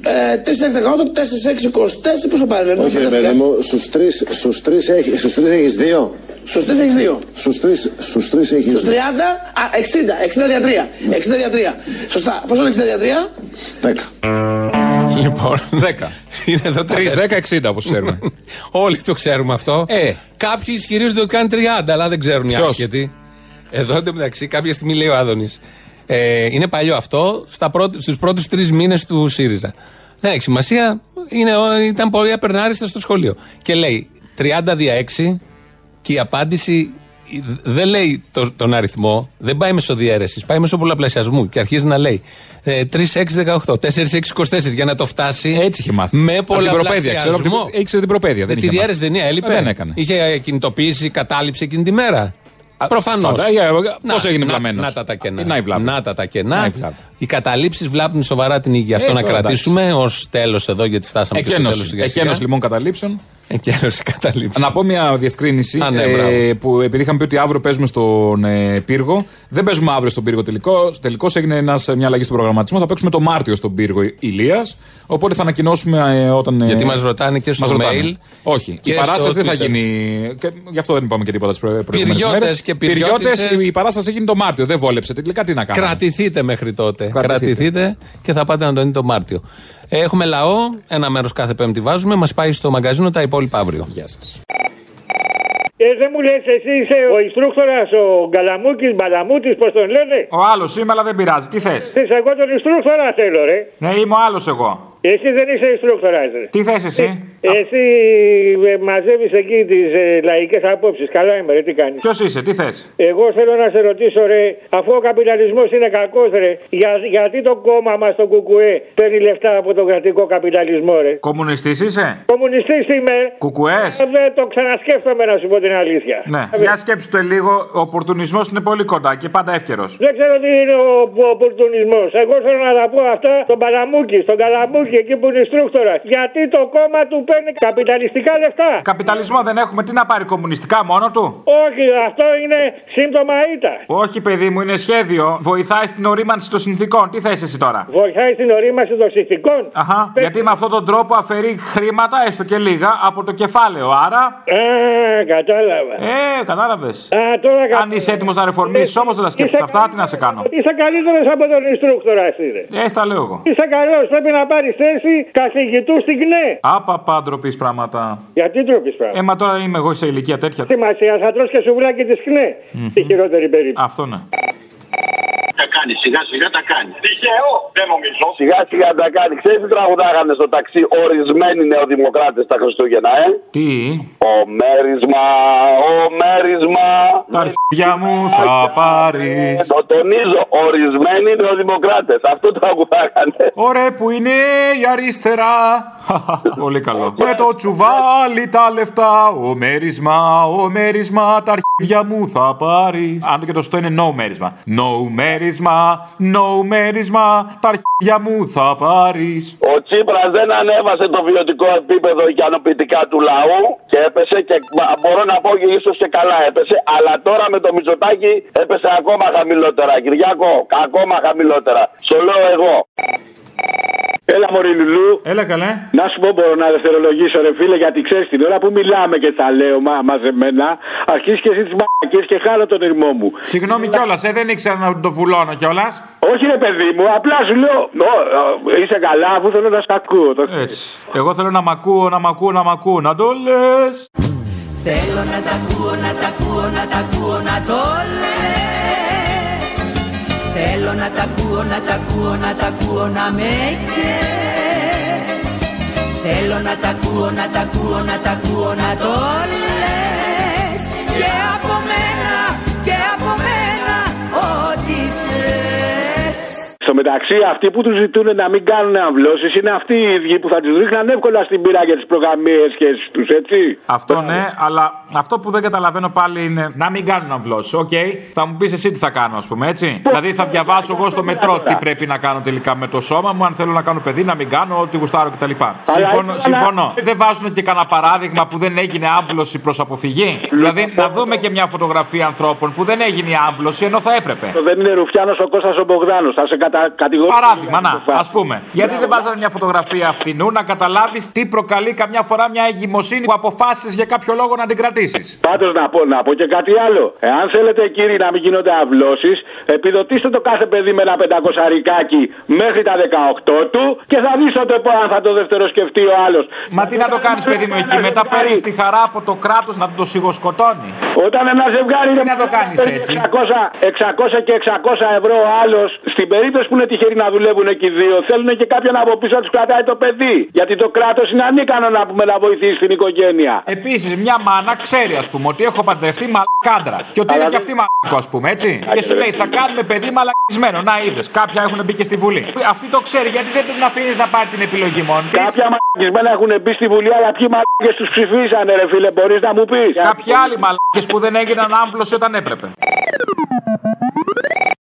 [SPEAKER 4] Ε, 3 6 18, 4 6 24. Πόσο πάρει, ναι,
[SPEAKER 21] Όχι, ρε παιδί μου, στους τρεις στους τρεις έχει στους τρεις έχεις δύο.
[SPEAKER 4] Στους 3 έχει 2.
[SPEAKER 21] Στους τρεις στους τρεις έχεις
[SPEAKER 4] Στους 30, α, 60, 60 δια 3. 60 δια 3. Σωστά. Πόσο είναι 60 δια 3?
[SPEAKER 21] δέκα.
[SPEAKER 2] Λοιπόν, 10. Είναι εδώ
[SPEAKER 3] 3-10-60 όπως ξέρουμε. Ε.
[SPEAKER 2] Όλοι το ξέρουμε αυτό. Κάποιοι ισχυρίζονται ότι κάνει 30, αλλά δεν ξέρουν οι
[SPEAKER 3] Ποιος?
[SPEAKER 2] άσχετοι. Εδώ εντωμεταξύ κάποια στιγμή λέει ο Άδωνης. Ε, είναι παλιό αυτό στα πρώτη, στους πρώτους τρεις μήνες του ΣΥΡΙΖΑ. Δεν έχει σημασία, είναι, ο- ήταν πολύ απερνάριστα στο σχολείο. Και λέει 30 δια 6 και η απάντηση δεν λέει το- τον αριθμό, δεν πάει μέσω διαίρεση, πάει μέσω πολλαπλασιασμού και αρχίζει να λέει ε, 3, 6, 18, 4, 6, 24 για να το φτάσει. Έτσι είχε μάθει. Ε, Με
[SPEAKER 3] Από την προπαίδεια, ξέρω, από την-
[SPEAKER 2] πολλαπλασιασμό.
[SPEAKER 3] ήξερε την προπαίδεια,
[SPEAKER 2] Με
[SPEAKER 3] δεν
[SPEAKER 2] τη
[SPEAKER 3] είχε
[SPEAKER 2] διαίρεση
[SPEAKER 3] μάθει.
[SPEAKER 2] δεν έλειπε.
[SPEAKER 3] Ε, δεν έκανε.
[SPEAKER 2] Είχε κινητοποίηση, κατάληψη εκείνη τη μέρα. Προφανώ.
[SPEAKER 3] φαντάζομαι, ε, πώς έγινε
[SPEAKER 2] Να,
[SPEAKER 3] βλαμμένος.
[SPEAKER 2] τα τα κενά.
[SPEAKER 3] Να η βλάβη.
[SPEAKER 2] τα τα κενά.
[SPEAKER 3] Να η βλάβη.
[SPEAKER 2] Οι καταλήψεις βλάπτουν σοβαρά την υγεία.
[SPEAKER 3] Ε,
[SPEAKER 2] Αυτό να
[SPEAKER 3] τώρα,
[SPEAKER 2] κρατήσουμε ως τέλος εδώ, γιατί φτάσαμε και στο τέλο
[SPEAKER 3] Εκένωση. Εκένωση λοιπόν καταλήψεων.
[SPEAKER 2] Εκένωση καταλήψεων.
[SPEAKER 3] Να πω μια διευκρίνηση.
[SPEAKER 2] Α, ναι,
[SPEAKER 3] ε,
[SPEAKER 2] μπράβο.
[SPEAKER 3] που επειδή είχαμε πει ότι αύριο παίζουμε στον ε, πύργο. Δεν παίζουμε αύριο στον πύργο τελικό. Τελικώς έγινε ένας, μια αλλαγή στον προγραμματισμό. Θα παίξουμε το Μάρτιο στον πύργο Ηλίας. Οπότε θα ανακοινώσουμε ε, όταν. ε,
[SPEAKER 2] Γιατί μας ρωτάνε και στο
[SPEAKER 3] μας ρωτάνε.
[SPEAKER 2] mail
[SPEAKER 3] Όχι.
[SPEAKER 2] και
[SPEAKER 3] η
[SPEAKER 2] στο
[SPEAKER 3] παράσταση δεν θα
[SPEAKER 2] Twitter.
[SPEAKER 3] γίνει. Και, γι' αυτό δεν είπαμε και τίποτα τις προηγούμενες
[SPEAKER 2] Πυριώτες
[SPEAKER 3] μέρες.
[SPEAKER 2] και πυριώτισσες.
[SPEAKER 3] Η παράσταση γίνει το Μάρτιο. Δεν βόλεψε τελικά. Τι να κάνουμε.
[SPEAKER 2] Κρατηθείτε μέχρι τότε.
[SPEAKER 3] Κρατηθείτε.
[SPEAKER 2] Κρατηθείτε. και θα πάτε να τον δείτε το Μάρτιο. Ε, Έχουμε λαό, ένα μέρος κάθε Πέμπτη βάζουμε. Μας πάει στο μαγκαζίνο τα υπόλοιπα αύριο. Γεια σας.
[SPEAKER 22] Ε, δεν μου λες, εσύ είσαι ο Ιστρούκτορα, ο Γκαλαμούκης, Μπαλαμούτης, πώς τον λένε.
[SPEAKER 3] Ο άλλος είμαι, αλλά δεν πειράζει. Τι θες.
[SPEAKER 22] Θες εγώ τον Ιστρούκτορα θέλω, ρε.
[SPEAKER 3] Ναι, είμαι ο άλλος εγώ.
[SPEAKER 22] Εσύ δεν είσαι Ιστρούκτορα, ρε.
[SPEAKER 3] Τι θες εσύ.
[SPEAKER 22] Εσύ ε, μαζεύεις εκεί τις ε, λαϊκές απόψεις. Καλά είμαι, ρε, τι κάνεις.
[SPEAKER 3] Ποιος είσαι, τι θες.
[SPEAKER 22] Εγώ θέλω να σε ρωτήσω, ρε, αφού ο καπιταλισμός είναι κακός, ρε, για, γιατί το κόμμα μας, το Κουκουέ, παίρνει λεφτά από τον κρατικό καπιταλισμό, ρε.
[SPEAKER 3] Κομμουνιστής Ε, είσαι.
[SPEAKER 22] Κομμουνιστής είμαι.
[SPEAKER 3] Κουκουές.
[SPEAKER 22] Ε, Δεν το ξανασκέφτομαι να σου πω την αλήθεια.
[SPEAKER 3] Ναι. Για σκέψτε το λίγο, ο οπορτουνισμός είναι πολύ κοντά και πάντα εύκαιρος.
[SPEAKER 22] Δεν ξέρω τι είναι ο οπορτουνισμός. Εγώ θέλω να τα πω αυτά στον Παλαμούκη, στον Καλαμούκη, εκεί που είναι στρούκτορα. Γιατί το κόμμα του παίρνει καπιταλιστικά λεφτά.
[SPEAKER 3] Καπιταλισμό δεν έχουμε, τι να πάρει κομμουνιστικά μόνο του.
[SPEAKER 22] Όχι, αυτό είναι σύμπτωμα ήττα.
[SPEAKER 3] Όχι, παιδί μου, είναι σχέδιο. Βοηθάει στην ορίμανση των συνθήκων. Τι θες εσύ τώρα.
[SPEAKER 22] Βοηθάει στην ορίμανση των συνθηκών.
[SPEAKER 3] Αχα. Γιατί με αυτόν τον τρόπο αφαιρεί χρήματα, έστω και λίγα, από το κεφάλαιο. Άρα.
[SPEAKER 22] Ε, κατάλαβα.
[SPEAKER 3] Ε, κατάλαβες. Αν είσαι έτοιμος να ρεφορμήσεις όμως δεν τα
[SPEAKER 22] Ε, είσαι
[SPEAKER 3] σκέφτεσαι αυτά, τι να σε κάνω.
[SPEAKER 22] Είσαι καλύτερος από τον Ιστρούκτορα, είναι.
[SPEAKER 3] Ε, στα λέω εγώ.
[SPEAKER 22] Είσαι καλός, πρέπει να πάρεις θέση καθηγητού στην ΚΝΕ.
[SPEAKER 3] Άπα ντροπή πράγματα.
[SPEAKER 22] Γιατί ντροπή πράγμα.
[SPEAKER 3] Ε, μα τώρα είμαι εγώ σε ηλικία τέτοια.
[SPEAKER 22] Σημασία, θα τρως και σουβλάκι της ΚΝΕ. Στη χειρότερη περίπτωση.
[SPEAKER 3] Αυτό ναι.
[SPEAKER 23] Τα κάνει, σιγά σιγά τα κάνει. Τυχαίο, δεν νομίζω.
[SPEAKER 24] Σιγά σιγά τα κάνει. Ξέρεις τι τραγουδάγανε στο ταξί ορισμένοι νεοδημοκράτες τα Χριστούγεννα, ε.
[SPEAKER 3] Τι.
[SPEAKER 24] Ο μέρισμα, ο μέρισμα.
[SPEAKER 3] Τα αρχιδιά μου
[SPEAKER 22] Ε,
[SPEAKER 3] θα πάρεις.
[SPEAKER 24] Το τονίζω, ορισμένοι νεοδημοκράτες. Αυτό τραγουδάγανε.
[SPEAKER 3] Ωραία που είναι η αριστερά. Πολύ καλό. Με το τσουβάλι τα λεφτά. Ο μέρισμα, ο μέρισμα, τα αρχίδια μου θα πάρεις. Αν και το στο είναι no μέρισμα. No μέρισμα. μέρισμα, no μέρισμα, τα αρχίδια μου θα πάρεις.
[SPEAKER 24] Ο Τσίπρας δεν ανέβασε το βιωτικό επίπεδο ικανοποιητικά του λαού και έπεσε και μα, μπορώ να πω και ίσως και καλά έπεσε. Αλλά τώρα με το Μητσοτάκι έπεσε ακόμα χαμηλότερα. Κυριάκο, ακόμα χαμηλότερα. Στο λέω εγώ. Έλα, Μωρή Λουλού.
[SPEAKER 3] Έλα καλέ.
[SPEAKER 24] Να σου πω, μπορώ να δευτερολογήσω, ρε φίλε, γιατί ξέρεις την ώρα που μιλάμε και τα λέω μα, μαζεμένα, αρχίζεις και εσύ τις μαλακίες και χάνω τον ερμό μου.
[SPEAKER 3] Συγγνώμη κιόλας, ε, δεν ήξερα να το βουλώνω κιόλας.
[SPEAKER 24] Όχι, ρε παιδί μου, απλά σου λέω. «Ω, ε, είσαι καλά, αφού θέλω να σ' ακούω. Το...
[SPEAKER 3] Έτσι. Εγώ θέλω να μ' ακούω, να μ' ακούω, να μ' ακούω, να το λες.
[SPEAKER 5] Θέλω να τα ακούω, να τα ακούω, να τα ακούω, να το λες Θέλω να τα ακούω, να τα ακούω, να τα ακούω, να με κες Θέλω να τα ακούω, να τα ακούω, να τα ακούω, να το λες Και από μένα, και από μένα, ό,τι θες
[SPEAKER 24] Στο μεταξύ, αυτοί που τους ζητούν να μην κάνουν αμβλώσεις είναι αυτοί οι ίδιοι που θα τους ρίχναν εύκολα στην πύρα για τις προγραμμίες και του, έτσι.
[SPEAKER 3] Αυτό ναι, αλλά αυτό που δεν καταλαβαίνω πάλι είναι να μην κάνουν αμβλώσεις. Οκ, θα μου πεις εσύ τι θα κάνω, ας πούμε, έτσι. δηλαδή θα διαβάσω εγώ στο μετρό τι πρέπει να κάνω τελικά με το σώμα μου, αν θέλω να κάνω παιδί, να μην κάνω, ό,τι γουστάρω κτλ. Συμφωνώ.
[SPEAKER 24] ήθελα-
[SPEAKER 3] συμφωνώ. Δεν βάζουν και κανένα παράδειγμα που δεν έγινε άμβλωση προς αποφυγή. δηλαδή να δούμε και μια φωτογραφία ανθρώπων που δεν έγινε η άμβλωση ενώ θα έπρεπε.
[SPEAKER 24] Δεν είναι Ρουφιάνος ο Κώστας ο Μπογδάνος. Θα σε κατα... κατηγορήσω.
[SPEAKER 3] Παράδειγμα, να, ας πούμε. Γιατί δεν βάζανε μια φωτογραφία αυτινού να καταλάβεις τι προκαλεί καμιά φορά μια εγκυμοσύνη που αποφάσει για κάποιο λόγο να την κρατήσεις.
[SPEAKER 24] Πάντως να πω, να πω και κάτι άλλο. Εάν θέλετε, κύριοι, να μην γίνονται αυλώσεις, επιδοτήστε το κάθε παιδί με ένα πεντακοσαρικάκι μέχρι τα 18 του και θα δεις τότε πω αν θα το δεύτερο σκεφτεί ο άλλος.
[SPEAKER 3] Μα τι να το κάνεις, παιδί μου, εκεί. Μετά παίρνεις τη χαρά από το κράτος να το σιγοσκοτώνει.
[SPEAKER 24] Όταν ένα ζευγάρι
[SPEAKER 3] Τι να το κάνεις
[SPEAKER 24] παίρνει
[SPEAKER 3] έτσι.
[SPEAKER 24] 600, 600 και 600 ευρώ ο άλλος, στην περίπτωση που είναι τυχεροί να δουλεύουν εκεί δύο, θέλουν και κάποιον από πίσω να τους κρατάει το παιδί. Γιατί το κράτος είναι ανίκανο να πούμε να βοηθήσει την οικογένεια.
[SPEAKER 3] Επίσης, μια μάνα ξέρει, ας πούμε, ότι έχω παντρευτεί μαλακάντρα. Και ότι είναι και αυτή μαλακό, ας πούμε, έτσι. Και σου λέει, θα κάνουμε παιδί μαλακισμένο. Να είδες, κάποια έχουν μπει και στη Βουλή. Αυτή το ξέρει, γιατί δεν την αφήνεις να πάρει την επιλογή μόνη της.
[SPEAKER 24] Κάποια μαλακισμένα έχουν μπει στη Βουλή, αλλά ποιοι μαλακές τους ψηφίσανε, ρε φίλε, μπορείς να μου πεις.
[SPEAKER 3] Κάποιοι άλλοι μαλακές που δεν έγιναν άμβλωση όταν έπρεπε.